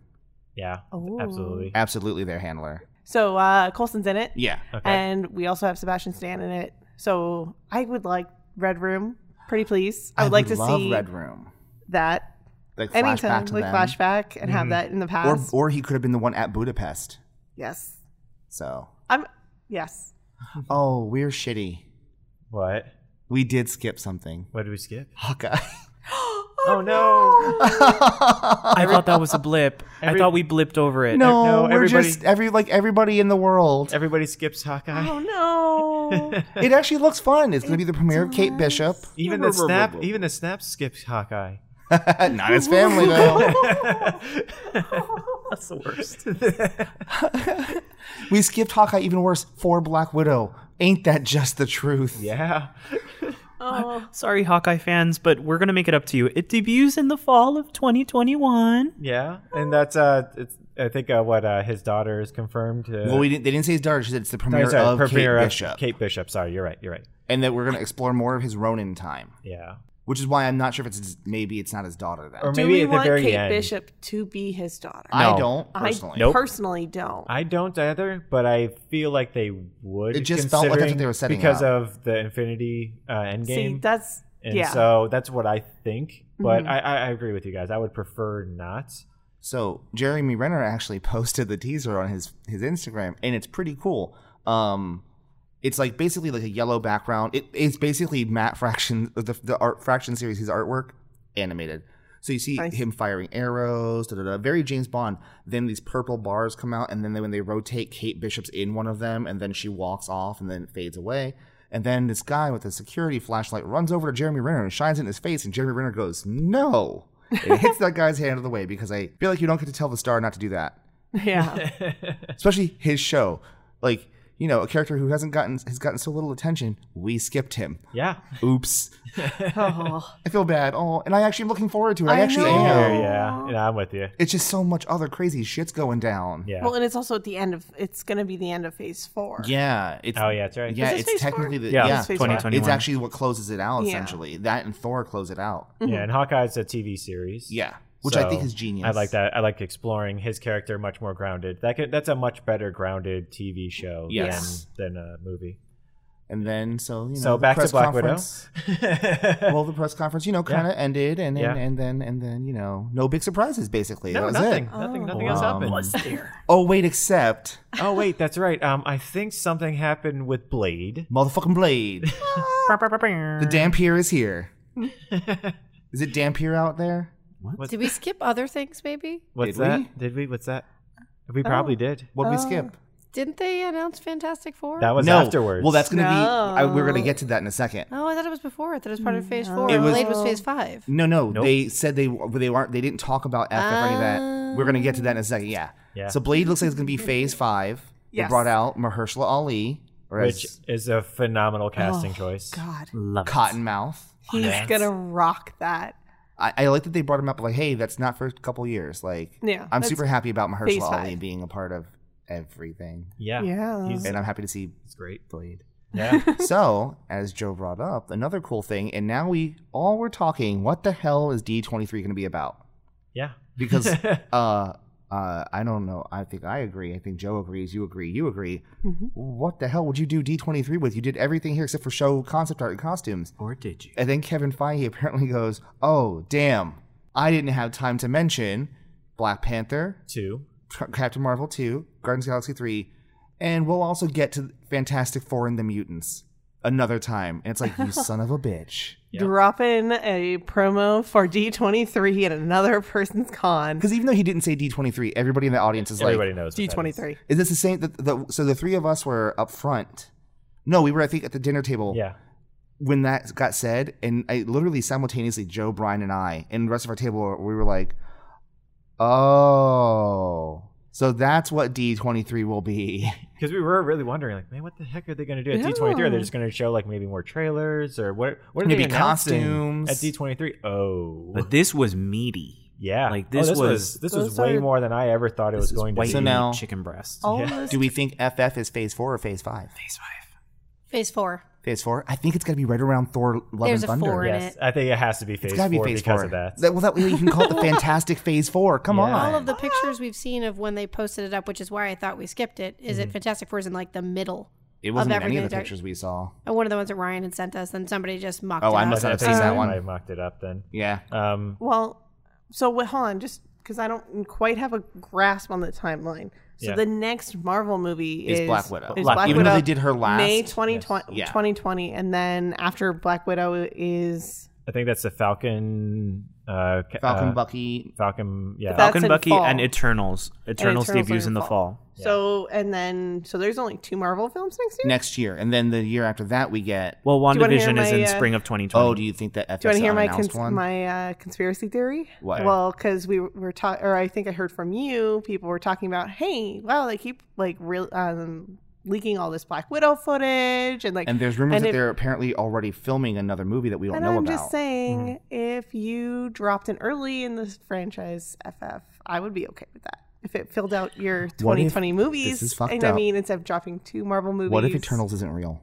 C: Yeah.
D: Ooh.
C: Absolutely.
A: Absolutely their handler.
D: Oh. So uh, Colson's in it,
A: Yeah.
C: Okay.
D: and we also have Sebastian Stan in it. So I would like Red Room. Pretty please. I would like to
A: love
D: see
A: Red Room.
D: that
A: Like
D: anytime,
A: flashback to
D: like
A: them. Mm-hmm.
D: flashback, and have that in the
A: Or
D: past.
A: or he could have been the one at Budapest.
D: yes.
A: So
D: I'm. Yes.
A: Oh, we're shitty.
C: what?
A: We did skip something.
C: What did we skip?
A: Hawkeye.
C: Oh no!
E: I thought that was a blip.
C: Every-
E: I thought we blipped over it.
A: no,
C: no,
A: we're
C: everybody-
A: just every like everybody in the world.
C: Everybody skips Hawkeye.
D: Oh no.
A: It actually looks fun. It's gonna be the premiere of Kate Bishop.
C: Even the snap, even the snap skips Hawkeye.
A: Not his family though.
E: That's the worst.
A: we skipped Hawkeye even worse for Black Widow. Ain't that just the truth?
C: yeah.
E: Sorry, Hawkeye fans, but we're gonna make it up to you. It debuts in the fall of 2021.
C: Yeah. And that's uh, it's, I think uh, what uh, his daughter is confirmed. Uh,
A: Well, we didn't, they didn't say his daughter. She said it's the
C: sorry,
A: premiere
C: sorry,
A: of
C: premiere
A: Kate
C: of
A: Bishop.
C: Kate Bishop. Sorry, you're right. You're right.
A: and that we're going to explore more of his Ronin time.
C: Yeah.
A: which is why I'm not sure if it's his- maybe it's not his daughter then.
C: Or
D: Do
C: maybe
D: we
C: at the
D: want
C: very
D: Kate
C: end.
D: Bishop to be his daughter?
A: I
C: No.
A: don't
D: I
A: personally.
C: Nope.
D: personally don't.
C: I don't either, but I feel like they would.
A: It just felt like that's what
C: considering-
A: they were setting
C: because
A: up.
C: of the Infinity uh, Endgame.
D: See, that's
C: and
D: yeah.
C: so that's what I think. But
D: Mhm.
C: I, I, I agree with you guys. I would prefer not.
A: So Jeremy Renner actually posted the teaser on his his Instagram, and it's pretty cool. Um, it's like basically like a yellow background. It, it's basically Matt Fraction, the, the art Fraction series, his artwork animated. So you see
D: Nice.
A: him firing arrows, da, da, da, very James Bond. Then these purple bars come out, and then they, when they rotate, Kate Bishop's in one of them, and then she walks off, and then it fades away. And then this guy with a security flashlight runs over to Jeremy Renner and shines it in his face, and Jeremy Renner goes, "No!" And it hits that guy's hand out of the way because I feel like you don't get to tell the star not to do that,
D: yeah.
A: especially his show. Like you know, a character who hasn't gotten has gotten so little attention, we skipped him.
C: Yeah.
A: Oops,
D: Oh.
A: I feel bad. Oh, and I actually am looking forward to it. I,
D: I
A: actually
D: know.
A: am.
C: Yeah, yeah. And I'm with you.
A: It's just so much other crazy shit's going down.
C: Yeah.
D: Well, and it's also at the end of. It's going to be the end of Phase Four.
A: Yeah, it's
C: oh yeah, that's right.
A: yeah,
D: Is this
A: it's
D: phase four?
A: technically the
E: Yeah,
A: yeah.
E: it's
D: Phase
E: twenty
D: one.
E: twenty one.
A: It's actually what closes it out
D: Yeah.
A: essentially. That and Thor close it out.
C: Yeah,
D: mm-hmm.
C: and Hawkeye's a TV series.
A: Yeah, which I
C: So,
A: think is genius.
C: I like that. I like exploring his character much more grounded. That could, that's a much better grounded TV show
A: Yes.
C: than than a movie.
A: And then so you know
C: so
A: the
C: back to
A: press
C: Black
A: conference-
C: Widow.
A: well, the press conference, you know,
C: Yeah.
A: kind of ended, and, and
C: Yeah.
A: and then and then you know, no big surprises. Basically, that
C: no,
A: was
C: nothing,
A: it.
C: nothing,
D: Oh.
C: nothing else
A: Um,
C: happened.
A: was
E: there.
A: Oh wait, except
C: oh wait, that's right. Um, I think something happened with Blade.
A: motherfucking Blade. the Dampier is here. is it Dampier out there?
C: What's,
B: Did we skip other things? Maybe
C: what's
A: Did
C: that?
A: we?
C: Did we? What's that? We probably did.
A: What would we
D: Oh.
A: skip?
B: didn't they announce Fantastic Four?
C: That was
A: no.
C: afterwards.
A: Well, that's gonna be. I, we're gonna
D: No.
A: get to that in a second.
B: oh, I thought it was before. I thought it was part of Phase Four.
D: It
B: and
A: was-
B: Blade was Phase Five.
A: No, no,
C: Nope.
A: they said they they weren't. They didn't talk about F or any of that. We're
D: Oh.
A: gonna get to that in a second. Yeah.
C: Yeah.
A: So Blade looks like it's gonna be Phase Five. They
D: Yes.
A: brought out Mahershala Ali, or
C: which
A: as
C: is a phenomenal casting choice.
D: Oh, God,
E: Love it.
A: Cottonmouth.
D: he's going to rock that.
A: I, I like that they brought him up. Like, hey, that's not for a couple years. Like,
D: Yeah,
A: I'm
D: that's
A: super happy about
D: phase
A: Mahershala
D: five.
A: Ali being a part of everything,
C: Yeah,
D: Yeah.
C: He's,
A: and I'm happy to see
C: he's great.
A: Blade.
C: Yeah,
A: so, as Joe brought up, another cool thing, and now we all were talking. What the hell is D23 going to be about?
C: yeah.
A: Because uh, uh, I don't know. I think I agree. I think Joe agrees. You agree. You agree.
D: Mhm.
A: What the hell would you do D23 with? You did everything here except for show concept art and costumes.
E: Or did you?
A: And then Kevin Feige apparently goes, "Oh, damn! I didn't have time to mention Black Panther,
C: Two.
A: Tr- Captain Marvel two, Guardians of the Galaxy three, and we'll also get to Fantastic Four and the Mutants another time." And it's like, you son of a bitch,
C: Yeah.
D: dropping a promo for D23 at another person's con.
A: because even though he didn't say D twenty three, everybody in the audience is
C: Everybody
A: like,
C: knows what that is.
D: D23.
A: "Is this the same?" The, the, so the three of us were up front. No, we were I think at the dinner table
C: Yeah,
A: when that got said, and I literally simultaneously Joe, Brian, and I, and the rest of our table, we were like, "Oh, so that's what D twenty three will be."
C: because we were really wondering, like, man, what the heck are they going to do at D twenty three? Are they just going to show like maybe more trailers or what? What are
A: Maybe
C: they announcing
A: costumes.
C: at D twenty three? Oh,
E: But this was meaty.
C: yeah.
E: like,
C: Oh,
E: this
C: this
E: was-
C: this was
D: those
C: way
D: are-
C: more than I ever thought it was
E: This is
C: going to.
E: white
C: be. Oh.
A: So now-
E: chicken breast.
D: All
C: Yeah.
D: this
A: Do we think FF is Phase four or Phase five?
E: Phase five.
B: Phase Four.
A: Phase four. I think it's got to be right around Thor: Love
B: There's a
A: and Thunder.
B: four in
C: yes,
B: it.
C: I think it has to be Phase
A: It's got to
C: Four
A: be Phase
C: because
A: four.
C: of that.
A: Well, that way you can call it the Fantastic Phase four. Come
C: Yeah.
A: on.
B: All of the pictures we've seen of when they posted it up, which is why I thought we skipped it, is
A: Mm-hmm.
B: it Fantastic Four is in like the middle.
A: it wasn't
B: of
A: in any of the
B: everything.
A: pictures we saw.
B: And one of the ones that Ryan had sent us, and somebody just mocked
A: Oh,
B: it
A: I
B: up.
A: must
C: I
A: have
C: think
A: seen that
C: I
A: one.
C: might have mocked it up then.
A: Yeah.
C: Um,
D: Well, so wait, hold on, just because I don't quite have a grasp on the timeline. So
C: Yeah.
D: the next Marvel movie
A: Is
D: is,
A: Black Widow.
D: Is
E: Black
D: Black,
E: Widow.
A: Even though
D: Widow,
A: they did her last-
D: May 2020,
A: Yes. Yeah.
D: 2020, and then after Black Widow is
C: I think that's the Falcon. Uh, ca-
A: Falcon,
C: uh,
A: Bucky.
C: Falcon. Yeah.
D: That's
E: Falcon
D: in
E: Bucky
D: fall.
E: and Eternals. Eternals,
D: Eternals
E: debuts
D: are
E: in
D: in
E: the fall.
D: so, and then so there's only two Marvel films next year.
A: Next year, and then the year after that, we get.
E: Well,
D: you wanna hear
E: WandaVision is
D: my,
E: in
D: uh,
E: spring of 2020.
A: Oh, do you think that FF?
D: Do you want to hear my
A: unannounced
D: cons-
A: one?
D: my uh, conspiracy theory?
A: What?
D: Well, because we were talking, or I think I heard from you. People were talking about, hey, wow, they keep like real um, leaking all this Black Widow footage, and like,
A: And there's rumors
D: And
A: that
D: if-
A: they're apparently already filming another movie that we don't
D: and
A: know
D: I'm
A: about. Mm-hmm.
D: just saying, if you dropped in early in this franchise, FF, I would be okay with that. If it filled out your
A: What if-
D: 2020 movies,
A: this is fucked
D: and I
A: up.
D: mean, instead of dropping two Marvel movies,
A: what if Eternals isn't real?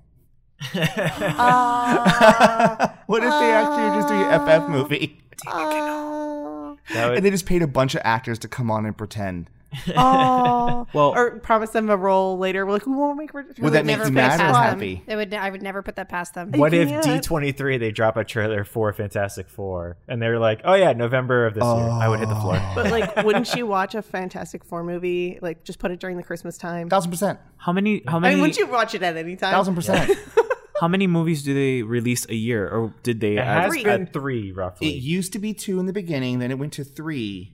D: Ah.
A: what if they actually were just doing an FF movie?
D: Oh,
C: That would-
A: And they just paid a bunch of actors to come on and pretend.
D: oh.
E: Well-
D: or promise them a role later. We're like, we won't make. Would
A: Would that make you
B: put
A: mad
B: that
A: or
B: past
A: happy?
B: Them. They would. I would never put that past them.
C: what if
D: Yeah.
C: D twenty three they drop a trailer for Fantastic Four and they're like, oh yeah, November of this year, I would hit the floor.
D: But like, wouldn't you watch a Fantastic Four movie? Like, just put it during the Christmas time.
A: Thousand percent.
E: How many? How
D: I
E: many?
D: mean, wouldn't you watch it at any time?
A: Thousand percent.
E: How many movies do they release a year, or did they?
C: It
E: add-
C: has
D: Three.
C: been three roughly.
A: It used to be two in the beginning, then it went to three,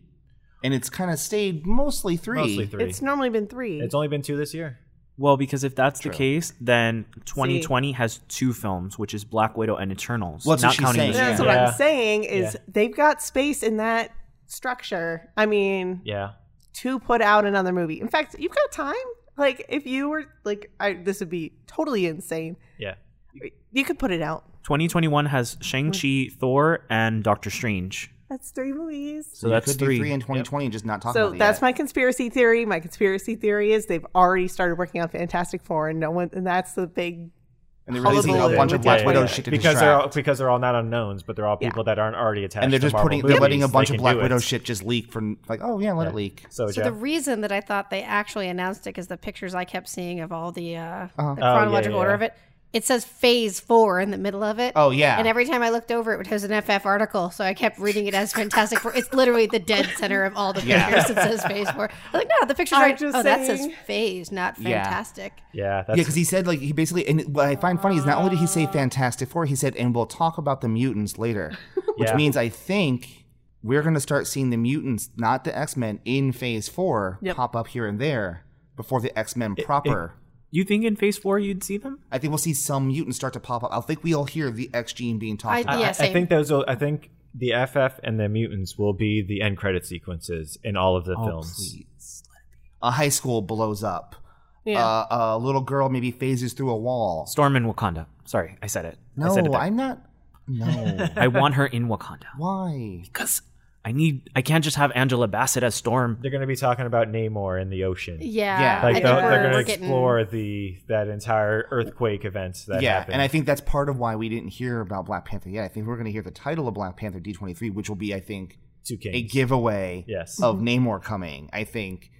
A: and it's kind of stayed mostly three.
C: Mostly three.
D: It's
C: It's,
D: normally been three.
C: only been two this year.
E: well, because if that's the case, then 2020 has two films, which is Black Widow and Eternals.
A: Well, that's what
E: not
A: she's
E: counting
A: saying.
E: the
D: That's
E: year.
D: what
C: Yeah.
D: I'm saying. Is
C: Yeah.
D: they've got space in that structure. I mean,
C: Yeah.
D: to put out another movie. In fact, you've got time. Like, if you were like, I, this would be totally insane.
C: Yeah.
D: You could put it out.
E: 2021 has Shang Chi, Thor, and Doctor Strange.
D: That's three movies.
E: So
A: you
E: that's
A: could
E: three.
A: do three in 2020 and just not talk
D: So
A: about it
D: that's
A: yet.
D: my conspiracy theory. My conspiracy theory is they've already started working on Fantastic Four, and no one, and that's the big
A: and they're
D: all
A: releasing
D: of
A: a
D: the-
A: bunch of
D: yeah,
A: Black
D: yeah,
A: Widow
D: yeah.
A: shit to
C: because they're all,
A: distract.
C: because they're all not unknowns, but they're all
D: Yeah.
C: people that aren't already attached.
A: and they're
C: to
A: just
C: Marvel
A: putting they're letting a
C: movies.
A: bunch
C: They
A: of
C: can
A: Black
C: do
A: Widow
C: it.
A: shit just leak from like oh yeah let it
C: Yeah.
A: leak.
C: So,
B: So
C: Jeff,
B: the reason that I thought they actually announced it is the pictures I kept seeing of all the, uh,
A: Oh,
B: the
A: yeah,
B: chronological
C: yeah.
B: order of it, it says Phase Four in the middle of it.
A: Oh yeah.
B: And every time I looked over it, it was an FF article, so I kept reading it as Fantastic Four. It's literally the dead center of all the pictures.
A: Yeah.
B: It says Phase Four. I'm like, no, the picture's
D: I'm
B: right.
D: just
B: oh, that says
D: saying.
B: Phase, not
A: Yeah.
B: Fantastic.
C: yeah,
A: yeah,
C: that's
A: because he said like he basically and what I find funny is not only did he say Fantastic Four, he said and we'll talk about the mutants later, which
C: Yeah.
A: means I think we're gonna start seeing the mutants, not the X Men, in Phase Four
D: Yep.
A: pop up here and there before the X Men proper.
E: You think in Phase Four you'd see them?
A: I think we'll see some mutants start to pop up. I think we'll hear the X gene being talked
B: I-
A: about.
B: yeah,
C: I- I
B: same.
C: think those. Will, I think the FF and the mutants will be the end credit sequences in all of the films.
A: Oh, Please. A high school blows up.
D: yeah.
A: Uh, a little girl maybe phases through a wall.
E: Storm in Wakanda. Sorry, I said it. I
A: No,
E: said it back.
A: I'm not. No.
E: I want her in Wakanda
A: Why?
E: because I need. I can't just have Angela Bassett as Storm.
C: They're going to be talking about Namor in the ocean.
B: Yeah.
A: Yeah.
C: Like
B: I think
C: they're,
B: we're-
C: they're going
B: we're
C: to
B: getting-
C: explore the that entire earthquake event that
A: yeah,
C: happened.
A: and I think that's part of why we didn't hear about Black Panther yet. I think we're going to hear the title of Black Panther D23, which will be, I think,
C: two
A: a
C: kings.
A: giveaway
C: Yes.
A: of Namor coming. I think.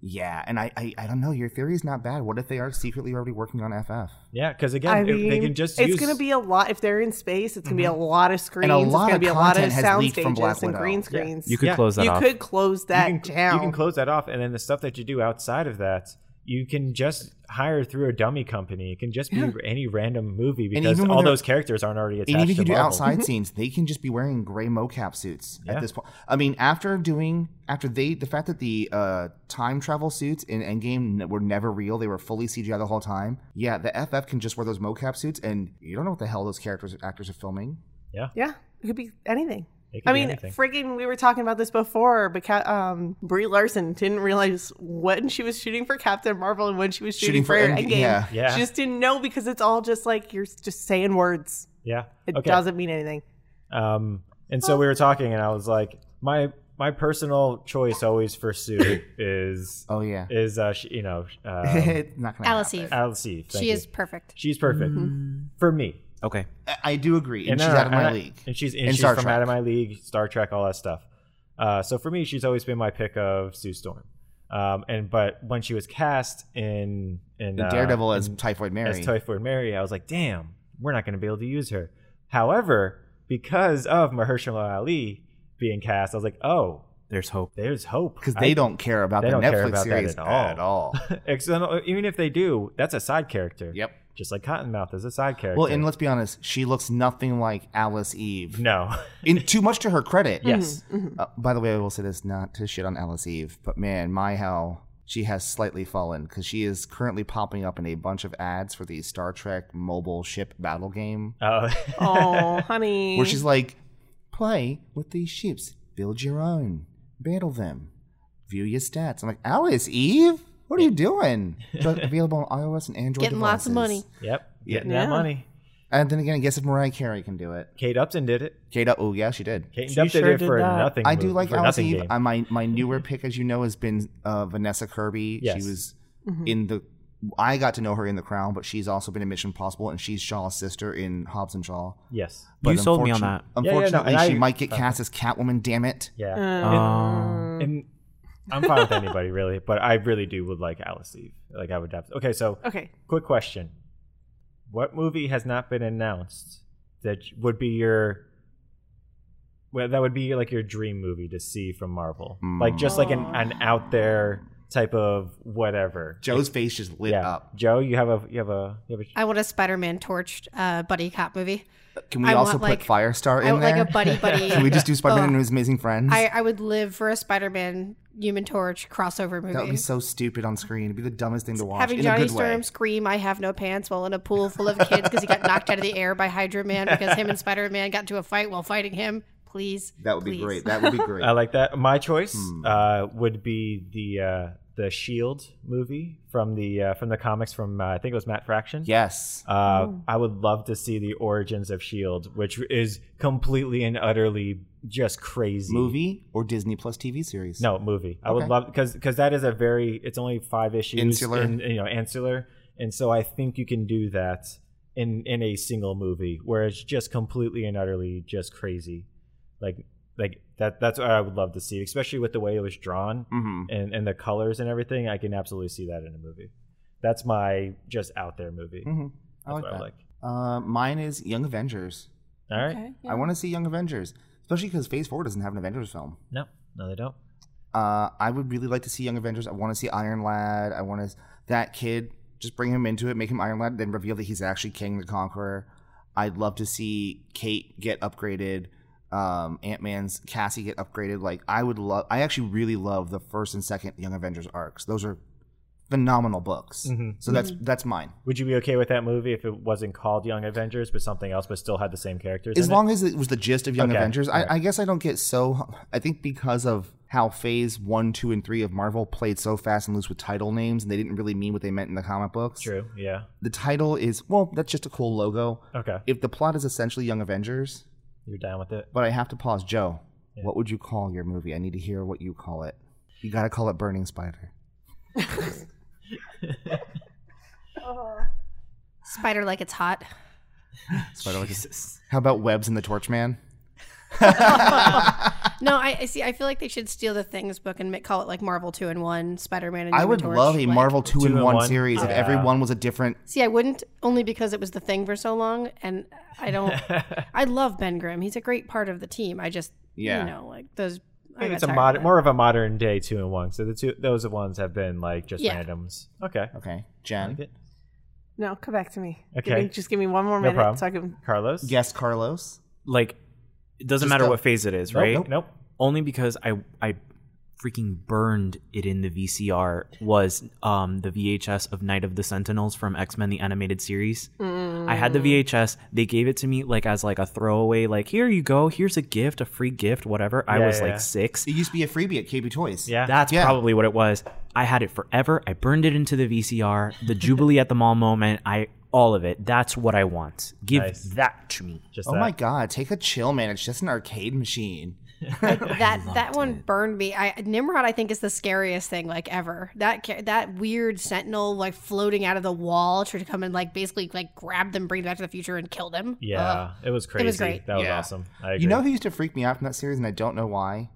A: Yeah, and I, I, I don't know. Your theory is not bad. What if they are secretly already working on FF?
C: Yeah, because again,
D: I
C: if
D: mean,
C: they can just
D: it's
C: use.
D: going to be a lot if they're in space. It's going to be a lot of screens. it's
A: lot
D: going to
A: of
D: be a lot of
A: content has
D: sound
A: leaked from
D: stages
A: Black
D: and
A: Widow.
D: green
A: Yeah.
D: screens.
E: You could
C: Yeah,
E: close that
D: You
E: off.
D: could close that
C: you can,
D: down.
C: You can close that off, and then the stuff that you do outside of that, you can just hire through a dummy company. It can just be any random movie because
A: even when
C: all
A: they're-
C: those characters aren't already attached.
A: And even if
C: to
A: you do
C: Marvel. Mm-hmm.
A: outside scenes, they can just be wearing gray mocap suits
C: Yeah.
A: at this point. I mean, after doing after they the fact that the uh, time travel suits in Endgame n- were never real, they were fully CGI the whole time. Yeah, the FF can just wear those mocap suits, and you don't know what the hell those characters actors are filming.
D: yeah, it could be anything.
C: It can
D: I
C: be
D: mean,
C: anything.
D: friggin' we were talking about this before because um, Brie Larson didn't realize when she was shooting for Captain Marvel and when she was shooting,
A: Shooting for
D: for,
A: Endgame,
D: Endgame.
A: yeah.
C: Yeah.
D: She just didn't know because it's all just like you're just saying words.
C: yeah,
D: It
C: okay.
D: doesn't mean anything.
C: Um, and so we were talking, and I was like, my my personal choice always for Sue is
A: Oh yeah,
C: is uh, she, you know um,
A: it's not gonna.
B: Alice
A: happen.
B: Eve.
C: Alice Eve. Thank
B: She
C: you.
B: is perfect.
C: she's perfect for me,
E: Okay.
A: I I do agree, and,
C: no,
A: she's
C: no,
A: out of
C: and
A: my
C: I-
A: league.
C: and she's and
A: And
C: she's
A: Star
C: from
A: Trek.
C: out of my league, Star Trek, all that stuff. Uh, so for me, she's always been my pick of Sue Storm. Um, and but when she was cast in in
A: The
C: uh,
A: Daredevil as Typhoid Mary.
C: as Typhoid Mary, I was like, damn, we're not going to be able to use her. However, because of Mahershala Ali being cast, I was like, oh,
E: There's hope.
C: there's hope
A: because they
C: I-
A: don't care about
C: they
A: the
C: don't care
A: Netflix
C: about that
A: series
C: at all.
A: At all.
C: Except- even if they do, that's a side character.
A: yep.
C: Just like Cottonmouth is a side character.
A: Well, and let's be honest, she looks nothing like Alice Eve.
C: no.
A: In too much to her credit.
B: Mm-hmm,
C: yes.
A: Uh, by the way, I will say this not to shit on Alice Eve, but man, my how she has slightly fallen because she is currently popping up in a bunch of ads for the Star Trek mobile ship battle game
C: Oh.
D: Oh, honey.
A: where she's like, play with these ships, build your own, battle them, view your stats. I'm like, Alice Eve? What are you doing? But available on iOS and Android.
B: Getting lots of
A: devices.
B: money.
C: yep.
A: Yeah.
C: Getting
D: Yeah.
C: that money.
A: And then again, I guess if Mariah Carey can do it.
C: Kate Upton did it.
A: Kate, oh, yeah, she did.
C: Kate
E: She
C: Upton
E: sure
C: did it
E: did
C: for
E: that.
C: nothing.
A: I do
C: move-
A: like
C: for
A: Alice
C: nothing
A: Eve.
C: game.
A: I, my my newer pick, as you know, has been uh, Vanessa Kirby.
C: Yes.
B: Mm-hmm.
A: She was in the I got to know her in The Crown, but she's also been in Mission Impossible, and she's Shaw's sister in Hobbs and Shaw.
C: Yes.
E: You
A: But
E: sold me on
A: unfortun- um,
E: that.
C: Yeah, yeah, no,
A: Unfortunately,
C: and
A: she
C: I-
A: might get cast as Catwoman. Damn it!
D: Um,
C: Yeah.
D: Uh,
C: and I'm fine with anybody really, but I really do would like Alice Eve. Like I would. abs- Okay, so
D: okay.
C: quick question: What movie has not been announced that would be your well, that would be like your dream movie to see from Marvel? Like just like an, an out there type of whatever.
A: Joe's face just lit
C: yeah.
A: up.
C: Joe, you have a you have a you have a
B: I want a Spider-Man torched uh, buddy cop movie.
A: Can we
B: I
A: also
B: want,
A: put
B: like-
A: Firestar
B: I
A: in
B: would like
A: there?
B: a buddy buddy.
A: Can we just do Spider-Man
B: Oh.
A: and His Amazing Friends?
B: I, I would live for a Spider-Man Human Torch crossover movie.
A: that would be so stupid on screen. It'd be the dumbest thing to watch.
B: Having
A: in a
B: Johnny
A: good way.
B: Storm scream, "I have no pants!" while in a pool full of kids because he got knocked out of the air by Hydra Man because him and Spider Man got into a fight while fighting him. Please,
A: That would be
B: please.
A: great. That would be great.
C: I like that. My choice uh, would be the uh, the Shield movie from the uh, from the comics from uh, I think it was Matt Fraction.
A: yes.
C: Uh, I would love to see the origins of Shield, E which is completely and utterly just crazy.
A: Movie or Disney Plus TV series?
C: No movie. I
A: Okay.
C: would love because because that is a very it's only five issues
A: Insular.
C: and you know ansular, and so I think you can do that in in a single movie where it's just completely and utterly just crazy, like like that. That's what I would love to see, especially with the way it was drawn
A: Mm-hmm.
C: and and the colors and everything. I can absolutely see that in a movie. That's my just out there movie.
A: Mm-hmm. I
C: That's
A: like
C: what
A: that. Uh, mine is Young Avengers.
C: All right.
A: I want to see Young Avengers, especially because Phase Four doesn't have an Avengers film.
C: No, no, they don't.
A: Uh, I would really like to see Young Avengers. I want to see Iron Lad. I want to that kid. Just bring him into it, make him Iron Lad, then reveal that he's actually King the Conqueror. I'd love to see Kate get upgraded. Um, Ant Man's Cassie get upgraded. Like I would love. I actually really love the first and second Young Avengers arcs. Those are phenomenal books.
C: Mhm.
A: So that's that's mine.
C: Would you be okay with that movie if it wasn't called Young Avengers but something else, but still had the same characters?
A: as
C: in
A: long as it was the gist of Young
C: Okay,
A: Avengers,
C: alright.
A: I, I guess I don't get so. I think because of how Phase One, Two, and Three of Marvel played so fast and loose with title names, and they didn't really mean what they meant in the comic books.
C: it? True. Yeah.
A: The title is well, that's just a cool logo.
C: Okay.
A: If the plot is essentially Young Avengers,
C: You're down with it.
A: but I have to pause, Joe.
C: Yeah.
A: What would you call your movie? I need to hear what you call it. You gotta call it Burning Spider.
B: Spider like it's hot.
A: Spider like How about Webs and the Torch Man?
B: No, I, I see. I feel like they should steal the Things book and make, call it like Marvel Two in One Spider Man. and
A: I
B: Human
A: would
B: Torch,
A: love a
B: like-
A: Marvel two, in
C: in
A: one,
C: one?
A: series if
C: Yeah.
A: every one was a different.
B: See, I wouldn't only because it was the thing for so long, and I don't. I love Ben Grimm. He's a great part of the team. I just,
A: Yeah.
B: you know, like those. I
C: think
B: got
C: it's a
B: tired of
C: modern,
B: that.
C: more of a modern day two and one. So the two, those ones have been like just
B: Yeah.
C: randoms. Okay.
A: Okay,
C: I
A: Jen.
C: like it.
D: No, come back to me. Give
C: Okay.
D: me- just give me one more
C: No
D: minute
C: problem.
D: so I can.
C: Carlos.
A: Yes, Carlos.
E: Like, it doesn't
A: Just
E: matter
A: go.
E: what phase it is,
C: Nope,
E: right?
C: Nope. nope.
E: Only because I I freaking burned it in the VCR was um the VHS of Night of the Sentinels from X Men the animated series.
D: mm.
E: I had
C: Mm.
E: the VHS. They gave it to me like as like a throwaway, like here you go, here's a gift, a free gift, whatever. I
C: Yeah,
E: was
C: yeah,
E: like
C: yeah.
E: six.
A: It used to be a freebie at KB Toys.
C: Yeah.
E: That's
A: Yeah.
E: probably what it was. I had it forever. I burned it into the VCR. The Jubilee at the Mall moment. I all of it. That's what I want. Give
C: Nice.
E: that to me.
C: just
A: Oh
C: that.
A: my god, take a chill, man. It's just an arcade machine.
B: that that one burned me. I Nimrod, I think, is the scariest thing like ever. That ca- that weird sentinel like floating out of the wall, trying to come and like basically like grab them, bring them back to the future, and kill them.
C: Yeah.
B: Ugh.
C: It was crazy.
B: Uh, great.
C: That was
A: Yeah.
C: awesome. I agree.
A: You know who used to freak me out from that series, and I don't know why?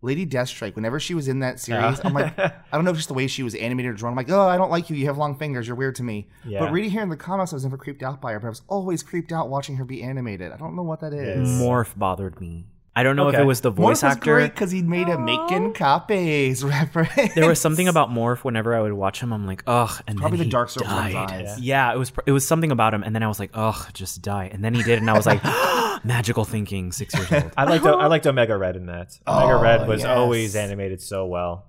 A: Lady Deathstrike. Whenever she was in that series, I'm like, I don't know if it's just the way she was animated or drawn. I'm like, oh, I don't like you. You have long fingers. You're weird to me.
C: Yeah.
A: But reading here in the comments, I was never creeped out by her, but I was always creeped out watching her be animated. I don't know what that
C: Mm.
A: is.
E: Morph bothered me. I don't know if
C: Okay.
E: it was the voice
A: Morph is
E: actor.
A: great because he made a making copies reference.
E: There was something about Morph. Whenever I would watch him, I'm like, ugh. And
A: Probably
E: then
A: the
E: he
A: dark circles in his
E: died.
A: eyes.
E: Yeah, it was. pr- It was something about him, and then I was like, ugh, just die. And then he did, and I was like, magical thinking, six years old.
C: I liked I liked Omega Red in that. Omega
A: Oh,
C: Red was
A: yes.
C: always animated so well.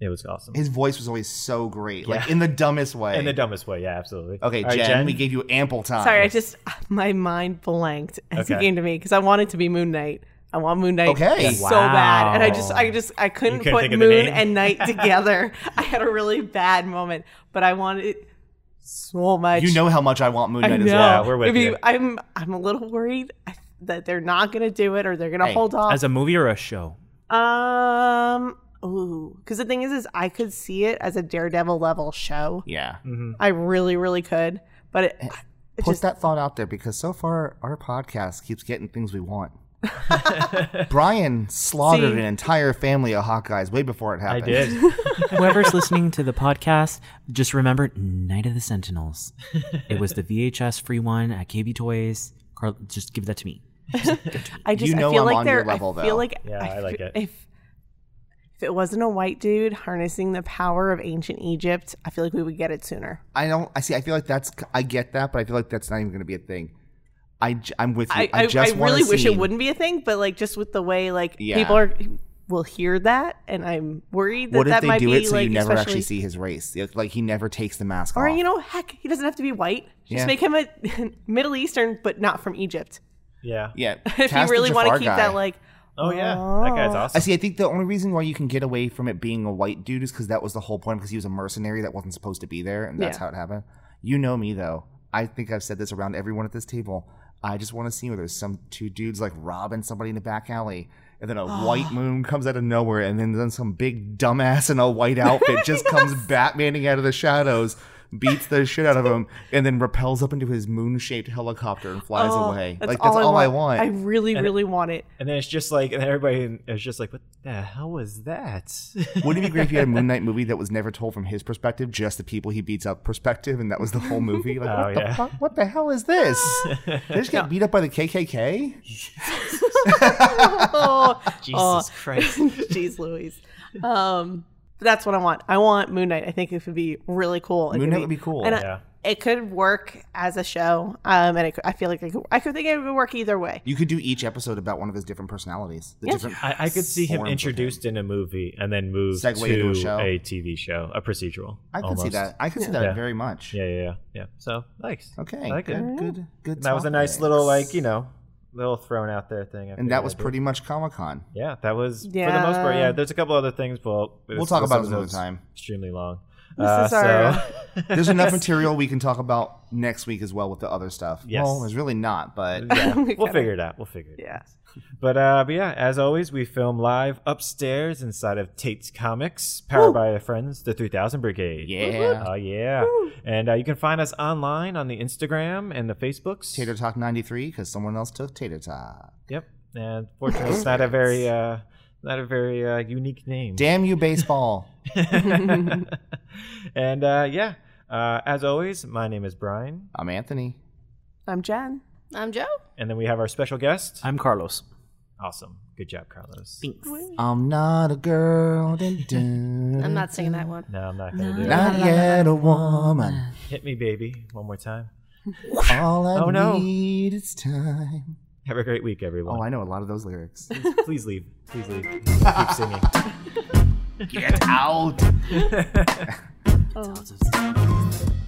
C: It was awesome.
A: His voice was always so great, like
C: Yeah.
A: in the dumbest way.
C: in the dumbest way, yeah, absolutely.
A: Okay,
C: All right,
A: Jen, we gave you ample time.
D: Sorry, I just my mind blanked as he
C: Okay.
D: came to me because I wanted to be Moon Knight. I want Moon Knight
A: Okay.
D: so bad, and I just,
E: Wow.
D: I just, I couldn't
C: couldn't
D: put
C: think of the
D: Moon
C: name?
D: and Night together. I had a really bad moment, but I wanted it so much.
A: You know how much I want Moon Knight
D: I know.
A: as well.
C: we're with
D: If
C: you.
D: I'm, I'm a little worried that they're not going to do it, or they're going to
A: Hey,
D: hold off.
E: As a movie or a show?
D: um, ooh, because the thing is, is I could see it as a Daredevil level show.
A: Yeah.
C: Mm-hmm. Mm.
D: I really, really could. But
C: Eh.
D: it, it
A: Put
D: just
A: that thought out there because so far our podcast keeps getting things we want. Brian slaughtered
D: See?
A: an entire family of Hawkeyes way before it
C: I
A: happened.
C: did.
E: Whoever's listening to the podcast, just remember Night of the Sentinels. It was the VHS free one at KB Toys. Carl, just give that to me.
D: I just
A: You know
D: I feel
A: I'm
D: like
A: on
D: they're
A: your level,
D: I
A: though.
D: feel like
C: Yeah, I like
D: fe-
C: it.
D: If if it wasn't a white dude harnessing the power of ancient Egypt, I feel like we would get it sooner.
A: I don't. I see. I feel like that's. I get that, but I feel like that's not even going to be a thing. I, j- I'm with you.
D: I,
A: I,
D: I, I
A: just want
D: really
A: a
D: wish it
A: scene.
D: wouldn't be a thing, but like just with the way like
A: Yeah.
D: people are will hear that, and I'm worried that
A: What if
D: that
A: they
D: might
A: do
D: be
A: it so
D: like
A: you never
D: especially,
A: actually see his race? Like- Like he never takes the mask
D: or
A: off.
D: you know, heck, he doesn't have to be white. Just
A: Yeah.
D: make him a Middle Eastern, but not from Egypt.
C: yeah.
A: yeah.
D: If you really want to keep that like.
C: Oh yeah, that guy's
A: I
C: awesome.
A: see. I think the only reason why you can get away from it being a white dude is because that was the whole point. Because he was a mercenary that wasn't supposed to be there, and that's
D: Yeah.
A: how it happened. You know me though. I think I've said this around everyone at this table. I just want to see where there's some two dudes like robbing somebody in the back alley, and then a white moon comes out of nowhere, and then, then some big dumbass in a white outfit just comes Batmaning out of the shadows, beats the shit out of him, and then repels up into his moon-shaped helicopter and flies
D: oh,
A: away. like that's all, I want.
D: I really, really want it.
C: and then it's just like, and everybody is just like, "What the hell was that?"
A: Wouldn't it be great if you had a Moon Knight movie that was never told from his perspective, just the people he beats up perspective, and that was the whole movie? Like,
C: Oh,
A: what, the
C: yeah.
A: fuck? what the hell is this? They just get beat up by the KKK?
D: Oh,
C: Jesus Christ!
D: Jeez Louise. Um, but that's what I want. I want Moon Knight. I think it would be really cool. It
A: Moon
D: could
A: Knight would be cool.
D: And
C: Yeah.
D: I, it could work as a show. Um, and it could, I feel like it could, I could think it would work either way.
A: You could do each episode about one of his different personalities. The different
C: I, I could see him
A: forms of
C: introduced in a movie and then move
A: Segue
C: to
A: into a show.
C: a TV show, a procedural.
A: I could see
C: almost.
A: that. I could see that
C: Yeah.
A: very much.
C: Yeah, yeah, yeah. yeah. So thanks.
A: Okay.
C: I like
A: good,
C: it.
A: good, good,
C: And that was a nice
A: topics.
C: little, like you know, little thrown out there thing. I
A: And
C: figured
A: that was
C: I'd do.
A: pretty much Comic Con.
C: Yeah, that was for the most part. Yeah,
D: Yeah.
C: there's a couple other things. Well,
A: We'll talk about it another
C: episode's
A: time.
C: Extremely long.
D: This
C: Uh,
D: is our-
C: so-
A: There's enough material we can talk about next week as well with the other stuff.
C: Yes.
A: Well, there's really not, but
C: Yeah,
D: We
C: we'll
D: gotta-
C: figure it out. We'll figure it. out.
D: Yeah.
C: But uh, but yeah, as always, we film live upstairs inside of Tate's Comics, powered by our friends, the 3000 Brigade.
A: yeah.
C: Oh yeah. And uh, you can find us online on the Instagram and the Facebooks.
A: Tater Talk 93 because someone else took Tater Talk.
C: Yep. And fortunately, it's not a very uh, not a very uh, unique name.
A: Damn you, baseball.
C: and uh, yeah, uh, as always, my name is Brian,
A: I'm Anthony.
D: I'm Jen.
B: I'm Joe.
C: and then we have our special guest.
E: I'm Carlos.
C: awesome. Good job, Carlos.
A: I'm not a girl. Dun, dun.
B: I'm not singing that one.
C: No, I'm not gonna do
A: Not yet a woman.
C: it. Hit me, baby, one more time.
A: All I
C: Oh, no.
A: need is time.
C: Have a great week, everyone.
A: Oh, I know a lot of those lyrics.
C: Please leave. Please leave. Keep singing.
A: Get out.
E: Oh.